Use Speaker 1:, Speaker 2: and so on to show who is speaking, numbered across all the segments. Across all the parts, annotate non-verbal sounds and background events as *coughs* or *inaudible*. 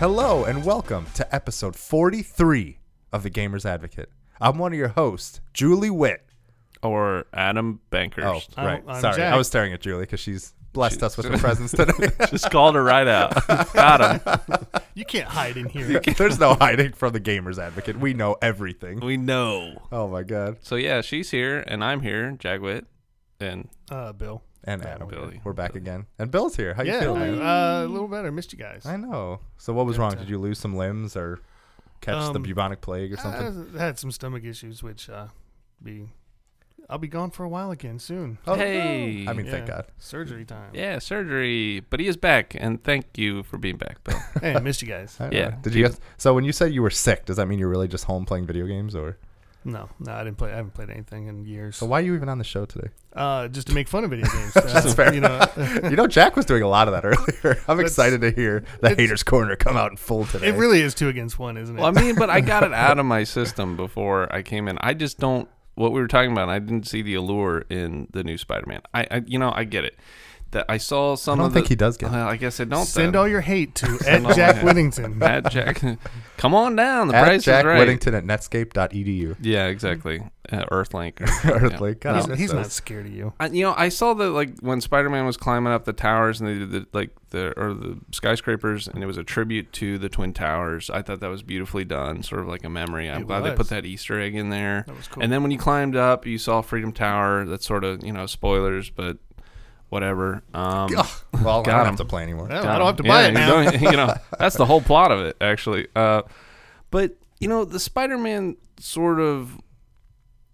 Speaker 1: Hello and welcome to episode 43 of The Gamer's Advocate. I'm one of your hosts, Julie Witt.
Speaker 2: or Adam
Speaker 1: Oh,
Speaker 2: Bankers.
Speaker 3: I'm-
Speaker 1: right.
Speaker 3: I'm
Speaker 1: Sorry.
Speaker 3: Jack.
Speaker 1: I was staring at Julie because she's blessed us with her
Speaker 3: *laughs*
Speaker 1: presence today.
Speaker 2: *laughs* Just called her
Speaker 1: *laughs*
Speaker 2: right out. Got him.
Speaker 3: You can't hide in here.
Speaker 1: There's no hiding from The Gamer's Advocate. We know everything.
Speaker 2: We know.
Speaker 1: Oh, my God.
Speaker 2: So yeah, she's here and I'm here, Jagwit, and
Speaker 3: Uh, Bill.
Speaker 1: And Adam.
Speaker 2: Billy.
Speaker 1: We're back again. And Bill's here. How you
Speaker 3: yeah,
Speaker 1: feeling? man?
Speaker 3: uh, a little better. Missed you guys.
Speaker 1: I know. So what was wrong? Did you lose some limbs or catch the
Speaker 3: Um,
Speaker 1: bubonic plague or something?
Speaker 3: I had some stomach issues, which uh, be I'll be gone for a while again soon.
Speaker 1: Oh,
Speaker 2: hey.
Speaker 1: I mean, thank
Speaker 3: Yeah,
Speaker 1: God.
Speaker 3: Surgery time.
Speaker 2: yeah, surgery, but he is back, and thank you for being back,
Speaker 1: *laughs*
Speaker 2: Bill.
Speaker 3: Hey, missed you guys.
Speaker 1: I don't
Speaker 2: Yeah.
Speaker 1: know. Did you? Guys, so when you said you were sick, does that mean you're really just home playing video games, or
Speaker 3: No, no, I didn't play. I haven't played anything in years.
Speaker 1: so? Why are you even on the show today?
Speaker 3: Uh, just to make fun
Speaker 1: *laughs*
Speaker 3: of video games. That's
Speaker 1: fair. *laughs*
Speaker 3: You know,
Speaker 1: you know, Jack was doing a lot of that *laughs* earlier. I'm
Speaker 3: That's-
Speaker 1: excited to hear the
Speaker 3: it's-
Speaker 1: haters corner come out in full today.
Speaker 3: it really is two against one, isn't it?
Speaker 2: well, I mean, but I got it out of my system before I came in. I just don't what we were talking about. I didn't see the allure in the new Spider-Man. I, I you know, I get it. That I saw some.
Speaker 1: don't
Speaker 2: of the-
Speaker 1: think he does get it.
Speaker 2: Well, I guess I don't.
Speaker 3: Send
Speaker 2: then.
Speaker 3: all your hate to
Speaker 2: *laughs* Send all my
Speaker 3: at Jack
Speaker 2: hate.
Speaker 3: Whittington.
Speaker 2: At
Speaker 1: *laughs*
Speaker 2: Jack, *laughs* come on down. The
Speaker 1: At
Speaker 2: price
Speaker 1: Jack
Speaker 2: is right.
Speaker 1: Whittington at E *laughs* Netscape.edu.
Speaker 2: Yeah, exactly. Uh, Earthlink.
Speaker 1: Earthlink. God, I
Speaker 3: *laughs* He's,
Speaker 1: miss
Speaker 3: he's
Speaker 1: those.
Speaker 3: not scared of you.
Speaker 2: I, you know, I saw that like when Spider-Man was climbing up the towers and they did the like the or the skyscrapers and it was a tribute to the Twin Towers. I thought that was beautifully done, sort of like a memory. I'm
Speaker 3: It
Speaker 2: glad they
Speaker 3: was.
Speaker 2: put that Easter egg in there.
Speaker 3: That was cool.
Speaker 2: And then when you climbed up, you saw Freedom Tower. That's sort of you know spoilers, but whatever.
Speaker 3: *laughs*
Speaker 2: Um,
Speaker 1: Ugh, well, I
Speaker 2: Got
Speaker 1: don't
Speaker 2: him.
Speaker 1: have to play anymore.
Speaker 3: Well,
Speaker 2: Got
Speaker 3: I don't have
Speaker 2: him.
Speaker 3: to buy it
Speaker 2: Yeah,
Speaker 3: now.
Speaker 2: you don't- *laughs* You
Speaker 3: *laughs*
Speaker 2: know, that's the whole plot of it, actually. Uh, but you know, the Spider-Man sort of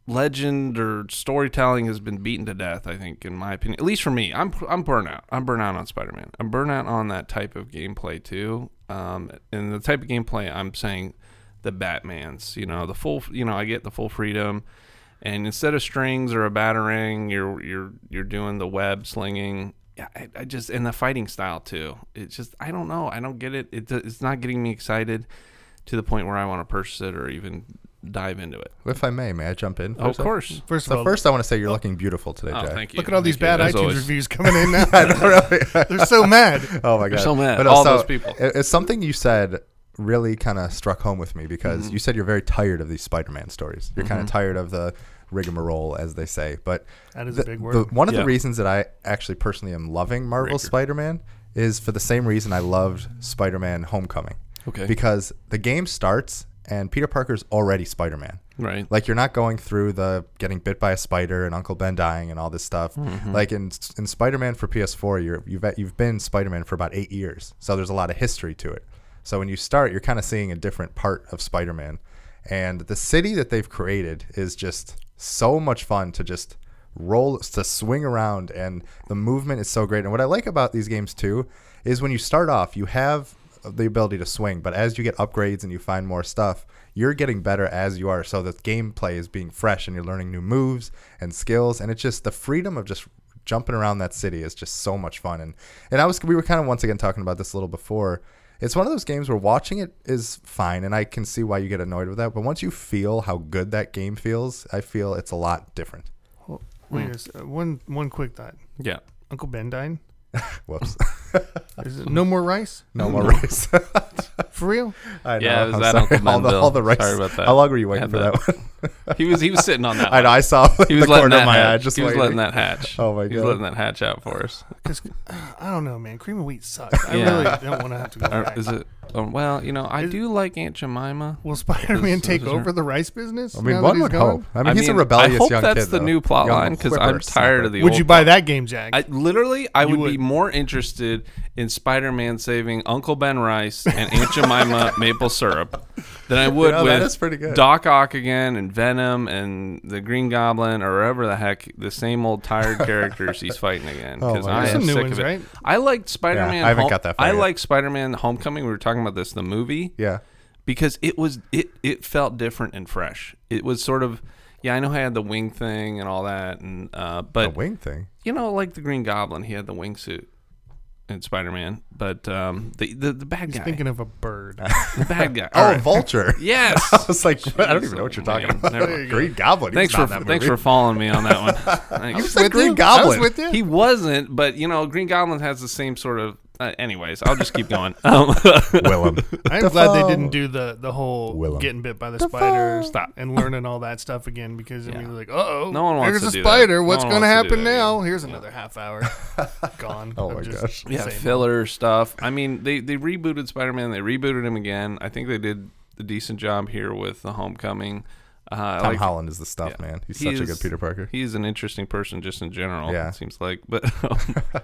Speaker 2: legend or storytelling has been beaten to death. I think, in my opinion, at least for me, I'm I'm burnout. I'm burnout on Spider-Man. I'm burnout on that type of gameplay too. Um, and the type of gameplay I'm saying, the Batman's. You know, the full. You know, I get the full freedom. And instead of strings or a battering, you're you're you're doing the web slinging. Yeah, I, I just and the fighting style too. It's just I don't know. I don't get it. it. do- It's not getting me excited to the point where I want to purchase it or even dive into it.
Speaker 1: If I may, may I jump in? for a
Speaker 2: of
Speaker 1: sec?
Speaker 2: course.
Speaker 3: First of
Speaker 1: So
Speaker 3: all,
Speaker 1: first, I want to say you're looking beautiful today,
Speaker 2: Oh,
Speaker 1: Jack.
Speaker 2: thank you.
Speaker 3: look at all these bad
Speaker 2: As
Speaker 3: iTunes
Speaker 2: always.
Speaker 3: reviews coming
Speaker 1: *laughs*
Speaker 3: in now. They're so mad.
Speaker 1: Oh my god,
Speaker 2: so mad.
Speaker 1: no,
Speaker 2: All those people.
Speaker 1: it- It's something you said really kind of struck home with me because
Speaker 2: Mm-hmm.
Speaker 1: you said you're very tired of these Spider-Man stories. You're kind of tired of the rigmarole, as they say. But
Speaker 3: That is
Speaker 1: the-
Speaker 3: a big word.
Speaker 1: the- one of
Speaker 2: Yeah.
Speaker 1: the reasons that I actually personally am loving Marvel's
Speaker 2: Rigor.
Speaker 1: Spider-Man is for the same reason I loved Spider-Man: Homecoming.
Speaker 2: Okay.
Speaker 1: Because the game starts and Peter Parker's already Spider-Man.
Speaker 2: Right.
Speaker 1: Like you're not going through the getting bit by a spider and Uncle Ben dying and all this stuff.
Speaker 2: Mm-hmm.
Speaker 1: Like in in Spider-Man for PS4, you're you've you've been Spider-Man for about eight years, so there's a lot of history to it. So when you start, you're kind of seeing a different part of Spider-Man, and the city that they've created is just so much fun to just roll to swing around and the movement is so great and what i like about these games too is when you start off you have the ability to swing but as you get upgrades and you find more stuff you're getting better as you are so the gameplay is being fresh and you're learning new moves and skills and it's just the freedom of just jumping around that city is just so much fun and and i was we were kind of once again talking about this a little before it's one of those games where watching it is fine and i can see why you get annoyed with that but once you feel how good that game feels i feel it's a lot different
Speaker 3: Well, wait, a s- uh, one one quick thought.
Speaker 2: Yeah.
Speaker 3: Uncle Ben died.
Speaker 1: Whoops.
Speaker 3: Is it no more rice
Speaker 1: No more rice. *laughs*
Speaker 3: for real?
Speaker 1: I
Speaker 2: Yeah, it was
Speaker 1: I'm
Speaker 2: that
Speaker 1: sorry.
Speaker 2: Uncle
Speaker 1: *laughs*
Speaker 2: Ben
Speaker 1: all the,
Speaker 2: Bill.
Speaker 1: all the rice.
Speaker 2: Sorry about that.
Speaker 1: How long were you
Speaker 2: I
Speaker 1: waiting
Speaker 2: had
Speaker 1: for that, one?
Speaker 2: He was he was sitting on
Speaker 1: *laughs*
Speaker 2: that.
Speaker 1: I know. I saw
Speaker 2: *laughs* He was
Speaker 1: the
Speaker 2: letting
Speaker 1: corner
Speaker 2: that
Speaker 1: of my eye
Speaker 2: hatch.
Speaker 1: just
Speaker 2: he was
Speaker 1: waiting.
Speaker 2: letting that
Speaker 1: *laughs*
Speaker 2: hatch.
Speaker 1: Oh my
Speaker 2: He was
Speaker 1: God.
Speaker 2: letting that hatch out for us.
Speaker 3: Because *sighs* I don't know, man. Cream of wheat sucks. I
Speaker 2: Yeah.
Speaker 3: really don't want to have
Speaker 2: *laughs*
Speaker 3: to go
Speaker 2: Or
Speaker 1: *laughs*
Speaker 3: back.
Speaker 2: is it? Um, well, you know, I do like Aunt Jemima.
Speaker 3: Will Spider-Man
Speaker 2: is-
Speaker 3: take
Speaker 2: is there-
Speaker 3: over the rice business?
Speaker 1: I mean,
Speaker 3: now that
Speaker 1: one
Speaker 3: he's
Speaker 1: would
Speaker 3: gone?
Speaker 1: hope. I mean, he's a rebellious
Speaker 2: I hope
Speaker 1: young
Speaker 2: that's
Speaker 1: kid,
Speaker 2: the
Speaker 1: though.
Speaker 2: new plot
Speaker 1: Young
Speaker 2: line because I'm tired of the
Speaker 3: Would
Speaker 2: old
Speaker 3: you buy that game, Jack?
Speaker 2: I literally, I
Speaker 3: You
Speaker 2: would, be
Speaker 3: would.
Speaker 2: more interested in Spider-Man saving Uncle Ben Rice and Aunt
Speaker 1: *laughs*
Speaker 2: Jemima maple syrup than I would
Speaker 1: know,
Speaker 2: with
Speaker 1: that is pretty good.
Speaker 2: Doc Ock again and Venom and the Green Goblin or whatever the heck the same
Speaker 1: *laughs*
Speaker 2: old tired characters he's fighting again.
Speaker 1: Oh,
Speaker 2: Because
Speaker 1: my
Speaker 2: I
Speaker 1: God.
Speaker 2: am
Speaker 3: Some new
Speaker 2: sick
Speaker 3: ones,
Speaker 2: of it.
Speaker 3: right?
Speaker 2: I liked Spider-Man.
Speaker 1: I haven't
Speaker 2: Home-
Speaker 1: got that far
Speaker 2: I
Speaker 1: yet.
Speaker 2: like Spider-Man Homecoming. We were talking about this, the movie
Speaker 1: Yeah.
Speaker 2: because it was it it felt different and fresh. It was sort of yeah, I know I had the wing thing and all that, and uh,
Speaker 1: The
Speaker 2: but
Speaker 1: wing
Speaker 2: *laughs*
Speaker 1: thing.
Speaker 2: you know, like the Green Goblin, he had the wingsuit in Spider Man, but um, the, the the bad guy,
Speaker 3: Thinking of a bird.
Speaker 2: the bad guy.
Speaker 1: Oh,
Speaker 2: All right. *laughs*
Speaker 1: vulture. *laughs*
Speaker 2: yes.
Speaker 1: I was like, I don't even know what you're talking
Speaker 2: Man,
Speaker 1: about.
Speaker 2: never mind.
Speaker 1: Green Goblin. he was
Speaker 2: Thanks for
Speaker 1: not in that
Speaker 2: thanks for
Speaker 1: movie.
Speaker 2: following me on that one. Thanks.
Speaker 1: said Green
Speaker 3: you? I was
Speaker 1: Goblin.
Speaker 3: with you.
Speaker 2: He wasn't, but you know, Green Goblin has the same sort of uh, anyways, I'll just keep going. *laughs* Um, *laughs*
Speaker 1: Willem.
Speaker 3: I'm glad they
Speaker 1: Defoe.
Speaker 3: didn't do the the whole
Speaker 1: Willem.
Speaker 3: getting bit by the spiders
Speaker 2: Stop.
Speaker 3: and learning all that stuff again because
Speaker 2: Yeah.
Speaker 3: then we were like, uh oh,
Speaker 2: No one wants
Speaker 3: there's
Speaker 2: to
Speaker 3: a
Speaker 2: do that.
Speaker 3: spider.
Speaker 2: No
Speaker 3: What's
Speaker 2: one
Speaker 3: going to
Speaker 2: wants to do
Speaker 3: happen
Speaker 2: that
Speaker 3: now? Here's another half hour gone.
Speaker 1: Oh
Speaker 3: of
Speaker 1: my
Speaker 3: just
Speaker 1: gosh.
Speaker 2: yeah,
Speaker 3: same-
Speaker 2: filler stuff. I mean, they they rebooted Spider Man. They rebooted him again. I think they did a decent job here with the Homecoming. Uh,
Speaker 1: Tom
Speaker 2: like,
Speaker 1: Holland is the stuff,
Speaker 2: yeah.
Speaker 1: man. He's
Speaker 2: He
Speaker 1: such a
Speaker 2: is-
Speaker 1: good Peter Parker.
Speaker 2: he's an interesting person just in general.
Speaker 1: Yeah.
Speaker 2: it seems like, but *laughs*
Speaker 1: *laughs*
Speaker 2: um,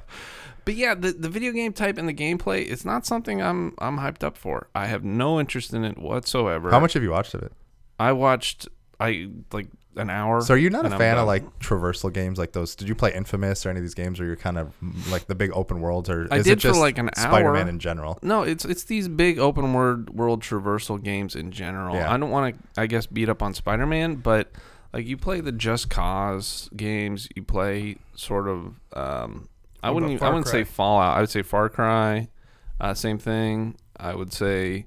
Speaker 2: but yeah, the, the video game type and the gameplay it's not something I'm I'm hyped up for. I have no interest in it whatsoever.
Speaker 1: How much have you watched of it?
Speaker 2: I watched I like an hour.
Speaker 1: So are you not a
Speaker 2: and I'm
Speaker 1: fan of
Speaker 2: done.
Speaker 1: like traversal games like those? Did you play Infamous or any of these games where you're kind of like the big open worlds or
Speaker 2: I
Speaker 1: is
Speaker 2: did
Speaker 1: it
Speaker 2: for,
Speaker 1: just
Speaker 2: like, an hour.
Speaker 1: Spider-Man in general?
Speaker 2: No, it's it's these big open world world traversal games in general.
Speaker 1: Yeah.
Speaker 2: I don't want to, I guess, beat up on Spider Man, but like you play the Just Cause games, you play sort of. Um, I
Speaker 3: What
Speaker 2: wouldn't. Even,
Speaker 3: about
Speaker 2: I
Speaker 3: Far
Speaker 2: wouldn't say
Speaker 3: Cry?
Speaker 2: Fallout. I would say Far Cry. Uh, same thing. I would say.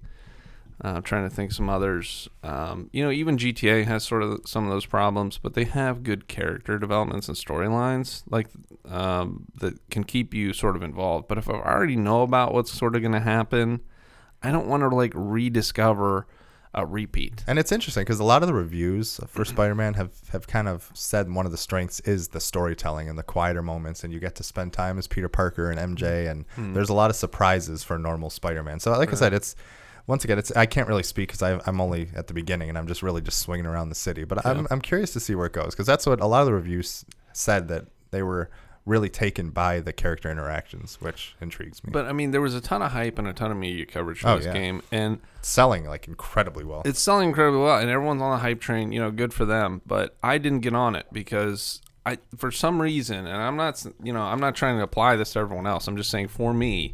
Speaker 2: Uh, I'm trying to think some others. Um, you know, even GTA has sort of some of those problems, but they have good character developments and storylines like um, that can keep you sort of involved. But if I already know about what's sort of going to happen, I don't want to like rediscover a repeat.
Speaker 1: And it's interesting because a lot of the reviews for
Speaker 2: *clears throat*
Speaker 1: Spider-Man have, have kind of said one of the strengths is the storytelling and the quieter moments, and you get to spend time as Peter Parker and
Speaker 2: Mm.
Speaker 1: MJ, and
Speaker 2: Hmm.
Speaker 1: there's a lot of surprises for normal Spider-Man. So, like I said, it's once again, it's I can't really speak because I'm only at the beginning and I'm just really just swinging around the city. But I'm I'm curious to see where it goes because that's what a lot of the reviews said that they were really taken by the character interactions, which intrigues me.
Speaker 2: But I mean, there was a ton of hype and a ton of media coverage for
Speaker 1: Oh,
Speaker 2: this
Speaker 1: yeah.
Speaker 2: game, and
Speaker 1: selling like incredibly well.
Speaker 2: it's selling incredibly well, and everyone's on the hype train. You know, good for them. But I didn't get on it because I, for some reason, and I'm not, s- you know, I'm not trying to apply this to everyone else. I'm just saying for me,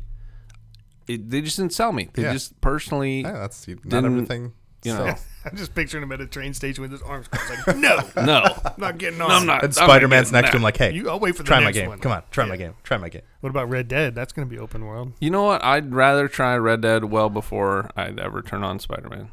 Speaker 2: it, they just didn't sell me. They
Speaker 1: Yeah.
Speaker 2: just personally.
Speaker 1: yeah, Eh, that's not
Speaker 2: didn't-
Speaker 1: everything.
Speaker 2: you know.
Speaker 1: sells.
Speaker 3: *laughs* I'm just picturing him at a train station with his arms crossed, like, no,
Speaker 2: *laughs* *laughs*
Speaker 3: I'm
Speaker 2: No,
Speaker 3: not getting on.
Speaker 2: I'm not.
Speaker 1: And Spider Man's next to him,
Speaker 2: like.
Speaker 1: like, hey,
Speaker 3: You, I'll wait for the
Speaker 1: try
Speaker 3: next
Speaker 1: my game.
Speaker 3: one.
Speaker 1: Come on, try my
Speaker 3: Yeah.
Speaker 1: game. Try my game.
Speaker 3: What about Red Dead? That's going to be open world.
Speaker 2: You know what? I'd rather try Red Dead well before I'd ever turn on Spider Man.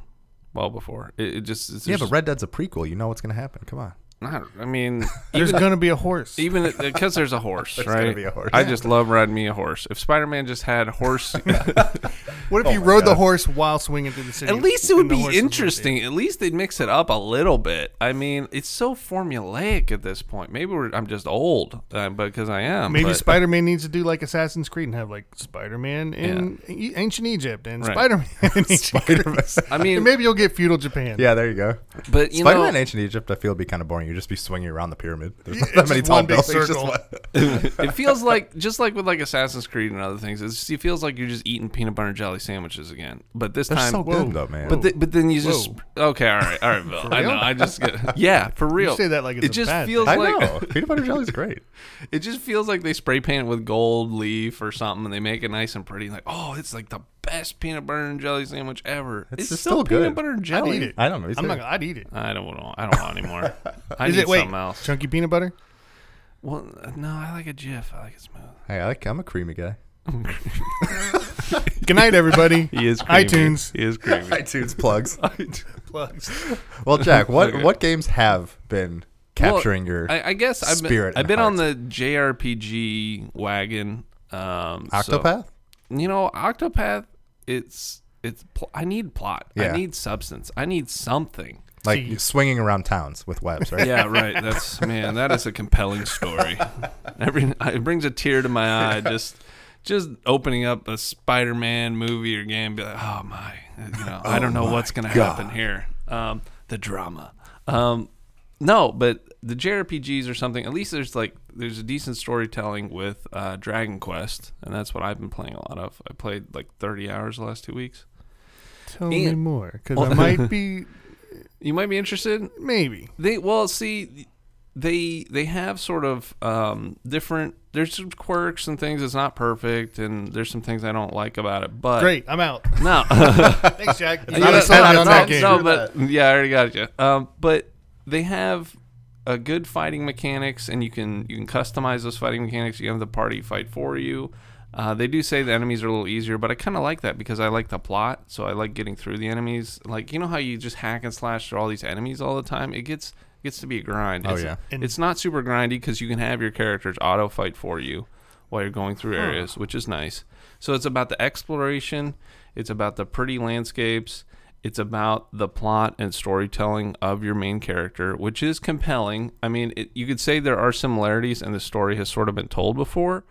Speaker 2: Well before it, it just it's
Speaker 1: Yeah,
Speaker 2: just
Speaker 1: but Red Dead's a prequel. You know what's gonna happen. Come
Speaker 3: *laughs*
Speaker 1: on.
Speaker 2: not. I mean,
Speaker 3: There's going to be a horse.
Speaker 2: even because there's a
Speaker 3: *laughs*
Speaker 2: horse,
Speaker 1: gonna
Speaker 2: right?
Speaker 1: be a horse.
Speaker 2: I just love riding me a horse. If Spider Man just had
Speaker 3: *laughs*
Speaker 2: horse, *laughs*
Speaker 3: What if you rode the horse while swinging through the city?
Speaker 2: Oh at least it would
Speaker 3: and the
Speaker 2: be
Speaker 3: horse was with you?
Speaker 2: interesting. At least they'd mix it up a little bit. I mean, it's so formulaic at this point. Maybe we're, I'm just old, uh, because I am.
Speaker 3: Maybe
Speaker 2: but-
Speaker 3: Spider Man needs to do like Assassin's Creed and have like Spider Man in E- ancient Egypt and
Speaker 2: Right. *laughs*
Speaker 3: Spider Man in ancient Greece.
Speaker 2: I
Speaker 3: And
Speaker 2: mean,
Speaker 3: maybe you'll get feudal
Speaker 1: *laughs*
Speaker 3: Japan.
Speaker 1: Yeah, there you go.
Speaker 2: but you
Speaker 1: Spider
Speaker 2: know,
Speaker 1: Man Ancient Egypt, I feel would be kind of boring. You'd just be swinging around the pyramid. There's not
Speaker 3: It's
Speaker 1: that many
Speaker 3: just
Speaker 1: tall *laughs*
Speaker 3: one big
Speaker 1: buildings. just
Speaker 3: circle.
Speaker 1: one-
Speaker 3: *laughs*
Speaker 2: it feels like just like with like Assassin's Creed and other things. It's just, it feels like you're just eating peanut butter and jelly sandwiches again. But this
Speaker 1: They're
Speaker 2: time,
Speaker 1: so
Speaker 3: Whoa.
Speaker 1: good though, man.
Speaker 2: but,
Speaker 3: Whoa.
Speaker 2: th- but then you just
Speaker 3: Whoa.
Speaker 2: okay, all right, all right, Bill. I
Speaker 3: real?
Speaker 2: know. I just get *laughs* yeah, for real.
Speaker 3: say that like it's
Speaker 2: it
Speaker 3: a
Speaker 2: just
Speaker 3: bad
Speaker 2: feels
Speaker 1: I
Speaker 2: like
Speaker 1: know peanut butter jelly's great.
Speaker 2: it just feels like they spray paint it with gold leaf or something, and they make it nice and pretty. Like oh, it's like the best peanut butter and jelly sandwich ever. It's,
Speaker 1: just still
Speaker 2: still, peanut
Speaker 1: good.
Speaker 2: butter and
Speaker 3: I'd
Speaker 2: jelly.
Speaker 3: eat it.
Speaker 1: I don't know. me
Speaker 3: I'm
Speaker 1: too.
Speaker 3: not. Gonna, I'd eat it. Is
Speaker 2: I don't want. I don't want anymore. I need
Speaker 3: it wait
Speaker 2: something else.
Speaker 3: chunky peanut butter?
Speaker 2: Well, no, I like a GIF. I like it smooth.
Speaker 1: Hey, I like, I'm a creamy
Speaker 3: *laughs*
Speaker 1: guy.
Speaker 3: Good night, everybody.
Speaker 2: *laughs* He is
Speaker 3: creamy. iTunes.
Speaker 2: He is *laughs* creamy.
Speaker 1: iTunes
Speaker 3: *laughs*
Speaker 1: plugs.
Speaker 3: Plugs.
Speaker 1: *laughs* well, Jack, what
Speaker 2: Okay.
Speaker 1: what games have been capturing
Speaker 2: Well,
Speaker 1: your
Speaker 2: I, I guess I've been,
Speaker 1: spirit
Speaker 2: I've
Speaker 1: and
Speaker 2: been on the JRPG wagon. Um, so-
Speaker 1: Octopath?
Speaker 2: you know, Octopath. It's it's. Pl- I need plot.
Speaker 1: Yeah.
Speaker 2: I need substance. I need something.
Speaker 1: Like
Speaker 3: See.
Speaker 1: swinging around towns with webs,
Speaker 3: *laughs*
Speaker 1: right?
Speaker 2: Yeah, right. That's man. That is a compelling story. Every it brings a tear to my eye. Just just opening up a Spider-Man movie or game. Be like, oh my, you know, I don't know what's gonna happen here. Um, the drama. Um, no, but the JRPGs or something. At least there's like there's a decent storytelling with uh, Dragon Quest, and that's what I've been playing a lot of. I played like 30 hours the last two weeks.
Speaker 3: Tell me
Speaker 2: And-
Speaker 3: more, because
Speaker 2: Well-
Speaker 3: I might
Speaker 2: *laughs*
Speaker 3: be
Speaker 2: You might be interested.
Speaker 3: maybe.
Speaker 2: They well, see, they they have sort of um, different. There's some quirks and things. It's not perfect, and there's some things I don't like about it. But
Speaker 3: Great. I'm out. *laughs*
Speaker 2: no,
Speaker 3: Thanks, Jack. You
Speaker 2: *laughs* Yeah,
Speaker 3: got
Speaker 2: no,
Speaker 3: a solid
Speaker 1: no,
Speaker 3: on
Speaker 1: no,
Speaker 3: that game.
Speaker 2: no, but yeah, I already got you. Um, but they have a good fighting mechanics, and you can you can customize those fighting mechanics. You have the party fight for you. Uh, they do say the enemies are a little easier, but I kind of like that because I like the plot, so I like getting through the enemies. Like you know how you just hack and slash through all these enemies all the time. It gets gets to be a grind.
Speaker 1: Oh,
Speaker 2: it's,
Speaker 1: yeah.
Speaker 3: And-
Speaker 2: it's not super grindy because you can have your characters auto fight for you, while you're going through
Speaker 3: Huh.
Speaker 2: areas, which is nice. So it's about the exploration, it's about the pretty landscapes, it's about the plot and storytelling of your main character, which is compelling. I mean, it, you could say there are similarities and the story has sort of been told before,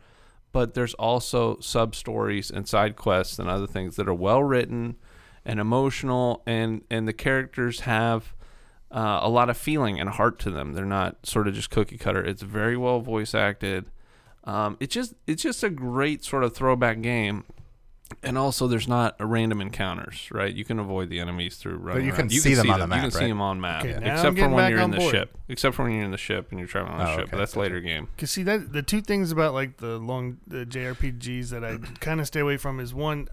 Speaker 2: but there's also sub stories and side quests and other things that are well written and emotional and and the characters have uh, a lot of feeling and heart to them. They're not sort of just cookie cutter. It's very well voice acted. Um, it's just it's just a great sort of throwback game, and also there's not a random encounters, right? You can avoid the enemies through running.
Speaker 1: you can
Speaker 2: around.
Speaker 1: see them on the
Speaker 2: You
Speaker 1: map,
Speaker 2: can see
Speaker 1: right?
Speaker 2: them on map,
Speaker 3: Okay, now I'm
Speaker 2: except for
Speaker 3: getting
Speaker 2: when
Speaker 3: back
Speaker 2: you're in
Speaker 3: on
Speaker 2: the
Speaker 3: board.
Speaker 2: ship. Except for when you're in the ship and you're traveling on the
Speaker 1: Oh,
Speaker 2: ship. But
Speaker 1: okay.
Speaker 2: that's later game.
Speaker 3: Cause see that the two things about like the long the JRPGs that I kind of stay away from is one,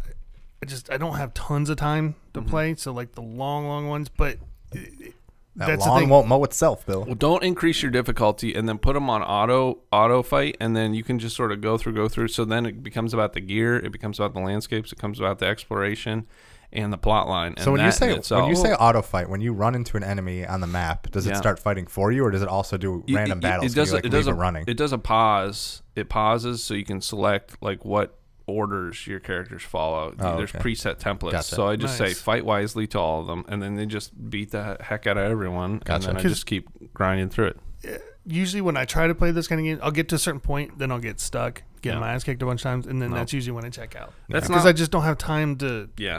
Speaker 3: I just I don't have tons of time to
Speaker 2: Mhm.
Speaker 3: play, so like the long long ones. But it- it-
Speaker 1: That
Speaker 3: that's the
Speaker 1: lawn
Speaker 3: thing.
Speaker 1: won't mow itself, Bill.
Speaker 2: Well, don't increase your difficulty and then put them on auto auto fight, and then you can just sort of go through, go through. So then it becomes about the gear, it becomes about the landscapes, it becomes about the exploration and the plot line. And
Speaker 1: So when you
Speaker 2: that in
Speaker 1: say
Speaker 2: itself, oh,
Speaker 1: when you say auto fight, when you run into an enemy on the map, does it
Speaker 2: Yeah.
Speaker 1: start fighting for you, or does it also do
Speaker 2: You-
Speaker 1: random
Speaker 2: you-
Speaker 1: battles?
Speaker 2: it
Speaker 1: where
Speaker 2: does
Speaker 1: you, like,
Speaker 2: it does
Speaker 1: leave
Speaker 2: a
Speaker 1: it running.
Speaker 2: It does a pause. It pauses so you can select like what orders your characters follow.
Speaker 1: Oh,
Speaker 2: There's
Speaker 1: okay.
Speaker 2: preset templates.
Speaker 1: Gotcha.
Speaker 2: So I just say
Speaker 3: Nice.
Speaker 2: fight wisely to all of them, and then they just beat the heck out of everyone, and
Speaker 1: Gotcha.
Speaker 2: then I
Speaker 3: 'Cause-
Speaker 2: just keep grinding through it.
Speaker 3: usually when I try to play this kind of game, I'll get to a certain point, then I'll get stuck, get
Speaker 2: Yeah.
Speaker 3: my ass kicked a bunch of times, and then
Speaker 2: No.
Speaker 3: that's usually when I check out.
Speaker 2: That's
Speaker 3: because
Speaker 2: not-
Speaker 3: I just don't have time to
Speaker 2: Yeah.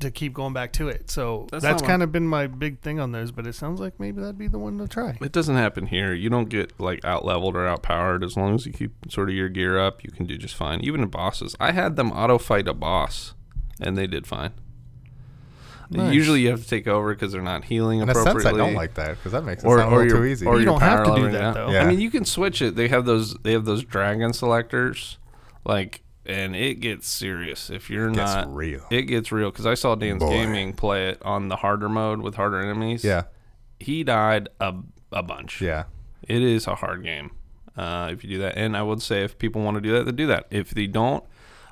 Speaker 3: to keep going back to it. So
Speaker 2: That's
Speaker 3: that's,
Speaker 2: not what-
Speaker 3: kind of been my big thing on those. But it sounds like maybe that'd be the one to try.
Speaker 2: It doesn't happen here. You don't get like out leveled or outpowered. As long as you keep sort of your gear up, you can do just fine. Even in bosses, I had them auto fight a boss, and they did fine.
Speaker 3: Nice.
Speaker 2: Usually, you have to take over because they're not healing
Speaker 1: In a
Speaker 2: appropriately.
Speaker 1: sense, I don't like that because that makes it
Speaker 2: Or-
Speaker 1: sound
Speaker 2: or
Speaker 1: a little
Speaker 2: your-
Speaker 1: too easy.
Speaker 2: or
Speaker 3: you
Speaker 2: your
Speaker 3: don't have
Speaker 2: power
Speaker 3: to do
Speaker 2: leveling
Speaker 3: that
Speaker 2: up.
Speaker 3: though.
Speaker 1: Yeah.
Speaker 2: I mean, you can switch it. They have those. They have those dragon selectors, like, and it gets serious if you're
Speaker 1: It's
Speaker 2: not.
Speaker 1: real.
Speaker 2: It gets real because I saw Dan's
Speaker 1: Boy.
Speaker 2: gaming play it on the harder mode with harder enemies.
Speaker 1: yeah,
Speaker 2: he died a a bunch.
Speaker 1: yeah.
Speaker 2: It is a hard game uh, if you do that. And I would say if people want to do that, then do that. If they don't,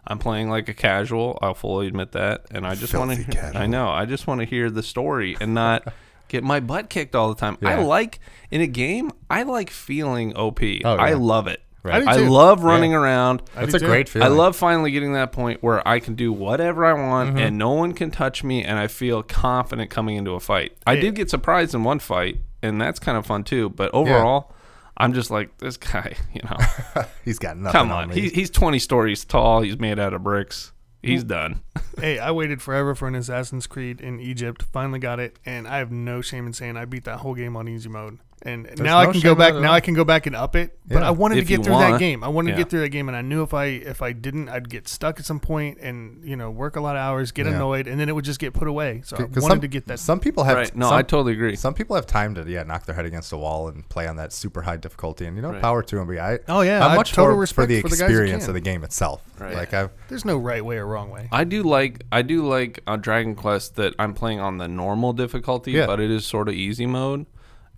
Speaker 2: I'm playing like a casual. I'll fully admit that. And I just want
Speaker 1: Filthy
Speaker 2: to.
Speaker 1: casual.
Speaker 2: I know. I just want to hear the story and not
Speaker 1: *laughs*
Speaker 2: get my butt kicked all the time. I
Speaker 1: Yeah.
Speaker 2: like in a game. I like feeling OP.
Speaker 1: Oh,
Speaker 2: I
Speaker 1: yeah.
Speaker 2: love it.
Speaker 1: Right. I do
Speaker 2: I
Speaker 3: too.
Speaker 2: love running around.
Speaker 1: That's
Speaker 3: do
Speaker 1: a
Speaker 3: too.
Speaker 1: great feeling.
Speaker 2: I love finally getting to that point where I can do whatever I want
Speaker 1: Mm-hmm.
Speaker 2: and no one can touch me and I feel confident coming into a fight. I
Speaker 3: Yeah.
Speaker 2: did get surprised in one fight and that's kind of fun too, but overall I'm just like this guy, *laughs* you
Speaker 1: *laughs*
Speaker 2: know.
Speaker 1: He's got nothing.
Speaker 2: Come on.
Speaker 1: me.
Speaker 2: He, he's 20 stories tall, he's made out of bricks.
Speaker 1: Mm.
Speaker 2: He's done.
Speaker 3: hey, I waited forever for an Assassin's Creed in Egypt. Finally got it, and I have no shame in saying I beat that whole game on easy mode. And now I
Speaker 1: no
Speaker 3: can
Speaker 1: shame
Speaker 3: go
Speaker 1: in
Speaker 3: back.
Speaker 1: that at
Speaker 3: Now
Speaker 1: all.
Speaker 3: I can go back and up it. But
Speaker 1: Yeah.
Speaker 3: I wanted
Speaker 2: If
Speaker 3: to
Speaker 2: you
Speaker 3: get through
Speaker 2: wanna.
Speaker 3: that game. I wanted
Speaker 2: Yeah.
Speaker 3: to get through that game, and I knew if I if I didn't, I'd get stuck at some point, and you know, work a lot of hours, get
Speaker 1: Yeah.
Speaker 3: annoyed, and then it would just get put away. So I wanted
Speaker 1: some,
Speaker 3: to get that.
Speaker 1: Some people have.
Speaker 2: right. No,
Speaker 1: some,
Speaker 2: I totally agree.
Speaker 1: some people have time to yeah knock their head against a wall and play on that super high difficulty, and you know
Speaker 2: Right.
Speaker 1: power to them. But I
Speaker 3: Oh, yeah,
Speaker 1: I'm
Speaker 3: I
Speaker 1: much
Speaker 3: total
Speaker 1: for,
Speaker 3: respect
Speaker 1: for the
Speaker 3: for the guys who
Speaker 1: experience of
Speaker 3: can.
Speaker 1: the game itself.
Speaker 2: Right.
Speaker 1: Like I've
Speaker 3: There's no right way or wrong way.
Speaker 2: I do like I do like on Dragon Quest that I'm playing on the normal difficulty,
Speaker 1: Yeah.
Speaker 2: but it is sort of easy mode,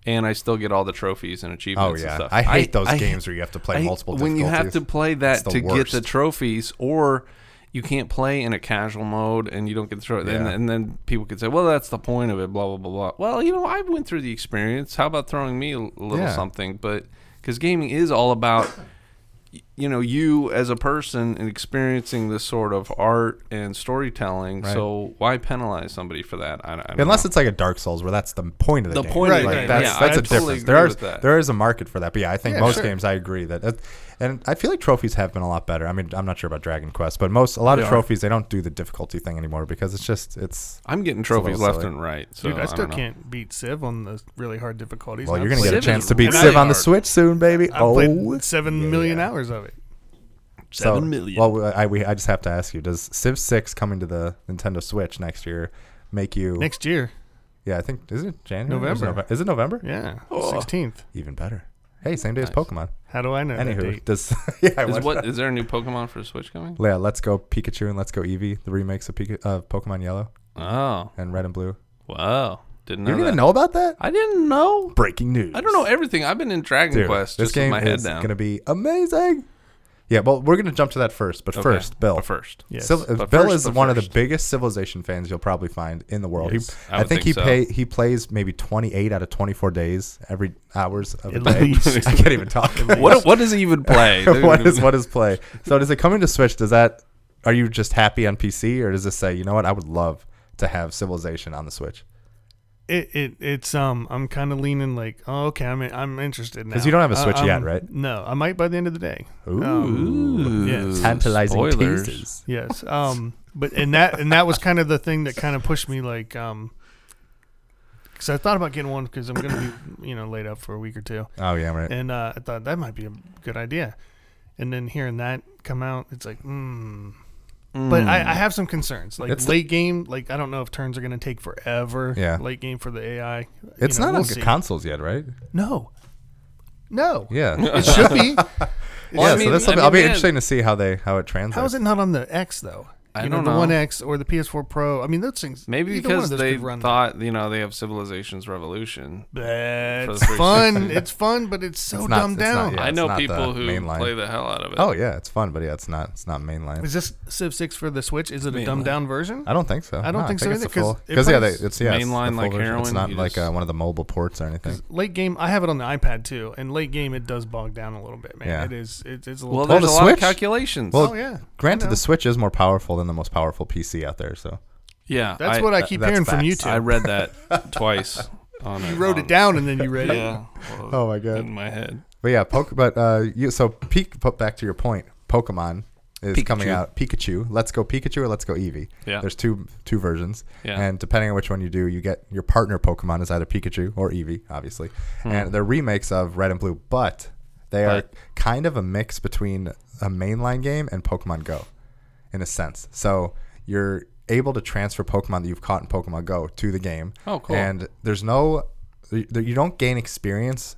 Speaker 2: and I still get all the trophies and
Speaker 1: oh
Speaker 2: achievements and
Speaker 1: yeah,
Speaker 2: stuff.
Speaker 1: I hate those
Speaker 2: I-
Speaker 1: games where you have to play
Speaker 2: I-
Speaker 1: multiple.
Speaker 2: when you have to
Speaker 1: difficulties.
Speaker 2: play that
Speaker 1: It's the
Speaker 2: to get the
Speaker 1: worst.
Speaker 2: trophies or you can't play in a casual mode and you don't get the trophy and,
Speaker 1: Yeah.
Speaker 2: and then people could say well that's the point of it blah blah blah blah well you know i went through the experience how about throwing me a l- little
Speaker 1: Yeah.
Speaker 2: something but because gaming is all about y- you know you as a person and experiencing this sort of art and storytelling
Speaker 1: Right.
Speaker 2: so why penalize somebody for that i, I don't
Speaker 1: Unless
Speaker 2: know.
Speaker 1: it's like a Dark Souls, where that's the point of the,
Speaker 2: The
Speaker 1: game.
Speaker 2: point
Speaker 3: of the
Speaker 1: Like,
Speaker 3: game,
Speaker 1: That's,
Speaker 3: yeah.
Speaker 1: that's
Speaker 3: I
Speaker 1: a
Speaker 2: totally
Speaker 1: difference.
Speaker 2: agree
Speaker 1: There
Speaker 2: with
Speaker 1: is
Speaker 2: that.
Speaker 1: there is a market for that. But yeah, I think
Speaker 3: Yeah,
Speaker 1: most
Speaker 3: sure.
Speaker 1: games I agree that, that- and I feel like trophies have been a lot better. I mean, I'm not sure about Dragon Quest, but most a lot
Speaker 2: They
Speaker 1: of
Speaker 2: are.
Speaker 1: trophies they don't do the difficulty thing anymore because it's just it's
Speaker 2: i'm getting
Speaker 1: a
Speaker 2: trophies
Speaker 1: little
Speaker 2: left
Speaker 1: silly.
Speaker 2: and right so
Speaker 3: Dude, I still
Speaker 2: don't know.
Speaker 3: can't beat Civ on the really hard difficulties.
Speaker 1: well
Speaker 3: and
Speaker 1: you're
Speaker 3: I've
Speaker 1: gonna get a
Speaker 2: Civ
Speaker 3: played-
Speaker 2: is
Speaker 1: chance to beat
Speaker 2: really
Speaker 1: Civ on the
Speaker 2: hard.
Speaker 1: Switch soon, baby.
Speaker 3: I've
Speaker 1: oh,
Speaker 3: played seven million
Speaker 1: yeah.
Speaker 3: hours of it.
Speaker 2: Seven million.
Speaker 1: Well, we- I we I just have to ask you: Does Civ Six coming to the Nintendo Switch next year make you?
Speaker 3: Next year,
Speaker 1: yeah, I think is it January? Or is it
Speaker 3: November.
Speaker 1: Nove- Is it November?
Speaker 3: yeah,
Speaker 2: Oh.
Speaker 3: sixteenth.
Speaker 1: Even better. Hey, same day as
Speaker 2: Nice.
Speaker 1: Pokemon.
Speaker 3: How do I know that
Speaker 1: Anywho,
Speaker 3: date?
Speaker 1: does *laughs* yeah? I
Speaker 2: is
Speaker 1: wonder-
Speaker 2: what is there a new pokemon for switch
Speaker 1: *laughs*
Speaker 2: coming
Speaker 1: Yeah, let's go Pikachu and let's go Eevee, the remakes of Pika- uh, Pokemon Yellow
Speaker 2: oh
Speaker 1: and Red and Blue.
Speaker 2: Wow. Didn't
Speaker 1: you didn't
Speaker 2: know that.
Speaker 1: even know about that?
Speaker 2: I didn't know.
Speaker 1: Breaking news.
Speaker 2: I don't know everything. I've been in Dragon
Speaker 1: Dude,
Speaker 2: Quest
Speaker 1: this
Speaker 2: just
Speaker 1: game
Speaker 2: with my head
Speaker 1: is
Speaker 2: down.
Speaker 1: gonna be amazing. Yeah, well, we're gonna jump to that first, but
Speaker 2: Okay,
Speaker 1: first, Bill.
Speaker 2: but first.
Speaker 1: *laughs*
Speaker 3: Yes.
Speaker 1: Civ-
Speaker 2: But
Speaker 1: Bill
Speaker 2: first,
Speaker 1: is
Speaker 2: but
Speaker 1: one of the
Speaker 2: first.
Speaker 1: biggest Civilization fans you'll probably find in the world.
Speaker 3: Yes,
Speaker 1: he, I,
Speaker 2: I would
Speaker 1: think,
Speaker 2: think
Speaker 1: he
Speaker 2: so.
Speaker 1: pay, he plays maybe 28 out of 24 days every hours of the
Speaker 3: At
Speaker 1: day. *laughs*
Speaker 3: least.
Speaker 1: I can't even talk.
Speaker 2: What what does
Speaker 1: *laughs*
Speaker 2: he even play?
Speaker 1: what is what
Speaker 2: *laughs*
Speaker 1: is play? So does it come into Switch? Does that are you just happy on PC, or does this say you know what I would love to have Civilization on the Switch?
Speaker 3: it, it it's um I'm kind of leaning like oh, okay I'm in, I'm interested now
Speaker 1: 'Cause you don't have a
Speaker 3: I-
Speaker 1: Switch yet,
Speaker 3: I'm-
Speaker 1: right?
Speaker 3: No, I might by the end of the day.
Speaker 1: Ooh,
Speaker 2: Ooh,
Speaker 3: Yes.
Speaker 1: tantalizing
Speaker 2: spoilers.
Speaker 1: teasers.
Speaker 3: Yes. Um. But and that and that was kind of the thing that kind of pushed me like um. Because I thought about getting one because I'm gonna be you know laid up for a week or two,
Speaker 1: Oh yeah, right.
Speaker 3: and uh, I thought that might be a good idea, and then hearing that come out, it's like hmm. But I, I have some concerns, like
Speaker 1: Mm. It's-
Speaker 3: late game. Like I don't know if turns are gonna take forever.
Speaker 1: Yeah.
Speaker 3: Late game for the AI. You
Speaker 1: It's
Speaker 3: know,
Speaker 1: not
Speaker 3: we'll
Speaker 1: on
Speaker 3: see.
Speaker 1: consoles yet, right?
Speaker 3: No. No.
Speaker 2: *laughs*
Speaker 1: Yeah.
Speaker 3: It should be.
Speaker 1: yeah,
Speaker 2: I mean-
Speaker 1: so that's something.
Speaker 2: I mean,
Speaker 1: I'll be
Speaker 2: man.
Speaker 1: interesting to see how they how it translates.
Speaker 3: How is it not on the X though?
Speaker 2: I
Speaker 3: you
Speaker 2: don't
Speaker 3: the
Speaker 2: know.
Speaker 3: One X or the PS4 Pro. I mean, those things.
Speaker 2: Maybe
Speaker 3: either one of
Speaker 2: because
Speaker 3: those
Speaker 2: they
Speaker 3: could run
Speaker 2: thought you know they have Civilization's Revolution.
Speaker 3: Bleh,
Speaker 2: for
Speaker 3: It's
Speaker 2: the first
Speaker 3: fun.
Speaker 2: six.
Speaker 3: it's fun, but it's so
Speaker 1: It's not-
Speaker 3: dumbed
Speaker 1: it's not-
Speaker 3: down.
Speaker 1: yeah.
Speaker 2: I
Speaker 1: it's
Speaker 2: know
Speaker 1: not the
Speaker 2: people who
Speaker 1: mainline.
Speaker 2: play the hell out of it.
Speaker 1: Oh yeah, it's fun, but yeah, it's not it's not mainline.
Speaker 3: Is this Civ Six for the Switch? Is it a
Speaker 2: Mainline.
Speaker 3: dumbed down version?
Speaker 1: I don't think so.
Speaker 3: I don't
Speaker 1: No,
Speaker 3: think so
Speaker 1: it's
Speaker 3: either,
Speaker 1: the
Speaker 3: 'cause
Speaker 1: full-
Speaker 3: it
Speaker 1: yeah, they,
Speaker 3: plays
Speaker 1: it's yeah, it's the
Speaker 2: mainline
Speaker 1: full
Speaker 2: like
Speaker 1: version. It's
Speaker 2: heroin,
Speaker 1: not
Speaker 2: you
Speaker 1: like
Speaker 2: just-
Speaker 1: uh, one of the mobile ports or anything.
Speaker 3: Late game, I have it on the iPad too, and late game it does bog down a little bit, man.
Speaker 1: Yeah.
Speaker 3: It is, it, it's a little.
Speaker 2: Well,
Speaker 1: Oh,
Speaker 2: there's
Speaker 1: the
Speaker 2: a lot
Speaker 1: Switch?
Speaker 2: of calculations.
Speaker 1: Well,
Speaker 3: oh yeah,
Speaker 1: Granted,
Speaker 3: know.
Speaker 1: the Switch is more powerful than the most powerful PC out there, so
Speaker 2: yeah,
Speaker 3: that's what I keep
Speaker 1: that's
Speaker 3: hearing from you
Speaker 1: facts.
Speaker 3: two.
Speaker 2: I
Speaker 1: *laughs*
Speaker 2: read that twice. On um,
Speaker 3: you wrote it down and then you read it.
Speaker 2: Yeah.
Speaker 1: Oh, my God.
Speaker 2: In my head.
Speaker 1: But yeah, poke, but uh, you so peak. Put back to your point. Pokemon is coming
Speaker 2: Pikachu.
Speaker 1: out. Pikachu. Let's go Pikachu or let's go Eevee.
Speaker 2: Yeah.
Speaker 1: There's two two versions.
Speaker 2: Yeah.
Speaker 1: And depending on which one you do, you get your partner Pokemon is either Pikachu or Eevee, obviously. And they're remakes of Red and Blue, but they are
Speaker 2: Hmm. But-
Speaker 1: kind of a mix between a mainline game and Pokemon Go, in a sense. So you're able to transfer Pokemon that you've caught in Pokemon Go to the game.
Speaker 2: Oh, cool.
Speaker 1: And there's no, you don't gain experience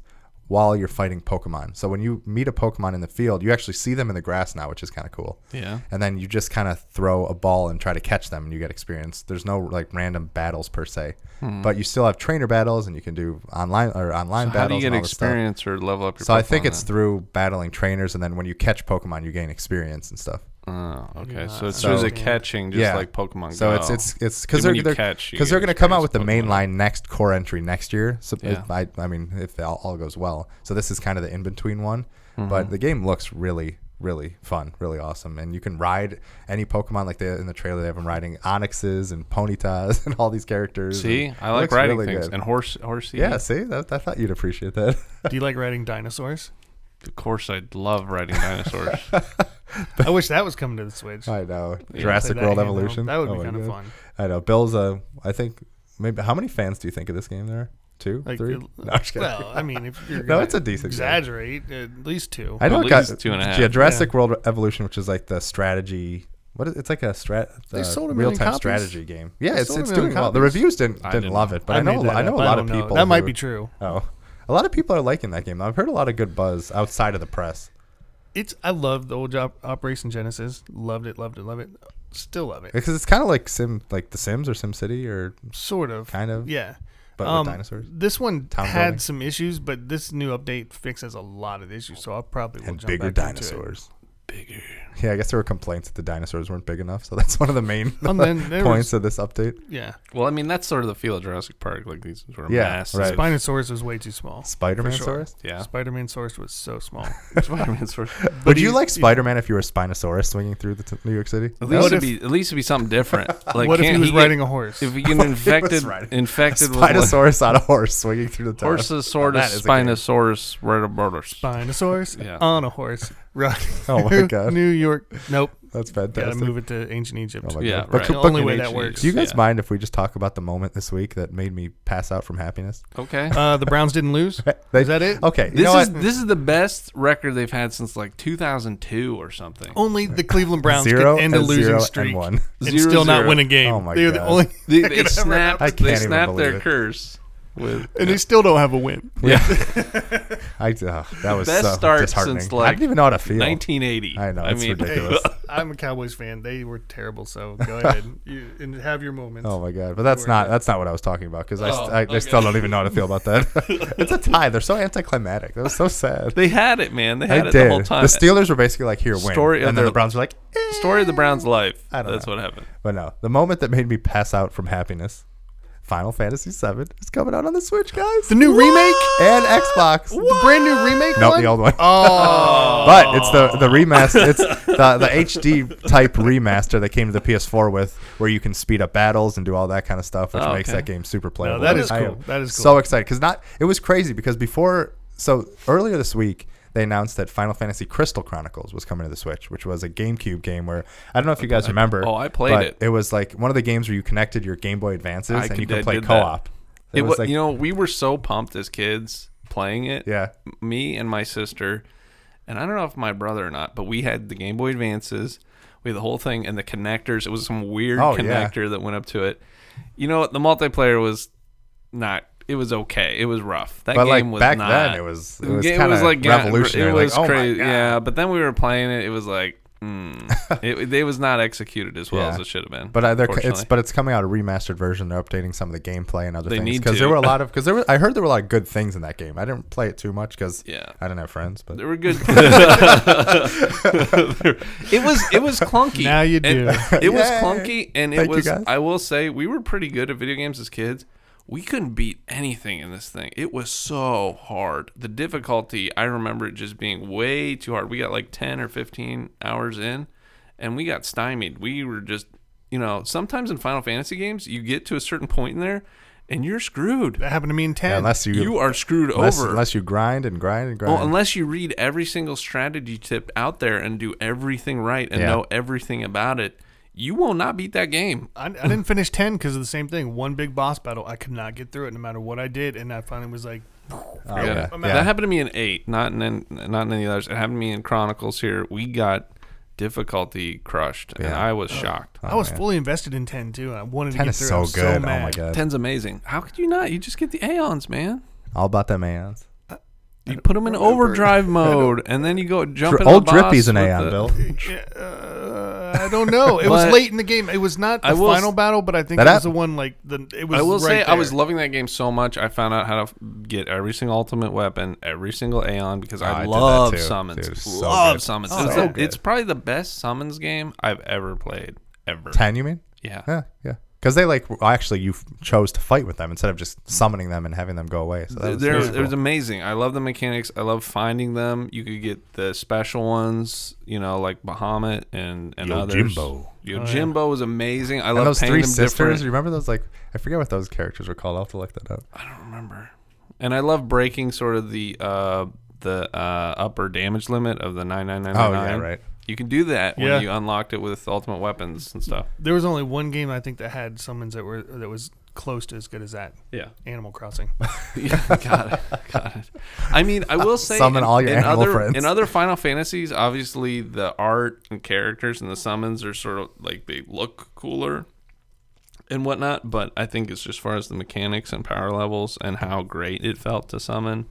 Speaker 1: while you're fighting Pokemon. So when you meet a Pokemon in the field, you actually see them in the grass now, which is kind of cool.
Speaker 2: Yeah.
Speaker 1: And then you just kind of throw a ball and try to catch them, and you get experience. There's no like random battles per se,
Speaker 2: Hmm.
Speaker 1: but you still have trainer battles, and you can do online or online
Speaker 2: How
Speaker 1: battles.
Speaker 2: do you get
Speaker 1: and all this stuff.
Speaker 2: experience or level up your
Speaker 1: So I think
Speaker 2: Pokemon
Speaker 1: it's through battling trainers, and then when you catch Pokemon, you gain experience and stuff.
Speaker 2: then? Oh, okay.
Speaker 3: Yeah,
Speaker 2: so it's
Speaker 1: so-
Speaker 2: so, a catching, just
Speaker 1: Yeah.
Speaker 2: like Pokemon
Speaker 1: So
Speaker 2: Go.
Speaker 1: it's it's it's because
Speaker 2: Even
Speaker 1: they're
Speaker 2: when you
Speaker 1: they're,
Speaker 2: catch, you
Speaker 1: cause
Speaker 2: get
Speaker 1: they're going to come out with the
Speaker 2: experience
Speaker 1: main
Speaker 2: Pokemon.
Speaker 1: line next core entry next year. So
Speaker 2: Yeah.
Speaker 1: if- I, I mean, if they all, all goes well, so this is kind of the in between one.
Speaker 2: Mm-hmm.
Speaker 1: But the game looks really, really fun, really awesome, and you can ride any Pokemon. Like they, in the trailer, they have them riding Onyxes and Ponytas *laughs* and all these characters.
Speaker 2: See,
Speaker 1: and
Speaker 2: I
Speaker 1: it
Speaker 2: like
Speaker 1: looks
Speaker 2: riding
Speaker 1: really
Speaker 2: things
Speaker 1: good.
Speaker 2: and horse horsey.
Speaker 1: yeah, see, that, I thought you'd appreciate that. *laughs*
Speaker 3: Do you like riding dinosaurs?
Speaker 2: Of course, I'd love riding dinosaurs.
Speaker 1: *laughs*
Speaker 3: I wish that was coming to the Switch.
Speaker 1: I know
Speaker 2: Yeah.
Speaker 3: Play
Speaker 1: Jurassic
Speaker 3: that
Speaker 1: World
Speaker 3: game, though.
Speaker 1: Evolution.
Speaker 3: That would
Speaker 1: Oh
Speaker 3: be
Speaker 1: my
Speaker 3: kind of
Speaker 1: God.
Speaker 3: fun.
Speaker 1: I know. Bill's a. I think maybe how many fans do you think of this game there? are? Two,
Speaker 3: Like,
Speaker 1: three?
Speaker 3: uh,
Speaker 1: *laughs* No, I'm just kidding.
Speaker 3: Well, I mean, if
Speaker 1: *laughs*
Speaker 3: you're
Speaker 1: No,
Speaker 3: gonna
Speaker 1: it's a decent game.
Speaker 3: exaggerate, at least two.
Speaker 1: I know
Speaker 2: At
Speaker 1: it got
Speaker 2: least two and a half.
Speaker 1: Yeah, Jurassic World Evolution, which is like the strategy. What is, it's like a strat.
Speaker 3: They
Speaker 1: uh,
Speaker 3: sold a million
Speaker 1: real-time
Speaker 3: copies.
Speaker 1: strategy game.
Speaker 3: They
Speaker 1: Yeah, it's,
Speaker 3: sold a
Speaker 1: it's
Speaker 3: million
Speaker 1: doing well. The
Speaker 3: copies.
Speaker 1: reviews didn't
Speaker 2: I
Speaker 1: didn't
Speaker 2: didn't-
Speaker 1: love it, but I,
Speaker 3: made
Speaker 1: know
Speaker 3: that
Speaker 1: I know
Speaker 3: up.
Speaker 1: a lot of
Speaker 3: don't know.
Speaker 1: people.
Speaker 3: That might
Speaker 1: who-
Speaker 3: be true.
Speaker 1: Oh, a lot of people are liking that game. I've heard a lot of good buzz outside of the press.
Speaker 3: It's I love the old job Operation Genesis. Loved it, loved it, loved it. Still love it.
Speaker 1: Because it's kind of like Sim, like The Sims or Sim City or
Speaker 3: Sort of.
Speaker 1: kind of,
Speaker 3: Yeah.
Speaker 1: but
Speaker 3: Um,
Speaker 1: with dinosaurs
Speaker 3: This one
Speaker 1: Town
Speaker 3: had
Speaker 1: building.
Speaker 3: some issues, but this new update fixes a lot of the issues, so I'll probably will
Speaker 1: and
Speaker 3: jump
Speaker 1: bigger
Speaker 3: back into it.
Speaker 1: dinosaurs.
Speaker 2: Bigger.
Speaker 1: Yeah, I guess there were complaints that the dinosaurs weren't big enough, so that's one of the main *laughs*
Speaker 3: And then there
Speaker 1: points
Speaker 3: was,
Speaker 1: of this update.
Speaker 3: yeah,
Speaker 2: Well, I mean, that's sort of the feel of Jurassic Park. Like these were
Speaker 1: Yeah,
Speaker 2: massive.
Speaker 1: right.
Speaker 3: Spinosaurus was way too small.
Speaker 1: Spider-Man
Speaker 3: sure.
Speaker 1: saurus. *laughs*
Speaker 2: Yeah.
Speaker 3: Spider-Man Source was so small.
Speaker 2: Spider-Man.
Speaker 1: Would you
Speaker 3: he-
Speaker 1: like
Speaker 3: he-
Speaker 1: Spider-Man if you were a Spinosaurus swinging through the t- New York City?
Speaker 2: At
Speaker 3: What
Speaker 2: least it'd
Speaker 3: if-
Speaker 2: be at least it'd be
Speaker 1: *laughs*
Speaker 2: something different. Like
Speaker 3: what if
Speaker 2: can't
Speaker 3: he was
Speaker 2: get-
Speaker 3: riding a horse?
Speaker 2: *laughs* If he get infected,
Speaker 1: riding-
Speaker 2: infected
Speaker 1: *laughs*
Speaker 2: with like,
Speaker 1: Spinosaurus on a horse swinging through the town.
Speaker 2: horses, sort of
Speaker 1: That is a game.
Speaker 2: Spinosaurus, Redoborus.
Speaker 3: Spinosaurus
Speaker 2: Yeah.
Speaker 3: on a horse, *laughs* right?
Speaker 1: Oh my god,
Speaker 3: New York. Nope.
Speaker 1: that's
Speaker 3: Gotta
Speaker 1: fantastic.
Speaker 3: move it to ancient Egypt.
Speaker 1: Oh my god.
Speaker 2: Yeah, right.
Speaker 1: But,
Speaker 3: The
Speaker 1: but
Speaker 3: only way
Speaker 2: in
Speaker 3: that
Speaker 2: ancient
Speaker 3: works.
Speaker 2: Egypt.
Speaker 1: do you guys
Speaker 2: Yeah.
Speaker 1: mind if we just talk about the moment this week that made me pass out from happiness?
Speaker 2: Okay.
Speaker 3: *laughs* Uh, the Browns didn't lose.
Speaker 1: *laughs* They- Oh.
Speaker 3: Is that it?
Speaker 1: Okay, you
Speaker 2: This
Speaker 1: know
Speaker 2: is
Speaker 1: what?
Speaker 2: this is the best record they've had since like 2002 or something.
Speaker 3: Only the Cleveland Browns
Speaker 1: zero
Speaker 3: could end a
Speaker 1: and
Speaker 3: losing
Speaker 1: zero
Speaker 3: streak
Speaker 1: and
Speaker 3: and,
Speaker 1: one. *laughs*
Speaker 2: Zero,
Speaker 3: still not
Speaker 2: zero.
Speaker 3: win a game.
Speaker 1: Oh my
Speaker 3: They're the
Speaker 1: God. *laughs*
Speaker 3: only, *laughs*
Speaker 2: They,
Speaker 3: that
Speaker 2: they
Speaker 3: could ever
Speaker 2: snapped.
Speaker 1: happen. I
Speaker 2: They
Speaker 1: can't even
Speaker 2: snapped their
Speaker 1: believe it.
Speaker 2: curse
Speaker 1: *laughs*
Speaker 2: with
Speaker 3: and they still don't have a win.
Speaker 1: Yeah, *laughs* I, uh, that was
Speaker 2: Best
Speaker 1: so
Speaker 2: start
Speaker 1: disheartening.
Speaker 2: since,
Speaker 1: I
Speaker 2: like,
Speaker 1: didn't even know how to feel.
Speaker 2: 1980.
Speaker 1: I know, it's ridiculous.
Speaker 3: I'm a Cowboys fan. They were terrible, so
Speaker 1: *laughs*
Speaker 3: go ahead you, and have your moments.
Speaker 1: Oh my god! But that's
Speaker 3: Word.
Speaker 1: not that's not what I was talking about because I, st-
Speaker 2: Oh,
Speaker 1: I, I
Speaker 2: okay.
Speaker 1: still don't even know how to feel about that. *laughs* it's a tie. They're so anticlimactic. That was so sad.
Speaker 2: *laughs* They had it, man. They had
Speaker 1: I
Speaker 2: it
Speaker 1: did.
Speaker 2: the whole time.
Speaker 1: Steelers were basically like, "Here, win,"
Speaker 2: Story of
Speaker 1: and then
Speaker 2: their-
Speaker 1: the Browns were like, eh.
Speaker 2: Story of the Browns' life.
Speaker 1: I don't
Speaker 2: That's
Speaker 1: know.
Speaker 2: what happened.
Speaker 1: But no, the moment that made me pass out from happiness, Final Fantasy VII is coming out on the Switch, guys.
Speaker 3: The new remake?
Speaker 1: *laughs* and Xbox.
Speaker 3: The brand new remake
Speaker 1: No,
Speaker 3: one?
Speaker 1: the old one.
Speaker 3: Oh.
Speaker 1: *laughs* But it's the the remaster. It's
Speaker 3: *laughs*
Speaker 1: the the HD type remaster that came to the PS4 with, where you can speed up battles and do all that kind of stuff, which
Speaker 2: Oh,
Speaker 1: makes
Speaker 2: okay.
Speaker 1: that game super playable.
Speaker 3: that is
Speaker 1: I
Speaker 3: cool.
Speaker 1: am
Speaker 3: That is cool.
Speaker 1: So excited because not it was crazy because before so earlier this week they announced that Final Fantasy Crystal Chronicles was coming to the Switch, which was a GameCube game where I don't know if you guys remember.
Speaker 2: oh, I played
Speaker 1: but
Speaker 2: it.
Speaker 1: It was like one of the games where you connected your Game Boy Advances
Speaker 2: I
Speaker 1: and
Speaker 2: could-
Speaker 1: you
Speaker 2: I
Speaker 1: could play
Speaker 2: did that.
Speaker 1: co-op.
Speaker 2: It, was,
Speaker 1: was like
Speaker 2: you know, we were so pumped as kids playing it.
Speaker 1: yeah.
Speaker 2: me and my sister, and I don't know if my brother or not, but we had the Game Boy Advances. We had the whole thing and the connectors. It was some weird
Speaker 1: Oh, yeah.
Speaker 2: connector that went up to it. You know what? The multiplayer was not. It was okay. It was rough. That
Speaker 1: But
Speaker 2: game
Speaker 1: like
Speaker 2: was
Speaker 1: back
Speaker 2: not,
Speaker 1: then, it was it was
Speaker 2: It
Speaker 1: kind of like
Speaker 2: yeah,
Speaker 1: revolutionary.
Speaker 2: It was
Speaker 1: like,
Speaker 2: crazy.
Speaker 1: Oh my God.
Speaker 2: Yeah, but then we were playing it. It was like.
Speaker 1: *laughs*
Speaker 2: Mm, it, it was not executed as well
Speaker 1: Yeah.
Speaker 2: as it should have been.
Speaker 1: But uh, they're, it's
Speaker 2: unfortunately.
Speaker 1: but it's coming out a remastered version. They're updating some of the gameplay and other
Speaker 2: They
Speaker 1: things
Speaker 2: need
Speaker 1: because there
Speaker 2: to.
Speaker 1: were a
Speaker 2: *laughs*
Speaker 1: lot of because there were I heard there were a lot of good things in that game. I didn't play it too much because
Speaker 2: yeah,
Speaker 1: I didn't have friends. But
Speaker 2: They were
Speaker 3: *laughs*
Speaker 2: good. it was it was clunky.
Speaker 3: Now you do.
Speaker 2: And *laughs* it was
Speaker 1: Yay.
Speaker 2: clunky, and it
Speaker 1: Thank you,
Speaker 2: was.
Speaker 1: guys.
Speaker 2: I will say we were pretty good at video games as kids. We couldn't beat anything in this thing. It was so hard. The difficulty, I remember it just being way too hard. We got like 10 or 15 hours in and we got stymied. We were just, you know, sometimes in Final Fantasy games, you get to a certain point in there and you're screwed.
Speaker 3: That happened to me in 10.
Speaker 1: Yeah, unless you,
Speaker 2: You are screwed
Speaker 1: unless,
Speaker 2: over.
Speaker 1: unless you grind and grind and grind.
Speaker 2: Well, Oh, unless you read every single strategy tip out there and do everything right and
Speaker 1: Yeah.
Speaker 2: know everything about it, you will not beat that game.
Speaker 3: I, I didn't finish 10 because of the same thing. One big boss battle. I could not get through it no matter what I did. And I finally was like,
Speaker 1: Oh,
Speaker 2: Yeah.
Speaker 1: yeah, yeah.
Speaker 2: That happened to me in eight, not in an- not in any others. It happened to me in Chronicles. Here, we got difficulty crushed, and
Speaker 1: Yeah.
Speaker 2: I was shocked.
Speaker 1: Oh,
Speaker 3: I was
Speaker 1: man.
Speaker 3: fully invested in 10 too. and I wanted to
Speaker 1: Ten
Speaker 3: get
Speaker 1: is
Speaker 3: through
Speaker 1: so
Speaker 3: it.
Speaker 1: good.
Speaker 3: I was
Speaker 1: oh
Speaker 3: so mad.
Speaker 1: my god!
Speaker 2: Ten's amazing. How could you not? You just get the aeons, man.
Speaker 1: All about them aeons.
Speaker 2: You put them in
Speaker 1: *laughs*
Speaker 2: overdrive mode, and then you go jump.
Speaker 1: Dri-
Speaker 2: into
Speaker 1: old
Speaker 2: the
Speaker 1: Drippy's an
Speaker 2: boss with
Speaker 1: aeon,
Speaker 2: the-
Speaker 1: Bill.
Speaker 3: Yeah, uh, I don't
Speaker 1: *laughs*
Speaker 3: know. It was
Speaker 2: But-
Speaker 3: late in the game. It was not the
Speaker 2: I will
Speaker 3: final
Speaker 2: s-
Speaker 3: battle, but I think
Speaker 1: That
Speaker 3: it
Speaker 1: hap-
Speaker 3: was the one like the. It was.
Speaker 2: I will
Speaker 3: right
Speaker 2: say I
Speaker 3: there.
Speaker 2: was loving that game so much. I found out how to f- get every single ultimate weapon, every single Aeon because
Speaker 1: Oh, I
Speaker 2: I,
Speaker 1: did that
Speaker 2: love
Speaker 1: too.
Speaker 2: summons.
Speaker 1: Dude, it was so
Speaker 2: love
Speaker 1: good.
Speaker 2: summons.
Speaker 1: So
Speaker 2: it's, the-
Speaker 1: good.
Speaker 2: it's probably the best summons game I've ever played. Ever.
Speaker 1: Ten, you mean?
Speaker 2: Yeah.
Speaker 1: Yeah, yeah. Because they like well, actually you f- chose to fight with them instead of just summoning them and having them go away. So that was,
Speaker 2: They're,
Speaker 1: really
Speaker 2: it was
Speaker 1: cool.
Speaker 2: amazing. I love the mechanics. I love finding them. You could get the special ones, you know, like Bahamut and and others.
Speaker 1: Yojimbo. Oh,
Speaker 2: Yo, Jimbo was amazing. I
Speaker 1: and
Speaker 2: love
Speaker 1: those
Speaker 2: painting
Speaker 1: three
Speaker 2: them
Speaker 1: sisters.
Speaker 2: different.
Speaker 1: You remember those? Like I forget what those characters were called. I'll have to look that up.
Speaker 2: I don't remember. And I love breaking sort of the uh, the uh, upper damage limit of the nine nine nine
Speaker 1: Oh yeah,
Speaker 2: nine.
Speaker 1: right.
Speaker 2: You can do that
Speaker 3: Yeah.
Speaker 2: when you unlocked it with ultimate weapons and stuff.
Speaker 3: There was only one game I think that had summons that were that was close to as good as that.
Speaker 2: Yeah,
Speaker 1: *laughs*
Speaker 3: Animal Crossing.
Speaker 2: *laughs* got it, got it. I mean, I will say,
Speaker 1: Summon
Speaker 2: in,
Speaker 1: all your
Speaker 2: in
Speaker 1: animal
Speaker 2: other
Speaker 1: friends.
Speaker 2: in other Final Fantasies, obviously the art and characters and the summons are sort of like they look cooler and whatnot. But I think it's just far as the mechanics and power levels and how great it felt to summon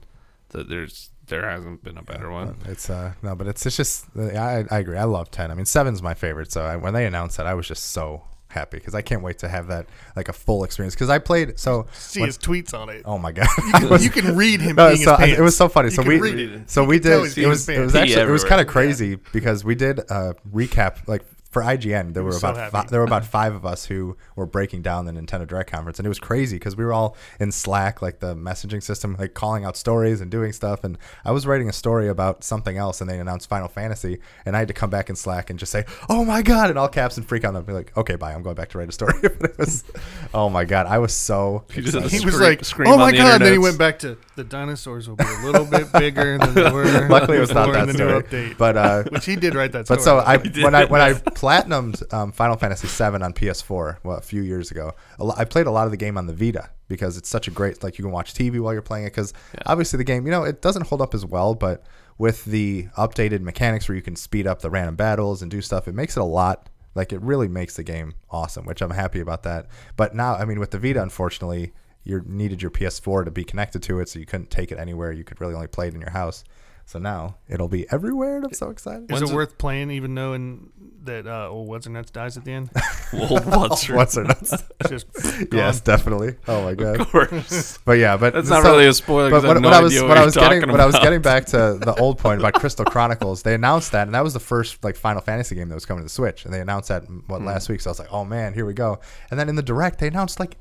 Speaker 2: that there's there hasn't been a better one.
Speaker 1: It's uh no, but it's it's just I I agree. I love ten. I mean, seven's my favorite. So I, when they announced that, I was just so happy because I can't wait to have that like a full experience. Because I played so
Speaker 3: See
Speaker 1: when-
Speaker 3: his tweets on it.
Speaker 1: oh my god, I *laughs* was-
Speaker 3: you can read him.
Speaker 1: *laughs* no,
Speaker 3: being
Speaker 1: so
Speaker 3: his
Speaker 1: I-
Speaker 3: pants.
Speaker 1: it was so funny.
Speaker 3: You
Speaker 1: so
Speaker 3: can
Speaker 1: we
Speaker 3: read it.
Speaker 1: so we
Speaker 3: can tell
Speaker 1: did
Speaker 3: he's
Speaker 1: it
Speaker 3: being
Speaker 1: was
Speaker 3: his
Speaker 1: it was
Speaker 2: pants.
Speaker 1: actually it was
Speaker 2: Pee
Speaker 1: kind of
Speaker 2: everywhere.
Speaker 1: crazy because we did a recap like for IGN there were
Speaker 3: was so
Speaker 1: about
Speaker 3: happy.
Speaker 1: fi- there were
Speaker 3: *laughs*
Speaker 1: about five of us who were breaking down the Nintendo Direct conference and it was crazy because we were all in Slack like the messaging system like calling out stories and doing stuff and I was writing a story about something else and they announced Final Fantasy and I had to come back in Slack and just say oh my god in all caps and freak out and I'd be like okay bye I'm going back to write a story *laughs* but it was oh my god I was so
Speaker 2: You just-
Speaker 1: excited.
Speaker 3: he was
Speaker 2: Scream-
Speaker 3: like,
Speaker 2: scream
Speaker 3: "Oh
Speaker 2: on
Speaker 3: my
Speaker 2: the
Speaker 3: god!" And then he
Speaker 2: internets.
Speaker 3: went back to the dinosaurs will be a little bit bigger than they *laughs* were.
Speaker 1: *laughs* luckily it was not
Speaker 3: before in
Speaker 1: that
Speaker 3: the new
Speaker 1: story
Speaker 3: update,
Speaker 1: but
Speaker 3: *laughs*
Speaker 1: uh
Speaker 3: which he did write
Speaker 1: *laughs*
Speaker 3: that.
Speaker 1: But so
Speaker 3: story. *laughs*
Speaker 1: I when I when I platinumed um, Final Fantasy VII on PS4 well, a few years ago, a lo- I played a lot of the game on the Vita because it's such a great like you can watch TV while you're playing it because obviously the game you know it doesn't hold up as well, but with the updated mechanics where you can speed up the random battles and do stuff, it makes it a lot like it really makes the game awesome, which I'm happy about that. But now I mean with the Vita, unfortunately, you needed your PS4 to be connected to it, so you couldn't take it anywhere. You could really only play it in your house. So now it'll be everywhere, and I'm so excited.
Speaker 3: Is
Speaker 2: When's
Speaker 3: it
Speaker 2: it-
Speaker 3: worth playing even though in that uh, old what's her nuts dies at the end.
Speaker 1: *laughs*
Speaker 2: Old
Speaker 1: Oh
Speaker 2: *laughs* Butzer.
Speaker 1: What's her nuts?
Speaker 3: It's just
Speaker 1: *laughs* yes,
Speaker 3: yes.
Speaker 1: definitely. Oh my god. *laughs*
Speaker 2: Of course.
Speaker 1: But yeah, but
Speaker 2: That's not
Speaker 1: so-
Speaker 2: really a spoiler.
Speaker 1: But
Speaker 2: 'cause I
Speaker 1: what,
Speaker 2: have
Speaker 1: what
Speaker 2: no
Speaker 1: I was
Speaker 2: idea
Speaker 1: what,
Speaker 2: what,
Speaker 1: I
Speaker 2: you're
Speaker 1: was getting
Speaker 2: talking
Speaker 1: what I was
Speaker 2: about.
Speaker 1: getting back to
Speaker 2: *laughs*
Speaker 1: the old point about Crystal Chronicles, they announced that, and that was the first like Final Fantasy game that was coming to the Switch, and they announced that mm, what
Speaker 2: Mm.
Speaker 1: last week. So I was like, oh man, here we go. And then in the direct, they announced like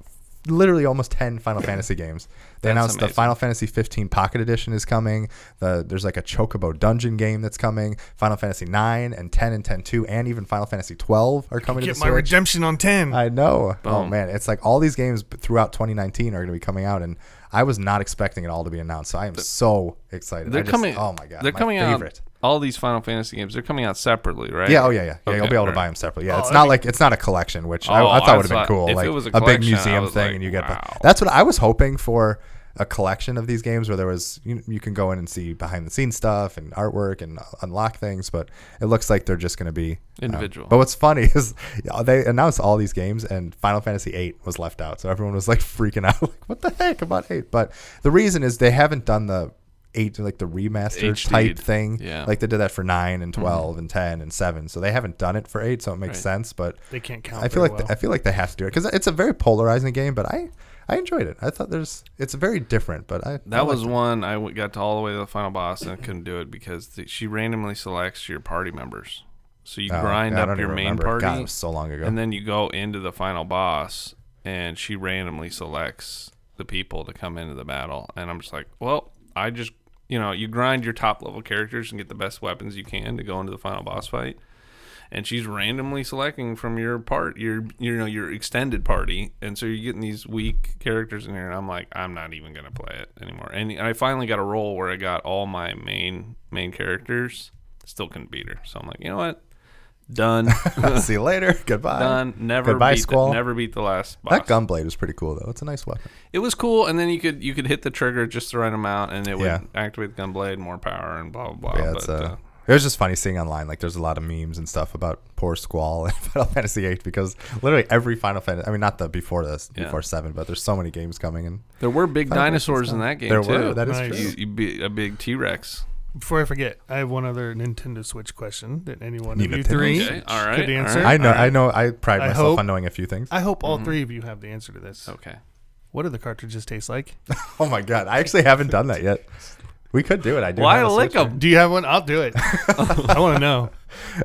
Speaker 1: literally almost 10 Final Fantasy games. They
Speaker 2: That's
Speaker 1: announced the
Speaker 2: amazing.
Speaker 1: Final Fantasy 15 Pocket Edition is coming. The there's like a Chocobo Dungeon game that's coming. Final Fantasy 9 and 10 and 10 2 and even Final Fantasy 12 are coming to
Speaker 3: get
Speaker 1: the
Speaker 3: my
Speaker 1: Switch.
Speaker 3: redemption on ten.
Speaker 1: I know. Oh
Speaker 2: Boom.
Speaker 1: man, it's like all these games b- throughout 2019 are going to be coming out, and I was not expecting it all to be announced. So I am so excited.
Speaker 2: They're
Speaker 1: I just-
Speaker 2: coming.
Speaker 1: Oh my god,
Speaker 2: They're
Speaker 1: my
Speaker 2: coming
Speaker 1: favorite.
Speaker 2: out. All these Final Fantasy games. They're coming out separately, right?
Speaker 1: Yeah, oh yeah, yeah, yeah. you'll
Speaker 2: Okay,
Speaker 1: be able to
Speaker 2: alright.
Speaker 1: buy them separately. Yeah,
Speaker 3: Oh,
Speaker 1: it's
Speaker 3: that'd
Speaker 1: not
Speaker 3: be-
Speaker 1: like it's not a collection, which
Speaker 2: Oh,
Speaker 1: I, I
Speaker 2: I
Speaker 1: thought would have
Speaker 2: thought-
Speaker 1: been cool.
Speaker 2: if
Speaker 1: like
Speaker 2: it was a
Speaker 1: big
Speaker 2: collection, I
Speaker 1: museum
Speaker 2: was
Speaker 1: thing,
Speaker 2: like,
Speaker 1: and you get.
Speaker 2: wow.
Speaker 1: That's what I was hoping for a collection of these games where there was you, you can go in and see behind the scenes stuff and artwork and unlock things, but it looks like they're just going to be um,
Speaker 2: Individual.
Speaker 1: but what's funny is *laughs* yeah, they announced all these games and Final Fantasy VIII was left out, so everyone was like *laughs* freaking out, like what the heck about eight? But the reason is they haven't done the eight like the remaster
Speaker 2: HD'd.
Speaker 1: type thing,
Speaker 2: Yeah. Mm-hmm.
Speaker 1: like they did that for nine and 12 and ten and seven, so they haven't done it for eight, so it makes
Speaker 2: Right.
Speaker 1: sense. But
Speaker 3: They can't count.
Speaker 1: I feel like
Speaker 3: very
Speaker 1: I feel like they have to do it because it's a very polarizing game, but I I enjoyed it. I thought there's it's very different, but I I
Speaker 2: That was
Speaker 1: liked it.
Speaker 2: one I w- got to all the way to the final boss and I couldn't do it because th- she randomly selects your party members. So you
Speaker 1: Oh,
Speaker 2: grind
Speaker 1: yeah, I
Speaker 2: up
Speaker 1: don't
Speaker 2: your
Speaker 1: even
Speaker 2: main
Speaker 1: remember.
Speaker 2: party,
Speaker 1: God, it was so long ago.
Speaker 2: and then you go into the final boss, and she randomly selects the people to come into the battle. And I'm just like, well, I just, you know, you grind your top level characters and get the best weapons you can to go into the final boss fight. And she's randomly selecting from your part, your you know your extended party, and so you're getting these weak characters in here. And I'm like, I'm not even gonna play it anymore. And I finally got a roll where I got all my main main characters. Still couldn't beat her, so I'm like, you know what, done. *laughs*
Speaker 1: *laughs* See you later. Goodbye.
Speaker 2: done. Never
Speaker 1: Goodbye,
Speaker 2: beat
Speaker 1: Squall.
Speaker 2: The, never beat the last boss.
Speaker 1: That gunblade was pretty cool though. It's a nice weapon.
Speaker 2: It was cool, and then you could you could hit the trigger just the right amount, and it would
Speaker 1: Yeah.
Speaker 2: activate the gunblade, more power, and blah blah blah.
Speaker 1: yeah, it's,
Speaker 2: but,
Speaker 1: uh,
Speaker 2: uh,
Speaker 1: it was just funny seeing online. Like, there's a lot of memes and stuff about poor Squall *laughs* and Final Fantasy VIII because literally every Final Fantasy. I mean, not the before this,
Speaker 2: Yeah.
Speaker 1: before seven, but there's so many games coming and
Speaker 2: there were big
Speaker 1: Final Fantasy's
Speaker 2: dinosaurs in
Speaker 1: done.
Speaker 2: that game
Speaker 1: There
Speaker 2: too.
Speaker 1: were, that is
Speaker 3: Nice.
Speaker 1: true.
Speaker 2: you, you beat a big T Rex.
Speaker 3: well. Before I forget, I have one other Nintendo Switch question that anyone of
Speaker 1: Nintendo
Speaker 3: you three
Speaker 2: Okay, all right,
Speaker 3: could
Speaker 2: all
Speaker 3: answer.
Speaker 2: right. Mm.
Speaker 1: I know,
Speaker 2: Alright.
Speaker 1: I know, I pride
Speaker 3: I
Speaker 1: myself
Speaker 3: hope-
Speaker 1: on knowing a few things.
Speaker 3: I hope all three of you have the answer to this.
Speaker 2: Okay,
Speaker 3: What do the cartridges taste like?
Speaker 1: Oh my god, I actually haven't done that yet. We could do it. I do.
Speaker 2: why
Speaker 1: have a
Speaker 2: lick
Speaker 1: Switch.
Speaker 2: them?
Speaker 3: Do you have one? I'll do
Speaker 2: *laughs*
Speaker 3: it. I want to know.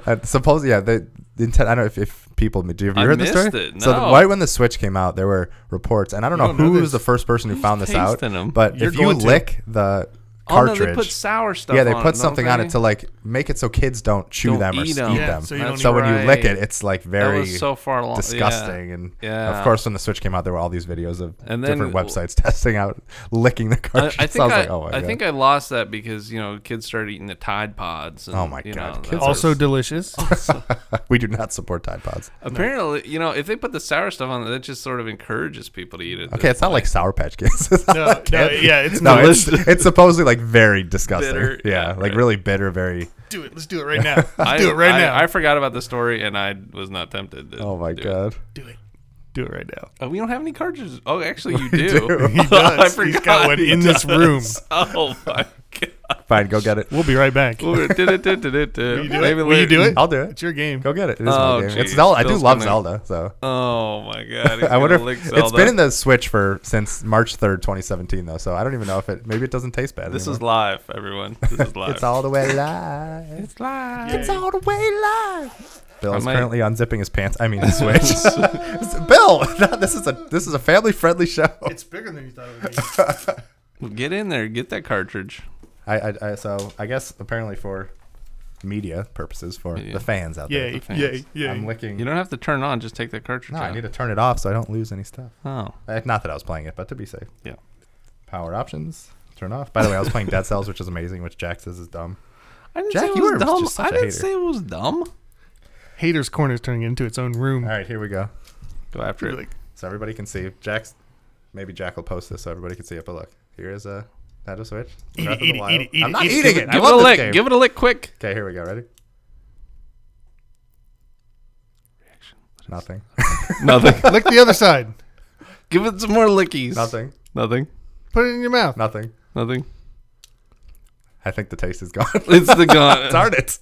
Speaker 1: Uh, suppose yeah, the Nintendo. I don't know if, if people do. Have you
Speaker 2: I
Speaker 1: heard this story?
Speaker 2: missed it,
Speaker 1: So
Speaker 2: no.
Speaker 1: right when the Switch came out, there were reports, and I don't
Speaker 3: You
Speaker 1: know
Speaker 3: don't know
Speaker 1: who was
Speaker 3: this.
Speaker 1: the first person who found this out.
Speaker 2: tasting 'em?
Speaker 1: But
Speaker 3: You're
Speaker 1: if you
Speaker 3: going to.
Speaker 1: lick the
Speaker 2: Oh,
Speaker 1: cartridge,
Speaker 2: no, they put sour stuff.
Speaker 1: yeah, they
Speaker 2: on it,
Speaker 1: put
Speaker 2: don't
Speaker 1: something on
Speaker 2: they?
Speaker 1: it to like make it so kids don't chew
Speaker 2: Don't
Speaker 1: them or
Speaker 2: eat
Speaker 1: eat them.
Speaker 2: 'em. Eat
Speaker 3: yeah, so
Speaker 1: So,
Speaker 3: you don't
Speaker 2: So
Speaker 3: need
Speaker 1: when you lick it,
Speaker 2: Right.
Speaker 1: it's like
Speaker 2: That
Speaker 1: very
Speaker 2: was so far along.
Speaker 1: disgusting. And
Speaker 2: Yeah.
Speaker 1: of course, when the Switch came out, there were all these videos of
Speaker 2: And then-
Speaker 1: different websites *laughs* testing out licking the
Speaker 2: I, I
Speaker 1: cartridge. *laughs*
Speaker 2: think
Speaker 1: so I
Speaker 2: I,
Speaker 1: was like, oh my
Speaker 2: I
Speaker 1: god.
Speaker 2: think I lost that because you know kids started eating the Tide Pods. And,
Speaker 1: Oh my
Speaker 2: you
Speaker 1: God,
Speaker 2: know,
Speaker 1: kids
Speaker 2: that
Speaker 1: are
Speaker 2: was- *laughs*
Speaker 3: Also delicious.
Speaker 1: *laughs* we do not support Tide Pods.
Speaker 2: Apparently, you know, if they put the sour stuff on it, that just sort of encourages people to eat it.
Speaker 1: Okay, it's not like Sour Patch Kids. *laughs* It's not
Speaker 3: No,
Speaker 1: like
Speaker 3: no,
Speaker 1: it.
Speaker 3: yeah, it's
Speaker 1: no,
Speaker 3: not.
Speaker 1: it's, it's supposedly like very disgusting.
Speaker 2: Bitter,
Speaker 1: yeah,
Speaker 2: yeah,
Speaker 1: like
Speaker 2: right.
Speaker 1: really bitter, very.
Speaker 3: *laughs* do it. Let's do it right now. Let's do it right
Speaker 2: I,
Speaker 3: now.
Speaker 2: I forgot about the story and I was not tempted. To
Speaker 1: Oh my
Speaker 2: do it.
Speaker 1: god.
Speaker 3: do it. Do it right now.
Speaker 2: Uh, we don't have any cartridges. Oh, actually, you
Speaker 1: *laughs* We
Speaker 2: do. *laughs*
Speaker 1: do. He
Speaker 2: I
Speaker 3: does.
Speaker 2: forgot.
Speaker 3: He's got one
Speaker 2: he
Speaker 3: in
Speaker 2: does.
Speaker 1: *laughs*
Speaker 3: this room.
Speaker 2: *laughs* Oh my god.
Speaker 1: Fine, go get it.
Speaker 3: We'll be right back.
Speaker 2: Will you do it?
Speaker 3: Will you do it? Will you do
Speaker 2: *laughs*
Speaker 3: it?
Speaker 1: I'll do it.
Speaker 3: It's your game.
Speaker 1: Go get it. It is my
Speaker 2: Oh,
Speaker 1: game. It's
Speaker 2: geez.
Speaker 1: Zelda. I do
Speaker 2: Bill's
Speaker 1: love
Speaker 2: gonna-
Speaker 1: Zelda. So
Speaker 2: Oh my god. he's
Speaker 1: *laughs* I wonder.
Speaker 2: gonna lick
Speaker 1: If, it's
Speaker 2: Zelda.
Speaker 1: been in the Switch for since March third, twenty seventeen, though. So I don't even know if it. Maybe it doesn't taste bad.
Speaker 2: This is
Speaker 1: *laughs* anymore.
Speaker 2: live, everyone.
Speaker 1: *laughs*
Speaker 2: This is live.
Speaker 1: It's all the way live.
Speaker 2: It's live.
Speaker 1: It's all the way live. Bill
Speaker 2: I
Speaker 1: is
Speaker 2: might-
Speaker 1: currently unzipping his pants. I mean, *laughs* his switch. Bill, *laughs* no, this is a this is a family friendly show.
Speaker 3: It's bigger than you thought it would be.
Speaker 2: Get in there. Get that cartridge.
Speaker 1: I, I, I so I guess apparently for media purposes for
Speaker 2: Media.
Speaker 1: the fans out there.
Speaker 3: Yay,
Speaker 2: fans.
Speaker 3: yay, yay.
Speaker 1: I'm licking.
Speaker 2: You don't have to turn it on. Just take that cartridge
Speaker 1: no,
Speaker 2: out.
Speaker 1: I need to turn it off so I don't lose any stuff.
Speaker 2: oh.
Speaker 1: Eh, Not that I was playing it, but to be safe.
Speaker 2: Yeah.
Speaker 1: Power options. Turn off. By the way, I was playing Dead Cells, which is amazing, which Jack says is dumb.
Speaker 2: I didn't
Speaker 1: Jack,
Speaker 2: say it
Speaker 1: you
Speaker 2: was
Speaker 1: are
Speaker 2: dumb.
Speaker 1: just such
Speaker 2: I
Speaker 1: a
Speaker 2: didn't
Speaker 1: hater.
Speaker 2: say it was dumb.
Speaker 3: Haters Corner is turning into its own room.
Speaker 1: All right, here we go.
Speaker 2: Go after
Speaker 3: You're
Speaker 2: it.
Speaker 3: like,
Speaker 1: So everybody can see. Jack's maybe Jack will post this so everybody can see it. But look, here is a Nintendo Switch.
Speaker 3: Eat
Speaker 1: Breath
Speaker 3: it,
Speaker 1: of the
Speaker 3: eat it,
Speaker 1: Wild.
Speaker 3: eat it, eat
Speaker 1: I'm
Speaker 3: it,
Speaker 1: not
Speaker 3: eat it,
Speaker 1: eating
Speaker 3: give
Speaker 1: it.
Speaker 3: it-
Speaker 1: I
Speaker 2: Give
Speaker 1: love
Speaker 2: it a
Speaker 1: this
Speaker 2: lick.
Speaker 1: game.
Speaker 2: Give it a lick quick.
Speaker 1: *laughs* Okay, here we go. Ready? Nothing. *laughs*
Speaker 2: Nothing.
Speaker 3: Lick the other side.
Speaker 2: Give it some more lickies.
Speaker 1: Nothing.
Speaker 2: Nothing.
Speaker 3: Put it in your mouth.
Speaker 1: Nothing.
Speaker 2: Nothing.
Speaker 1: I think the taste is gone.
Speaker 2: It's
Speaker 1: *laughs*
Speaker 2: the gun.
Speaker 1: Darn it!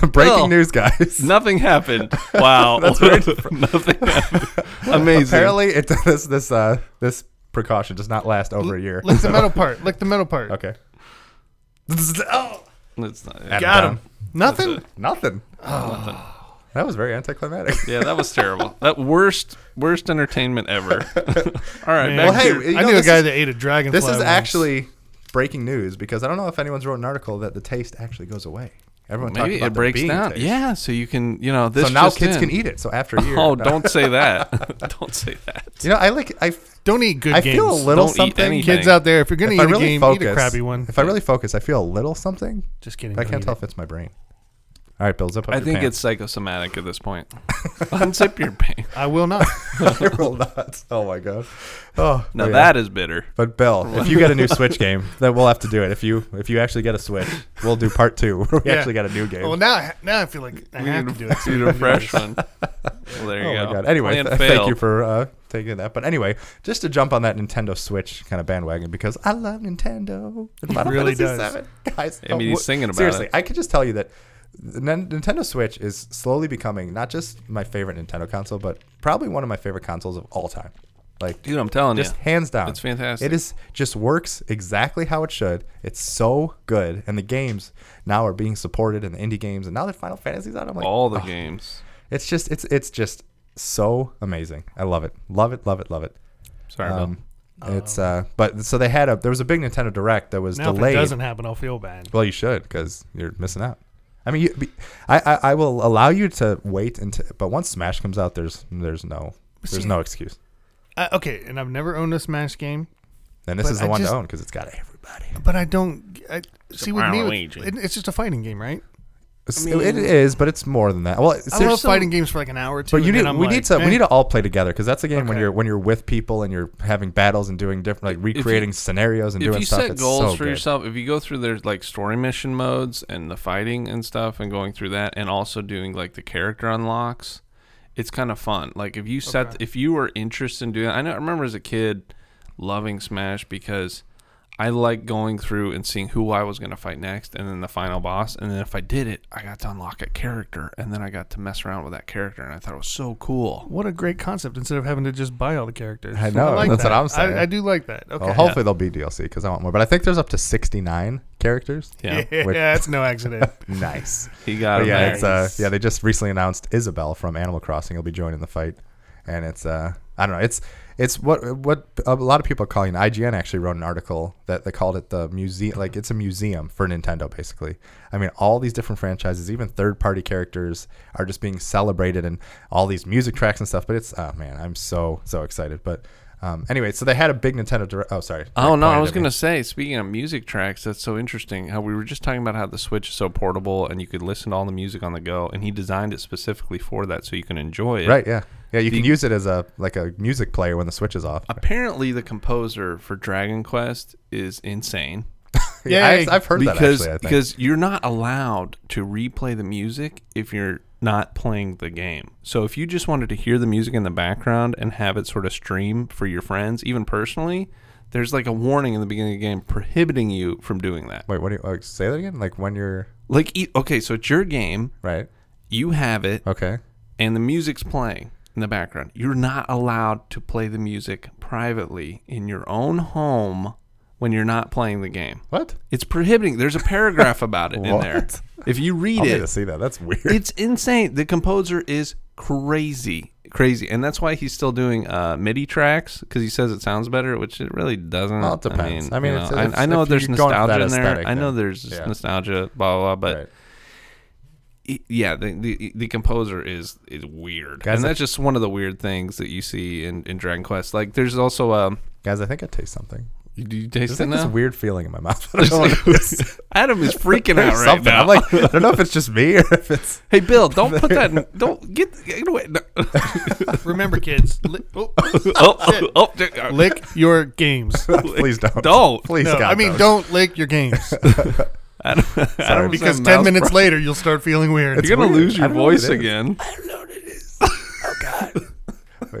Speaker 1: Breaking
Speaker 2: Well,
Speaker 1: news, guys.
Speaker 2: *laughs* Nothing happened.
Speaker 1: *laughs*
Speaker 2: Wow.
Speaker 1: That's weird.
Speaker 2: *laughs* Nothing happened.
Speaker 1: *laughs*
Speaker 2: Amazing.
Speaker 1: Apparently, it *laughs* this this uh this precaution does not last over a year.
Speaker 3: Lick
Speaker 1: *laughs*
Speaker 3: the metal part. Lick the metal part.
Speaker 1: Okay. Oh,
Speaker 2: That's not,
Speaker 1: Adam
Speaker 2: got
Speaker 1: Brown.
Speaker 2: him.
Speaker 3: Nothing.
Speaker 1: Nothing.
Speaker 2: Nothing.
Speaker 1: That was very
Speaker 2: *laughs*
Speaker 1: anticlimactic.
Speaker 2: Yeah, that was terrible. That worst, worst
Speaker 1: *laughs*
Speaker 2: entertainment ever. *laughs* All right,
Speaker 3: Man.
Speaker 2: back
Speaker 1: Well,
Speaker 2: to
Speaker 1: hey,
Speaker 2: your-
Speaker 1: you
Speaker 3: I
Speaker 1: know,
Speaker 3: knew a
Speaker 1: this
Speaker 3: guy
Speaker 1: is-
Speaker 3: that ate a dragonfly.
Speaker 1: This is
Speaker 3: once.
Speaker 1: actually breaking news because I don't know if anyone's wrote an article that the taste actually goes away. Everyone talks
Speaker 2: maybe
Speaker 1: about
Speaker 2: it
Speaker 1: the
Speaker 2: breaks
Speaker 1: bean
Speaker 2: down.
Speaker 1: taste.
Speaker 2: Yeah, so you can, you know, this.
Speaker 1: So now
Speaker 2: just
Speaker 1: kids
Speaker 2: in.
Speaker 1: can eat it. So after a year.
Speaker 2: *laughs* Oh, don't
Speaker 1: *laughs*
Speaker 2: say that. *laughs* don't say that.
Speaker 1: You know, I like I. f-
Speaker 3: Don't eat good
Speaker 1: I
Speaker 3: games.
Speaker 1: feel a little
Speaker 2: Don't eat
Speaker 1: something.
Speaker 2: anything.
Speaker 3: Kids out there, if you're gonna
Speaker 1: If
Speaker 3: eat
Speaker 1: I really
Speaker 3: a game,
Speaker 1: focus,
Speaker 3: eat a crappy one.
Speaker 1: If I really focus, I feel a little something.
Speaker 3: Just kidding.
Speaker 1: But I
Speaker 3: don't
Speaker 1: can't
Speaker 3: eat
Speaker 1: tell
Speaker 3: it.
Speaker 1: if it's my brain. All right, Bill, zip up
Speaker 2: I
Speaker 1: your
Speaker 2: think it's
Speaker 1: pants.
Speaker 2: psychosomatic at this point. *laughs* Unzip
Speaker 1: *laughs*
Speaker 2: your pants.
Speaker 3: I
Speaker 2: *laughs*
Speaker 3: will not.
Speaker 1: I *laughs* will not. Oh my god. Oh,
Speaker 2: Now
Speaker 1: oh, yeah.
Speaker 2: that is bitter.
Speaker 1: But Bill, if you get a new
Speaker 2: *laughs*
Speaker 1: Switch game, then we'll have to do it. If you if you actually get a Switch, we'll do part two. *laughs* Where we
Speaker 3: Yeah.
Speaker 1: actually got a new game.
Speaker 3: well, now I, now I feel like
Speaker 2: *laughs*
Speaker 3: I
Speaker 2: We
Speaker 3: have to
Speaker 2: need,
Speaker 3: do
Speaker 2: a-
Speaker 3: it.
Speaker 2: need a fresh one. Well, there you
Speaker 1: oh
Speaker 2: go.
Speaker 1: my god. Anyway,
Speaker 2: Plan
Speaker 1: th- *laughs* thank you
Speaker 2: failed.
Speaker 1: for uh, taking that. But anyway, just to jump on that Nintendo Switch kind of bandwagon because I love Nintendo. It
Speaker 3: really does.
Speaker 1: Fantasy VII. Guys,
Speaker 2: I mean,
Speaker 1: oh,
Speaker 2: he's
Speaker 1: wh-
Speaker 2: singing about
Speaker 1: seriously,
Speaker 2: it.
Speaker 1: I could just tell you that the Nin- Nintendo Switch is slowly becoming not just my favorite Nintendo console, but probably one of my favorite consoles of all time. Like
Speaker 2: Dude, I'm telling
Speaker 1: just
Speaker 2: you.
Speaker 1: hands down.
Speaker 2: It's fantastic.
Speaker 1: It is just works exactly how it should. It's so good, and the games now are being supported, and the indie games, and now that Final Fantasy's out, I'm like,
Speaker 2: All the
Speaker 1: "Oh."
Speaker 2: games.
Speaker 1: It's just it's it's just so amazing. I love it, love it, love it, love it.
Speaker 2: Sorry, Bill.
Speaker 1: Um, it's uh, but so they had a there was a big Nintendo Direct that was
Speaker 3: Now if it
Speaker 1: delayed.
Speaker 3: doesn't happen, I'll feel bad.
Speaker 1: Well, you should because you're missing out. I mean, you, be- I, I I will allow you to wait until, but once Smash comes out, there's there's no there's
Speaker 3: See-
Speaker 1: no excuse.
Speaker 3: I, okay, and I've never owned a Smash game,
Speaker 1: And this
Speaker 3: but
Speaker 1: is the
Speaker 3: I
Speaker 1: one
Speaker 3: just-
Speaker 1: to own because it's got everybody.
Speaker 3: but I don't. I, see with me, with,
Speaker 2: Waluigi.
Speaker 3: it, it's just a fighting game, right?
Speaker 1: It's-
Speaker 2: I mean-
Speaker 1: it is, but it's more than that. Well, it's,
Speaker 3: I love
Speaker 2: There's some-
Speaker 3: fighting games for like an hour or two.
Speaker 1: but you
Speaker 3: and then
Speaker 1: need
Speaker 3: I'm
Speaker 1: we
Speaker 3: like,
Speaker 1: need to
Speaker 3: eh.
Speaker 1: we need to all play together because that's a game when
Speaker 3: Okay.
Speaker 1: you're when you're with people and you're having battles and doing different like
Speaker 2: If you-
Speaker 1: recreating scenarios and
Speaker 2: If
Speaker 1: doing
Speaker 2: you
Speaker 1: stuff.
Speaker 2: set
Speaker 1: it's
Speaker 2: goals
Speaker 1: so
Speaker 2: for
Speaker 1: good.
Speaker 2: yourself, if you go through their like story mission modes and the fighting and stuff and going through that and also doing like the character unlocks, it's kind of fun. Like if you set
Speaker 3: Okay.
Speaker 2: if you were interested in doing I know I remember as a kid loving Smash because I like going through and seeing who I was going to fight next and then the final boss and then if I did it, I got to unlock a character and then I got to mess around with that character and I thought it was so cool.
Speaker 3: What a great concept! Instead of having to just buy all the characters,
Speaker 1: I know,
Speaker 3: like
Speaker 1: that's
Speaker 3: that.
Speaker 1: what I'm saying.
Speaker 3: I, I do like that. Okay,
Speaker 1: Well, hopefully there'll be DLC because I want more. But I think there's up to 69 characters.
Speaker 2: Yeah.
Speaker 3: yeah,
Speaker 1: With-
Speaker 3: *laughs* that's
Speaker 1: *laughs*
Speaker 3: no accident.
Speaker 1: Nice.
Speaker 2: He got
Speaker 1: But
Speaker 2: him
Speaker 1: yeah,
Speaker 2: there.
Speaker 1: it's uh,
Speaker 3: Nice.
Speaker 1: yeah. They just recently announced Isabel from Animal Crossing will be joining the fight, and it's uh, I don't know. It's it's what what a lot of people are calling. it. IGN actually wrote an article that they called it the museum. Like it's a museum for Nintendo, basically. I mean, all these different franchises, even third party characters, are just being celebrated, and all these music tracks and stuff. But it's oh man, I'm so so excited. But um, anyway, so they had a big Nintendo. Direct, oh, sorry.
Speaker 2: Oh
Speaker 1: Nick
Speaker 2: no, I
Speaker 1: pointed
Speaker 2: was
Speaker 1: at me.
Speaker 2: gonna say. Speaking of music tracks, that's so interesting. How we were just talking about how the Switch is so portable and you could listen to all the music on the go, and he designed it specifically for that, so you can enjoy it.
Speaker 1: Right. Yeah. Yeah. You
Speaker 2: The-
Speaker 1: can use it as a like a music player when the switch is off.
Speaker 2: Apparently, the composer for Dragon Quest is insane
Speaker 1: Yeah,
Speaker 3: Yay.
Speaker 1: I, I've heard that
Speaker 2: because
Speaker 1: actually. I think.
Speaker 2: because you're not allowed to replay the music if you're not playing the game. So if you just wanted to hear the music in the background and have it sort of stream for your friends, even personally, there's like a warning in the beginning of the game prohibiting you from doing that.
Speaker 1: Wait, what do you like, say that again? Like when you're
Speaker 2: Like, e- okay, so it's your game.
Speaker 1: right?
Speaker 2: You have it,
Speaker 1: Okay.
Speaker 2: and the music's playing in the background. You're not allowed to play the music privately in your own home when you're not playing the game.
Speaker 1: What?
Speaker 2: It's prohibiting. There's a
Speaker 1: *laughs*
Speaker 2: paragraph about it in there.
Speaker 1: What?
Speaker 2: If you read
Speaker 1: I'll need to
Speaker 2: it,
Speaker 1: see that. That's weird. *laughs*
Speaker 2: it's insane. The composer is crazy, crazy, and that's why he's still doing uh, MIDI tracks because he says it sounds better, which it really doesn't.
Speaker 1: Well, it depends.
Speaker 2: I
Speaker 1: I mean,
Speaker 2: mean, you
Speaker 1: it's-
Speaker 2: know,
Speaker 1: it's-
Speaker 2: I, I know
Speaker 1: if
Speaker 2: there's
Speaker 1: you're going for
Speaker 2: nostalgia
Speaker 1: that
Speaker 2: in there.
Speaker 1: aesthetic,
Speaker 2: I know
Speaker 1: then-
Speaker 2: there's
Speaker 1: yeah.
Speaker 2: nostalgia, blah blah, blah but
Speaker 1: Right.
Speaker 2: y- e, yeah, the, the the composer is is weird,
Speaker 1: Guys,
Speaker 2: and
Speaker 1: I-
Speaker 2: that's just one of the weird things that you see in, in Dragon Quest. Like, there's also um,
Speaker 1: Guys, I think I taste something.
Speaker 2: do you
Speaker 1: There's
Speaker 2: taste it
Speaker 1: like this
Speaker 2: now?
Speaker 1: weird feeling in my mouth. *laughs*
Speaker 2: *laughs*
Speaker 1: I don't know what it is.
Speaker 2: Adam
Speaker 1: *laughs*
Speaker 2: is freaking out
Speaker 1: There's
Speaker 2: right
Speaker 1: something.
Speaker 2: now.
Speaker 1: I'm like, I don't know if it's just me or if it's.
Speaker 2: *laughs* hey Bill, don't
Speaker 1: *laughs*
Speaker 2: put that. In, don't get, get away. No.
Speaker 3: Remember, kids, li- oh, *laughs*
Speaker 2: *laughs* oh, oh, oh, uh,
Speaker 3: lick your games.
Speaker 1: Please don't.
Speaker 2: Don't.
Speaker 1: Please,
Speaker 3: No,
Speaker 1: God.
Speaker 3: I mean, don't lick
Speaker 1: *laughs*
Speaker 3: your games
Speaker 2: *laughs* Adam, Adam's *laughs*
Speaker 3: because
Speaker 2: mouse
Speaker 3: ten minutes
Speaker 2: pro-
Speaker 3: later
Speaker 2: *laughs*
Speaker 3: you'll start feeling weird.
Speaker 2: you're gonna
Speaker 1: weird.
Speaker 2: lose
Speaker 1: I
Speaker 2: your
Speaker 1: don't know what
Speaker 2: voice
Speaker 1: it is.
Speaker 2: again.
Speaker 1: don't.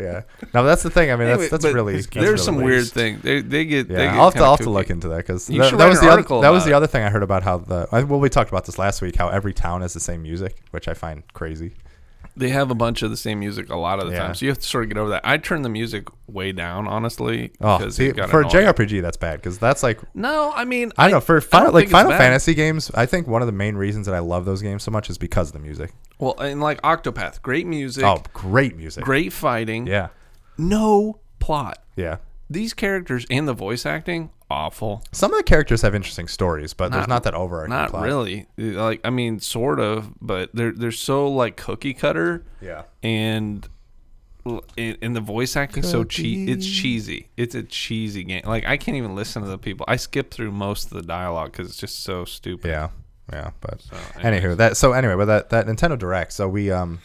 Speaker 1: yeah. Now that's the thing. I mean,
Speaker 2: Anyway,
Speaker 1: that's that's
Speaker 2: but
Speaker 1: really
Speaker 3: His
Speaker 1: that's
Speaker 2: There's
Speaker 1: really
Speaker 2: some
Speaker 1: weird.
Speaker 2: weird thing. They they get. They
Speaker 1: Yeah,
Speaker 2: get
Speaker 1: I'll have to,
Speaker 2: kinda
Speaker 1: I'll have to
Speaker 2: kooky.
Speaker 1: look into that because
Speaker 2: You
Speaker 1: that,
Speaker 2: should
Speaker 1: that
Speaker 2: write
Speaker 1: was
Speaker 2: an
Speaker 1: the
Speaker 2: article
Speaker 1: other, that was
Speaker 2: about
Speaker 1: the
Speaker 2: it.
Speaker 1: other thing I heard about how the I, well we talked about this last week how every town has the same music which I find crazy.
Speaker 2: They have a bunch of the same music a lot of the
Speaker 1: Yeah.
Speaker 2: time, so you have to sort of get over that. I turn the music way down, honestly.
Speaker 1: Oh,
Speaker 2: because
Speaker 1: see,
Speaker 2: it got
Speaker 1: for a
Speaker 2: annoying.
Speaker 1: JRPG that's bad because that's like
Speaker 2: No, I mean,
Speaker 1: I don't know for final,
Speaker 2: don't
Speaker 1: like
Speaker 2: think it's
Speaker 1: Final
Speaker 2: bad.
Speaker 1: Fantasy games I think one of the main reasons that I love those games so much is because of the music.
Speaker 2: Well, and like Octopath, great music,
Speaker 1: Oh, great music.
Speaker 2: great fighting,
Speaker 1: Yeah,
Speaker 2: no plot.
Speaker 1: yeah.
Speaker 2: These characters and the voice acting awful.
Speaker 1: Some of the characters have interesting stories, but there's
Speaker 2: Not-
Speaker 1: not that overarching.
Speaker 2: Not
Speaker 1: plot.
Speaker 2: really. Uh, Like I mean, sort of, but they're they're so like cookie cutter.
Speaker 1: Yeah.
Speaker 2: and and, and the voice acting so cheap. It's cheesy. It's a cheesy game. Like I can't even listen to the people. I skip through most of the dialogue because it's just so stupid.
Speaker 1: Yeah, yeah. But
Speaker 2: anyways.
Speaker 1: anywho, that so anyway, but that that Nintendo Direct. So we um,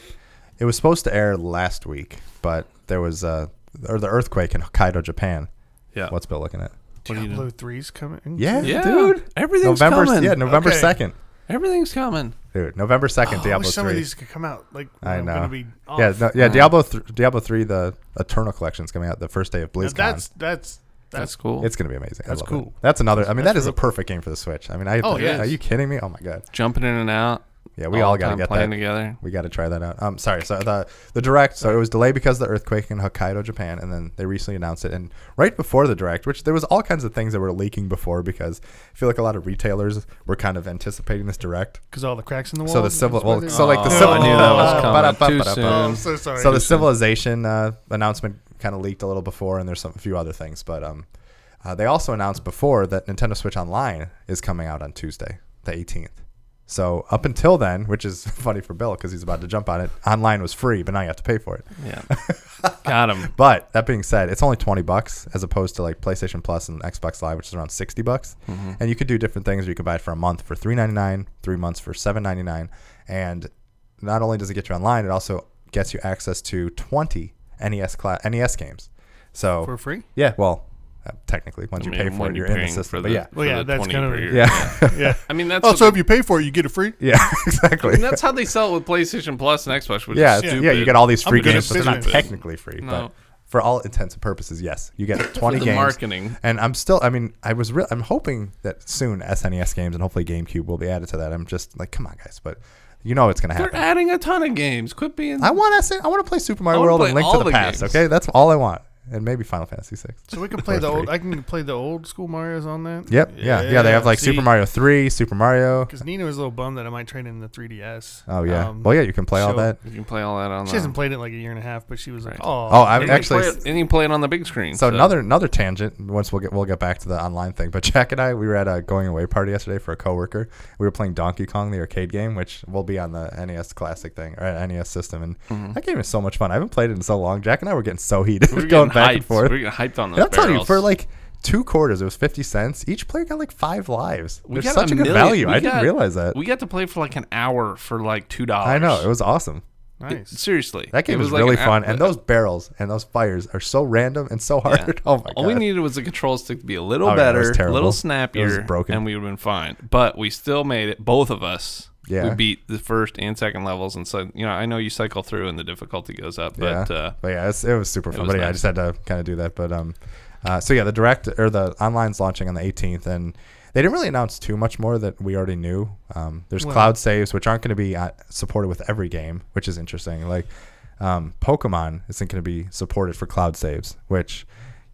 Speaker 1: it was supposed to air last week, but there was uh, or the earthquake in Hokkaido, Japan.
Speaker 2: Yeah.
Speaker 1: What's Bill looking at?
Speaker 2: What do you
Speaker 3: Diablo three's coming.
Speaker 1: Yeah,
Speaker 2: Yeah,
Speaker 1: dude.
Speaker 2: Everything's
Speaker 1: November,
Speaker 2: coming.
Speaker 1: yeah, November
Speaker 3: Okay.
Speaker 1: second,
Speaker 2: Everything's coming.
Speaker 1: dude. November second,
Speaker 3: Oh, I wish
Speaker 1: Diablo
Speaker 3: some
Speaker 1: three.
Speaker 3: of these could come out. Like
Speaker 1: I
Speaker 3: I'm
Speaker 1: know.
Speaker 3: Gonna be off.
Speaker 1: yeah, no, yeah.
Speaker 2: Mm.
Speaker 1: Diablo, th- Diablo three, the Eternal Collection is coming out the first day of
Speaker 3: Now
Speaker 1: BlizzCon.
Speaker 3: that's that's
Speaker 2: That's
Speaker 3: that's
Speaker 2: cool.
Speaker 1: it's gonna be amazing. I
Speaker 3: that's
Speaker 1: love it.
Speaker 3: cool.
Speaker 1: That's another. I mean,
Speaker 3: That's
Speaker 1: that is
Speaker 3: real
Speaker 1: a perfect game for the Switch. I mean, I.
Speaker 3: Oh, it
Speaker 1: Are
Speaker 3: is.
Speaker 1: you kidding me? Oh my god.
Speaker 2: jumping in and out.
Speaker 1: Yeah, we all
Speaker 2: the
Speaker 1: gotta
Speaker 2: time
Speaker 1: get that. *laughs*
Speaker 2: playing together.
Speaker 1: We got to try that out. Um, sorry. So the the direct. So it was delayed because of the earthquake in Hokkaido, Japan, and then they recently announced it. And right before the direct, which there was all kinds of things that were leaking before, because I feel like a lot of retailers were kind of anticipating this direct.
Speaker 3: because all the cracks in the wall.
Speaker 1: So the civil, well, so like the
Speaker 2: Oh,
Speaker 1: civil,
Speaker 2: I knew that was coming.
Speaker 1: *laughs* Ba-da-ba-ba-da-ba.
Speaker 2: Too soon.
Speaker 3: Oh, I'm so sorry.
Speaker 1: So the civilization uh, announcement kind of leaked a little before, and there's some, a few other things, but um, uh, they also announced before that Nintendo Switch Online is coming out on Tuesday, the 18th. So up until then, which is *laughs* funny for Bill because he's about to jump on it, online was free, but now you have to pay for it.
Speaker 2: Yeah, got him.
Speaker 1: But that being said, it's only 20 bucks as opposed to like PlayStation Plus and Xbox Live, which is around 60 bucks.
Speaker 2: Mm-hmm.
Speaker 1: And you could do different things. You could buy it for a month for 3.99, 3 months for 7.99, and not only does it get you online, it also gets you access to 20 NES cla- NES games. So
Speaker 3: for free.
Speaker 1: yeah, well, uh, technically once
Speaker 2: I
Speaker 1: you
Speaker 2: mean,
Speaker 1: pay for
Speaker 2: when
Speaker 1: it, you're
Speaker 2: you're
Speaker 1: in the
Speaker 2: paying for
Speaker 1: system.
Speaker 2: the-
Speaker 1: but yeah.
Speaker 2: for
Speaker 3: Well, yeah,
Speaker 2: the
Speaker 3: that's
Speaker 2: 20
Speaker 3: kind
Speaker 2: per year.
Speaker 1: *laughs*
Speaker 3: of.
Speaker 1: Yeah. *laughs*
Speaker 3: Yeah.
Speaker 2: I mean, that's
Speaker 3: Oh,
Speaker 2: what
Speaker 3: so
Speaker 2: they-
Speaker 3: if you pay for it, you get it free.
Speaker 1: yeah, *laughs*
Speaker 2: I
Speaker 1: exactly.
Speaker 2: mean, that's how they sell it with PlayStation Plus and Xbox. Which
Speaker 1: yeah,
Speaker 2: is
Speaker 1: it's-
Speaker 2: stupid.
Speaker 1: yeah, you get all these free
Speaker 3: I'm good
Speaker 1: games,
Speaker 3: at
Speaker 1: but they're not
Speaker 3: business.
Speaker 1: technically free.
Speaker 2: No.
Speaker 1: But for all intents and purposes, yes, you
Speaker 2: *coughs*
Speaker 1: get 20
Speaker 2: the
Speaker 1: games.
Speaker 2: marketing.
Speaker 1: And I'm still, I mean, I was real, I'm hoping that soon SNES games and hopefully GameCube will be added to that. I'm just like, come on, guys, but you know it's going to
Speaker 2: They're
Speaker 1: happen.
Speaker 2: adding a ton of games. Quit being.
Speaker 1: I want to say, I want to play Super Mario
Speaker 2: I wanna
Speaker 1: World
Speaker 2: play
Speaker 1: and Link
Speaker 2: all
Speaker 1: to the,
Speaker 2: the
Speaker 1: Past,
Speaker 2: games.
Speaker 1: okay? That's all I want. And maybe Final Fantasy 6.
Speaker 3: So we can play
Speaker 1: Or
Speaker 3: the old.
Speaker 1: three.
Speaker 3: I can play the old school Mario's on that.
Speaker 1: Yep. Yeah. Yeah. they have like Super Mario 3, Super Mario.
Speaker 3: Because Nina was a little bummed that I might trade in the 3DS.
Speaker 1: Oh, yeah.
Speaker 3: Um,
Speaker 1: well, yeah, you can play all
Speaker 3: so-
Speaker 1: that.
Speaker 2: you can play all that on.
Speaker 3: She hasn't played it in like a year and a half, but she was like,
Speaker 2: Right.
Speaker 3: "Oh,
Speaker 1: Oh, I
Speaker 2: And
Speaker 1: mean,
Speaker 2: you
Speaker 1: actually.
Speaker 2: play it- and you can play it on the big screen.
Speaker 1: So, another another tangent. Once we'll get we'll get back to the online thing, but *laughs* Jack and I we were at a going away party yesterday for a coworker. We were playing Donkey Kong the arcade game, which will be on the NES Classic thing or NES system, and that game is so much fun. I haven't played it in so long. Jack and I were getting so heated, *laughs*
Speaker 2: Mm-hmm. We're
Speaker 1: going
Speaker 2: getting
Speaker 1: back
Speaker 2: hyped.
Speaker 1: and forth.
Speaker 2: We're getting hyped on those.
Speaker 1: and I'm telling you,
Speaker 2: barrels.
Speaker 1: for like two quarters, it was fifty cents. Each player got like five lives.
Speaker 2: We
Speaker 1: There's
Speaker 2: got
Speaker 1: such a good
Speaker 2: million-
Speaker 1: value.
Speaker 2: we
Speaker 1: I didn't
Speaker 2: got-
Speaker 1: realize that.
Speaker 2: we got to play for like an hour for like two dollars.
Speaker 1: I know it was awesome.
Speaker 3: nice."
Speaker 2: seriously,
Speaker 1: That game
Speaker 2: it
Speaker 1: was,
Speaker 2: like
Speaker 1: really
Speaker 2: an
Speaker 1: fun,
Speaker 2: hour-
Speaker 1: and those barrels and those fires are so random and so hard. *laughs* oh my god!
Speaker 2: All we needed was the control stick to be a little
Speaker 1: Oh, yeah, that was
Speaker 2: better, a
Speaker 1: terrible. It
Speaker 2: little
Speaker 1: was
Speaker 2: snappier,
Speaker 1: broken.
Speaker 2: and we would have been fine. But we still made it. Both of us.
Speaker 1: Yeah.
Speaker 2: We beat the first and second levels, and so you know, I know you cycle through and the difficulty goes up,
Speaker 1: yeah.
Speaker 2: but uh,
Speaker 1: but yeah, it's, it was super fun.
Speaker 2: was
Speaker 1: but yeah,
Speaker 2: nice.
Speaker 1: I just had to kind of do that. But um, uh, so yeah, the direct or the online's launching on the 18th, and they didn't really announce too much more that we already knew. Um, there's
Speaker 3: Well-
Speaker 1: cloud saves, which aren't going to be uh, supported with every game, which is interesting. Like um, Pokemon isn't going to be supported for cloud saves, which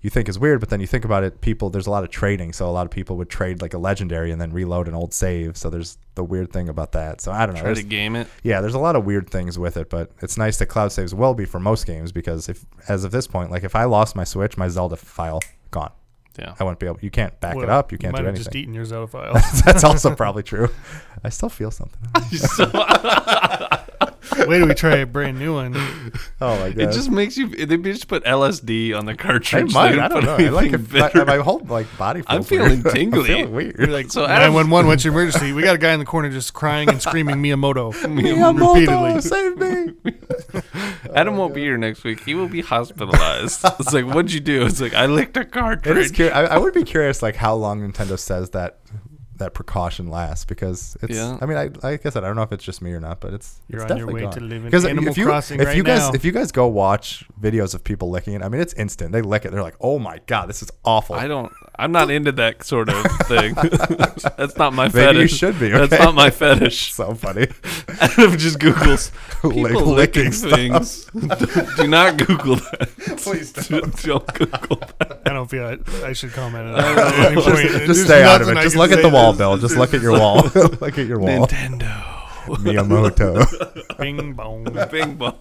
Speaker 1: you think is weird, but then you think about it, people there's a lot of trading, so a lot of people would trade like a legendary and then reload an old save. So there's the weird thing about that. So I don't know.
Speaker 2: try to
Speaker 1: There's-
Speaker 2: game it.
Speaker 1: yeah, there's a lot of weird things with it, but it's nice that cloud saves will be for most games because if as of this point, like if I lost my Switch, my Zelda file gone.
Speaker 2: Yeah,
Speaker 1: *laughs*
Speaker 2: *laughs*
Speaker 1: I wouldn't be able. You can't back it
Speaker 3: Well,
Speaker 1: up. You
Speaker 3: you
Speaker 1: can't
Speaker 3: might
Speaker 1: do
Speaker 3: have just
Speaker 1: anything.
Speaker 3: eaten your Zelda file.
Speaker 1: *laughs* That's also probably true. I still feel
Speaker 2: *laughs*
Speaker 1: something.
Speaker 2: So-
Speaker 3: Wait till we try a brand new one.
Speaker 1: *laughs* Oh my god.
Speaker 2: it just makes you. They just put LSD on the
Speaker 1: I
Speaker 2: cartridge.
Speaker 1: might.
Speaker 2: They
Speaker 1: I don't
Speaker 2: put
Speaker 1: know. I like
Speaker 2: anything
Speaker 1: it, my,
Speaker 2: better.
Speaker 1: my whole like body. Feels
Speaker 2: I'm feeling
Speaker 1: weird. *laughs* I'm
Speaker 2: tingly.
Speaker 1: feeling weird. *laughs*
Speaker 2: Like, so Adam,
Speaker 3: 911, what's your emergency? We got a guy in the corner just crying and screaming
Speaker 1: *laughs*
Speaker 2: *laughs*
Speaker 3: Miyamoto. *laughs*
Speaker 1: Miyamoto,
Speaker 3: Repeatedly.
Speaker 1: save me.
Speaker 2: Adam won't be here next week. He will
Speaker 1: *laughs*
Speaker 2: be hospitalized. it's like, what'd you do? It's like, I licked a
Speaker 1: It is
Speaker 2: cartridge. *laughs*
Speaker 1: cur- I, I would be curious, like how long Nintendo says that that precaution lasts because it's.
Speaker 2: Yeah.
Speaker 1: I mean, I like I said, I don't know if it's just me or not, but it's.
Speaker 3: You're
Speaker 1: it's
Speaker 3: on your
Speaker 1: definitely
Speaker 3: way
Speaker 1: gone.
Speaker 3: to live in
Speaker 1: Because
Speaker 3: Animal
Speaker 1: if you
Speaker 3: Crossing
Speaker 1: if
Speaker 3: right
Speaker 1: you guys
Speaker 3: now.
Speaker 1: if you guys go watch videos of people licking it, I mean, it's instant. They lick it. They're like, oh my god, this is awful. *laughs*
Speaker 2: I don't. I'm not into that sort of thing. That's not my
Speaker 1: Maybe you
Speaker 2: fetish.
Speaker 1: should be.
Speaker 2: That's
Speaker 1: okay?
Speaker 2: not
Speaker 1: *laughs*
Speaker 2: my fetish. *laughs*
Speaker 1: so funny.
Speaker 2: Adam just Google's people
Speaker 1: Lick-
Speaker 2: licking
Speaker 1: licking stuff.
Speaker 2: things. Do not Google that.
Speaker 1: *laughs* Please
Speaker 2: *laughs* Don't, don't Google
Speaker 1: *laughs*
Speaker 2: that.
Speaker 3: I don't feel I, I should comment on
Speaker 2: I don't
Speaker 3: that.
Speaker 2: know. Just-
Speaker 1: Just stay out of it. Just look at the wall, Bill. Just look at your wall. *laughs* look at your wall.
Speaker 2: Nintendo.
Speaker 1: *laughs* Miyamoto.
Speaker 2: *laughs*
Speaker 3: *laughs* Bing bong.
Speaker 2: Bing bong.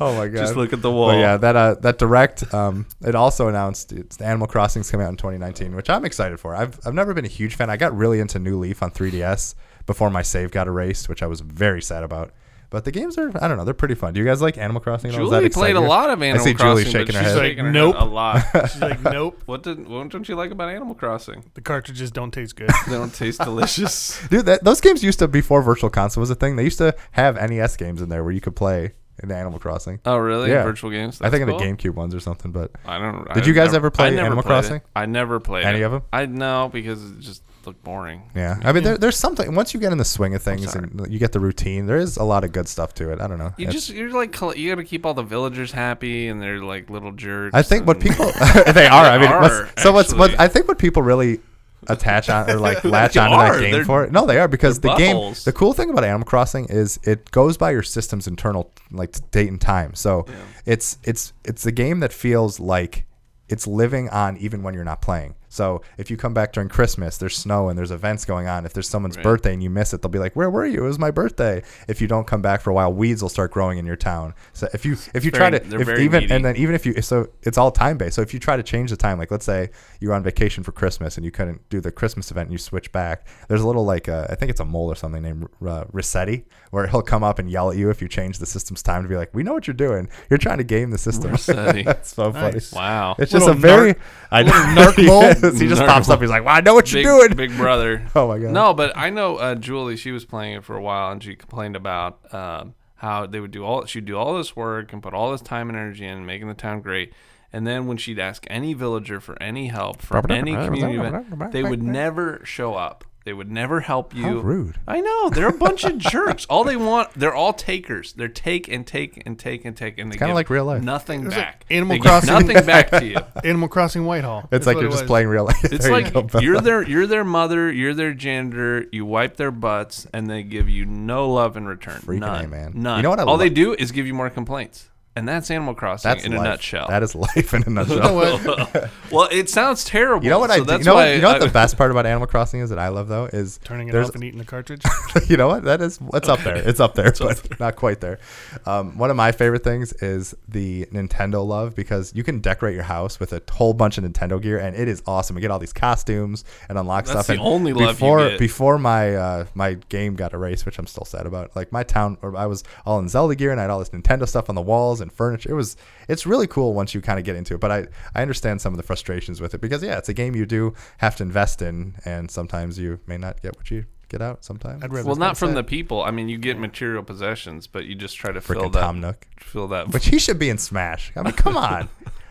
Speaker 1: oh my god.
Speaker 2: Just look at the wall.
Speaker 1: But yeah, that uh, that direct. Um, it also announced it's Animal Crossing's coming out in 2019, which I'm excited for. I've I've never been a huge fan. I got really into New Leaf on 3DS before my save got erased, which I was very sad about. But the games are I don't know, they're pretty fun. Do you guys like Animal Crossing? at all? Does that
Speaker 2: Julie
Speaker 1: excite
Speaker 2: played a
Speaker 1: you?
Speaker 2: lot of Animal
Speaker 1: see Julie
Speaker 2: Crossing. but
Speaker 1: shaking her
Speaker 2: she's
Speaker 1: head.
Speaker 2: shaking
Speaker 3: Like,
Speaker 2: head
Speaker 3: nope.
Speaker 1: *laughs*
Speaker 2: a lot.
Speaker 3: She's like, nope.
Speaker 2: What did? What don't you like about Animal Crossing?
Speaker 3: The cartridges don't
Speaker 1: *laughs*
Speaker 3: taste good.
Speaker 2: They don't taste delicious.
Speaker 1: Dude, that, those games used to before Virtual Console was a thing. They used to have NES games in there where you could play in Animal Crossing.
Speaker 2: Oh really?
Speaker 1: Yeah.
Speaker 2: Virtual games.
Speaker 1: I
Speaker 2: That's
Speaker 1: think in
Speaker 2: cool.
Speaker 1: the GameCube ones or something, but
Speaker 2: I don't.
Speaker 1: Did
Speaker 2: I
Speaker 1: you guys
Speaker 2: never-
Speaker 1: ever play
Speaker 2: I never
Speaker 1: Animal
Speaker 2: played it.
Speaker 1: Crossing?
Speaker 2: I never played
Speaker 1: Any
Speaker 2: it.
Speaker 1: of 'em?
Speaker 2: I no because it just looked boring.
Speaker 1: yeah. I mean,
Speaker 3: Yeah.
Speaker 1: There, there's something once you get in the swing of things
Speaker 2: sorry.
Speaker 1: and you get the routine. There is a lot of good stuff to it. I don't know.
Speaker 2: You
Speaker 1: It's-
Speaker 2: just you're like coll- you got to keep all the villagers happy and they're like little jerks.
Speaker 1: I think what
Speaker 2: and- *laughs*
Speaker 1: people *laughs* they are. I mean,
Speaker 2: They
Speaker 1: what's-
Speaker 2: are,
Speaker 1: so what's what
Speaker 2: actually.
Speaker 1: I think what people really attach on or like latch
Speaker 2: *laughs* They
Speaker 1: onto that
Speaker 2: are.
Speaker 1: game
Speaker 2: They're-
Speaker 1: for it. No, they are because the
Speaker 2: they're
Speaker 1: game.
Speaker 2: buttholes.
Speaker 1: The cool thing about Animal Crossing is it goes by your system's internal like date and time. So it's it's it's a game that feels like it's living on even when you're not playing. So if you come back during Christmas, there's snow and there's events going on. If there's someone's
Speaker 2: Right.
Speaker 1: birthday and you miss it, they'll be like, "Where were you? It was my birthday." If you don't come back for a while, weeds will start growing in your town. So if you if you try
Speaker 2: Very-
Speaker 1: to
Speaker 2: they're
Speaker 1: if
Speaker 2: very
Speaker 1: even
Speaker 2: needy.
Speaker 1: and then even if you so it's all time based. So if you try to change the time, like let's say you were on vacation for Christmas and you couldn't do the Christmas event and you switch back, there's a little like uh, I think it's a mole or something named uh, Rossetti where he'll come up and yell at you if you change the system's time to be like, we know what you're doing. You're trying to game the system.
Speaker 2: Rossetti.
Speaker 1: *laughs* That's so
Speaker 3: Nice.
Speaker 1: funny.
Speaker 2: wow.
Speaker 1: It's just a
Speaker 3: Little
Speaker 1: very
Speaker 3: narc-
Speaker 1: *laughs* I know,
Speaker 2: little narc
Speaker 1: he
Speaker 2: mole.
Speaker 1: is. He just
Speaker 2: Narc
Speaker 1: pops up.
Speaker 2: mole.
Speaker 1: He's like, well, I know what
Speaker 2: big,
Speaker 1: you're doing.
Speaker 2: Big Brother.
Speaker 1: Oh my god.
Speaker 2: No, but I know uh, Julie. She was playing it for a while, and she complained about um, how they would do all. She'd do all this work and put all this time and energy in making the town great. And then when she'd ask any villager for any help from any community event, they would never show up. They would never help you.
Speaker 1: How rude.
Speaker 2: I know they're a bunch of jerks. All they want—they're all takers. They're take and take and take and take, and they
Speaker 1: kinda
Speaker 2: give
Speaker 1: like real life.
Speaker 2: Nothing
Speaker 3: It's like
Speaker 2: back.
Speaker 3: Animal
Speaker 2: They give
Speaker 3: Crossing.
Speaker 2: Nothing back
Speaker 3: *laughs*
Speaker 2: to you.
Speaker 3: Animal Crossing Whitehall.
Speaker 1: It's
Speaker 3: That's
Speaker 1: like
Speaker 3: what
Speaker 1: you're
Speaker 3: it
Speaker 1: just
Speaker 3: was.
Speaker 1: playing real life. *laughs*
Speaker 2: It's
Speaker 1: There you
Speaker 2: like
Speaker 1: go, Bella.
Speaker 2: you are their you're their mother, you're their janitor. You wipe their butts, and they give you no love in return.
Speaker 1: Freaking
Speaker 2: none,
Speaker 1: A, man.
Speaker 2: None.
Speaker 1: You know what I
Speaker 2: All they
Speaker 1: love-
Speaker 2: do is give you more complaints, and that's Animal Crossing
Speaker 1: That's
Speaker 2: in
Speaker 1: life.
Speaker 2: a nutshell.
Speaker 1: That is life
Speaker 3: *laughs*
Speaker 1: in a nutshell.
Speaker 2: *laughs* well, it sounds terrible.
Speaker 1: You know what
Speaker 2: so
Speaker 1: I do?
Speaker 2: That's
Speaker 1: You know
Speaker 2: why
Speaker 1: what, you know what
Speaker 2: *laughs* I-
Speaker 1: the best part about Animal Crossing is that I love though is
Speaker 3: Turning it
Speaker 1: there's-
Speaker 3: off and eating the cartridge.
Speaker 1: *laughs* you know what that is it's up there it's up there but not quite there um, one of my favorite things is the nintendo love because you can decorate your house with a whole bunch of nintendo gear and it is awesome you get all these costumes and unlock
Speaker 2: That's
Speaker 1: stuff
Speaker 2: the
Speaker 1: and
Speaker 2: only love you
Speaker 1: before
Speaker 2: get.
Speaker 1: before my uh, my game got erased which i'm still sad about like my town or i was all in zelda gear and i had all this nintendo stuff on the walls and furniture it was it's really cool once you kind of get into it but i i understand some of the frustrations with it because yeah it's a game you do have to invest in and sometimes you may not get what you get out sometimes
Speaker 3: I'd rather.
Speaker 2: well, not from
Speaker 1: sad.
Speaker 2: the people. I mean, you get material possessions, but you just try to fill
Speaker 1: freaking
Speaker 2: that
Speaker 1: Tom Nook.
Speaker 2: fill that
Speaker 1: Which he should be in Smash. I mean, come
Speaker 2: *laughs*
Speaker 1: on.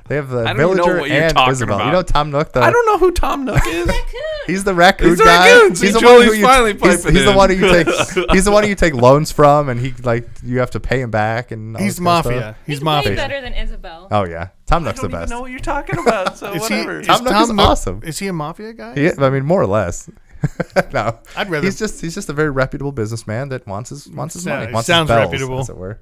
Speaker 1: They have the
Speaker 2: I don't even know
Speaker 1: villager
Speaker 2: what you're
Speaker 1: and
Speaker 2: talking
Speaker 1: Isabel.
Speaker 2: about.
Speaker 1: You know Tom Nook. The,
Speaker 2: I don't know who Tom Nook *laughs* is.
Speaker 1: He's the raccoon
Speaker 2: He's the
Speaker 1: guy.
Speaker 2: raccoons.
Speaker 1: He's
Speaker 2: He
Speaker 1: the one who
Speaker 2: totally
Speaker 1: you,
Speaker 2: finally
Speaker 1: he's,
Speaker 2: piping
Speaker 1: he's the
Speaker 2: in.
Speaker 1: one who you take.
Speaker 2: *laughs*
Speaker 1: He's the one who you take loans from, and he like you have to pay him back. And all
Speaker 3: He's
Speaker 1: this kind of stuff.
Speaker 3: mafia. He's
Speaker 4: He's way
Speaker 3: mafia.
Speaker 4: better than Isabel.
Speaker 1: Oh yeah, Tom
Speaker 2: I
Speaker 1: Nook's
Speaker 2: don't
Speaker 1: the
Speaker 2: even
Speaker 1: best.
Speaker 2: know what you're talking about. So
Speaker 3: *laughs* Is he?
Speaker 2: whatever.
Speaker 3: is
Speaker 1: Tom Nook is awesome.
Speaker 3: Is he a mafia guy?
Speaker 1: He, I mean, more or less. *laughs* no,
Speaker 3: I'd rather-
Speaker 1: He's just he's just a very reputable businessman that wants his wants his
Speaker 3: Yeah,
Speaker 1: money.
Speaker 3: he
Speaker 1: Wants
Speaker 3: sounds
Speaker 1: his bells,
Speaker 3: reputable.
Speaker 1: as it were.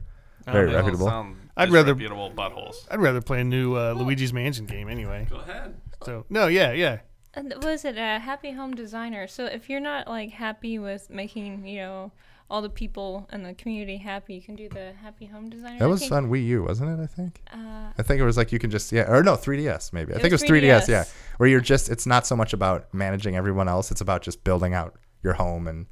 Speaker 1: Very
Speaker 3: know.
Speaker 1: reputable.
Speaker 2: I'd
Speaker 3: I'd
Speaker 2: rather
Speaker 3: rather-
Speaker 2: reputable buttholes.
Speaker 3: I'd rather play a new uh, Luigi's Mansion game anyway.
Speaker 2: Go ahead.
Speaker 3: So no, yeah, yeah.
Speaker 4: And th- what is it? A happy home designer. So if you're not like happy with making, you know, all the people in the community happy, you can do the happy home designer.
Speaker 1: That
Speaker 4: I
Speaker 1: was
Speaker 4: think.
Speaker 1: on Wii U, wasn't it? I think.
Speaker 4: Uh,
Speaker 1: I think it was like you can just yeah or no 3ds maybe. I
Speaker 4: It
Speaker 1: think
Speaker 4: was
Speaker 1: it was 3ds.
Speaker 4: 3DS.
Speaker 1: yeah, where you're just it's not so much about managing everyone else, it's about just building out your home and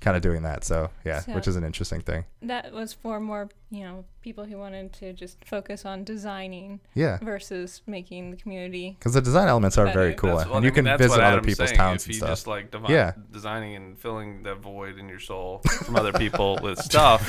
Speaker 1: kind of doing that. So yeah,
Speaker 4: So-
Speaker 1: which is an interesting thing.
Speaker 4: that was for more, you know, people who wanted to just focus on designing
Speaker 1: Yeah,
Speaker 4: versus making the community.
Speaker 1: because the design elements are
Speaker 4: Better.
Speaker 1: very cool,
Speaker 2: That's what-
Speaker 1: and
Speaker 2: I
Speaker 1: you
Speaker 2: mean,
Speaker 1: can
Speaker 2: that's
Speaker 1: visit
Speaker 2: what
Speaker 1: other
Speaker 2: Adam's
Speaker 1: people's
Speaker 2: saying.
Speaker 1: towns
Speaker 2: if
Speaker 1: and
Speaker 2: you
Speaker 1: stuff.
Speaker 2: Just like divi-
Speaker 1: Yeah. *laughs*
Speaker 2: designing and filling that void in your soul from other people with stuff.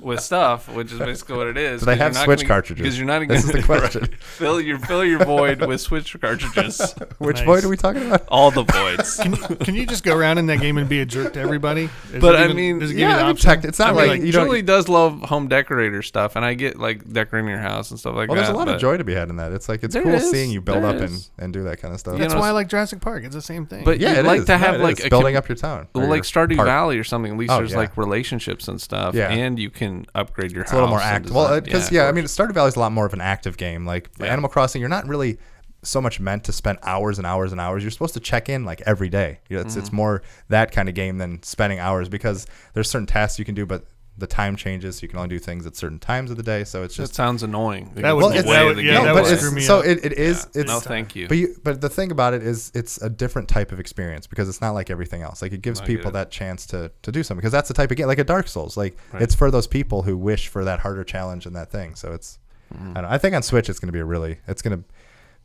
Speaker 2: with stuff, which is basically what it is.
Speaker 1: Do they
Speaker 2: 'cause you're
Speaker 1: have
Speaker 2: not
Speaker 1: Switch
Speaker 2: gonna-
Speaker 1: cartridges?
Speaker 2: Because you're
Speaker 1: *laughs*
Speaker 2: not
Speaker 1: This is the
Speaker 2: gonna-
Speaker 1: question.
Speaker 2: *laughs* fill your fill your void with Switch
Speaker 1: *laughs*
Speaker 2: cartridges.
Speaker 1: Which
Speaker 3: Nice.
Speaker 1: void are we talking
Speaker 2: *laughs*
Speaker 1: about?
Speaker 2: All the voids.
Speaker 3: Can you, can you just go around in that game and be a jerk to everybody? Does
Speaker 2: But
Speaker 3: it
Speaker 2: I
Speaker 3: even-
Speaker 2: mean,
Speaker 3: does it give
Speaker 1: yeah,
Speaker 3: you the
Speaker 1: I mean,
Speaker 3: option?
Speaker 1: tech- it's not
Speaker 3: I mean,
Speaker 1: like,
Speaker 3: like,
Speaker 1: you don't.
Speaker 2: Julie does love home decorator stuff, and I get like decorating your house and stuff like
Speaker 1: well,
Speaker 2: that.
Speaker 1: there's a lot
Speaker 2: but-
Speaker 1: of joy to be had in that. It's like it's
Speaker 2: There
Speaker 1: cool
Speaker 2: is,
Speaker 1: seeing you build
Speaker 2: there
Speaker 1: up and,
Speaker 2: is.
Speaker 1: and do that kind of stuff.
Speaker 2: You
Speaker 3: That's
Speaker 2: know,
Speaker 3: why I like Jurassic Park. It's the same thing.
Speaker 2: But
Speaker 1: yeah,
Speaker 2: you'd
Speaker 1: it
Speaker 2: like
Speaker 1: is.
Speaker 2: to
Speaker 1: No,
Speaker 2: have
Speaker 1: it
Speaker 2: like
Speaker 1: is.
Speaker 2: a
Speaker 1: building
Speaker 2: com-
Speaker 1: up your town, or
Speaker 2: Well,
Speaker 1: your
Speaker 2: like Stardew
Speaker 1: park.
Speaker 2: Valley or something. At least
Speaker 1: Oh,
Speaker 2: there's
Speaker 1: yeah.
Speaker 2: like relationships and stuff,
Speaker 1: Yeah.
Speaker 2: and you can upgrade your
Speaker 1: It's a
Speaker 2: house.
Speaker 1: little more
Speaker 2: and
Speaker 1: active.
Speaker 2: design-
Speaker 1: Well, because yeah,
Speaker 2: of
Speaker 1: I mean,
Speaker 2: course.
Speaker 1: Stardew Valley is a lot more of an active game. Like
Speaker 2: Yeah.
Speaker 1: Animal Crossing, you're not really so much meant to spend hours and hours and hours. You're supposed to check in like every day. You know, it's it's more that kind of game than spending hours because there's certain tasks you can do, but the time changes. So you can only do things at certain times of the day. So it's
Speaker 2: that
Speaker 1: just
Speaker 2: sounds annoying.
Speaker 3: That
Speaker 1: well,
Speaker 3: was
Speaker 1: it's,
Speaker 3: the way
Speaker 1: no,
Speaker 3: the game
Speaker 1: but
Speaker 3: was.
Speaker 1: it's-
Speaker 3: Screw me
Speaker 1: so
Speaker 3: up.
Speaker 1: it, it is.
Speaker 2: Yeah.
Speaker 1: It's
Speaker 2: No, thank you.
Speaker 1: But you, but the thing about it is, it's a different type of experience because it's not like everything else. Like it gives
Speaker 2: I get
Speaker 1: people
Speaker 2: it.
Speaker 1: that chance to to do something because that's the type of game, like a Dark Souls. Like
Speaker 2: Right.
Speaker 1: it's for those people who wish for that harder challenge and that thing. So it's,
Speaker 2: Mm.
Speaker 1: I, don't, I think on Switch it's going to be a really, it's going to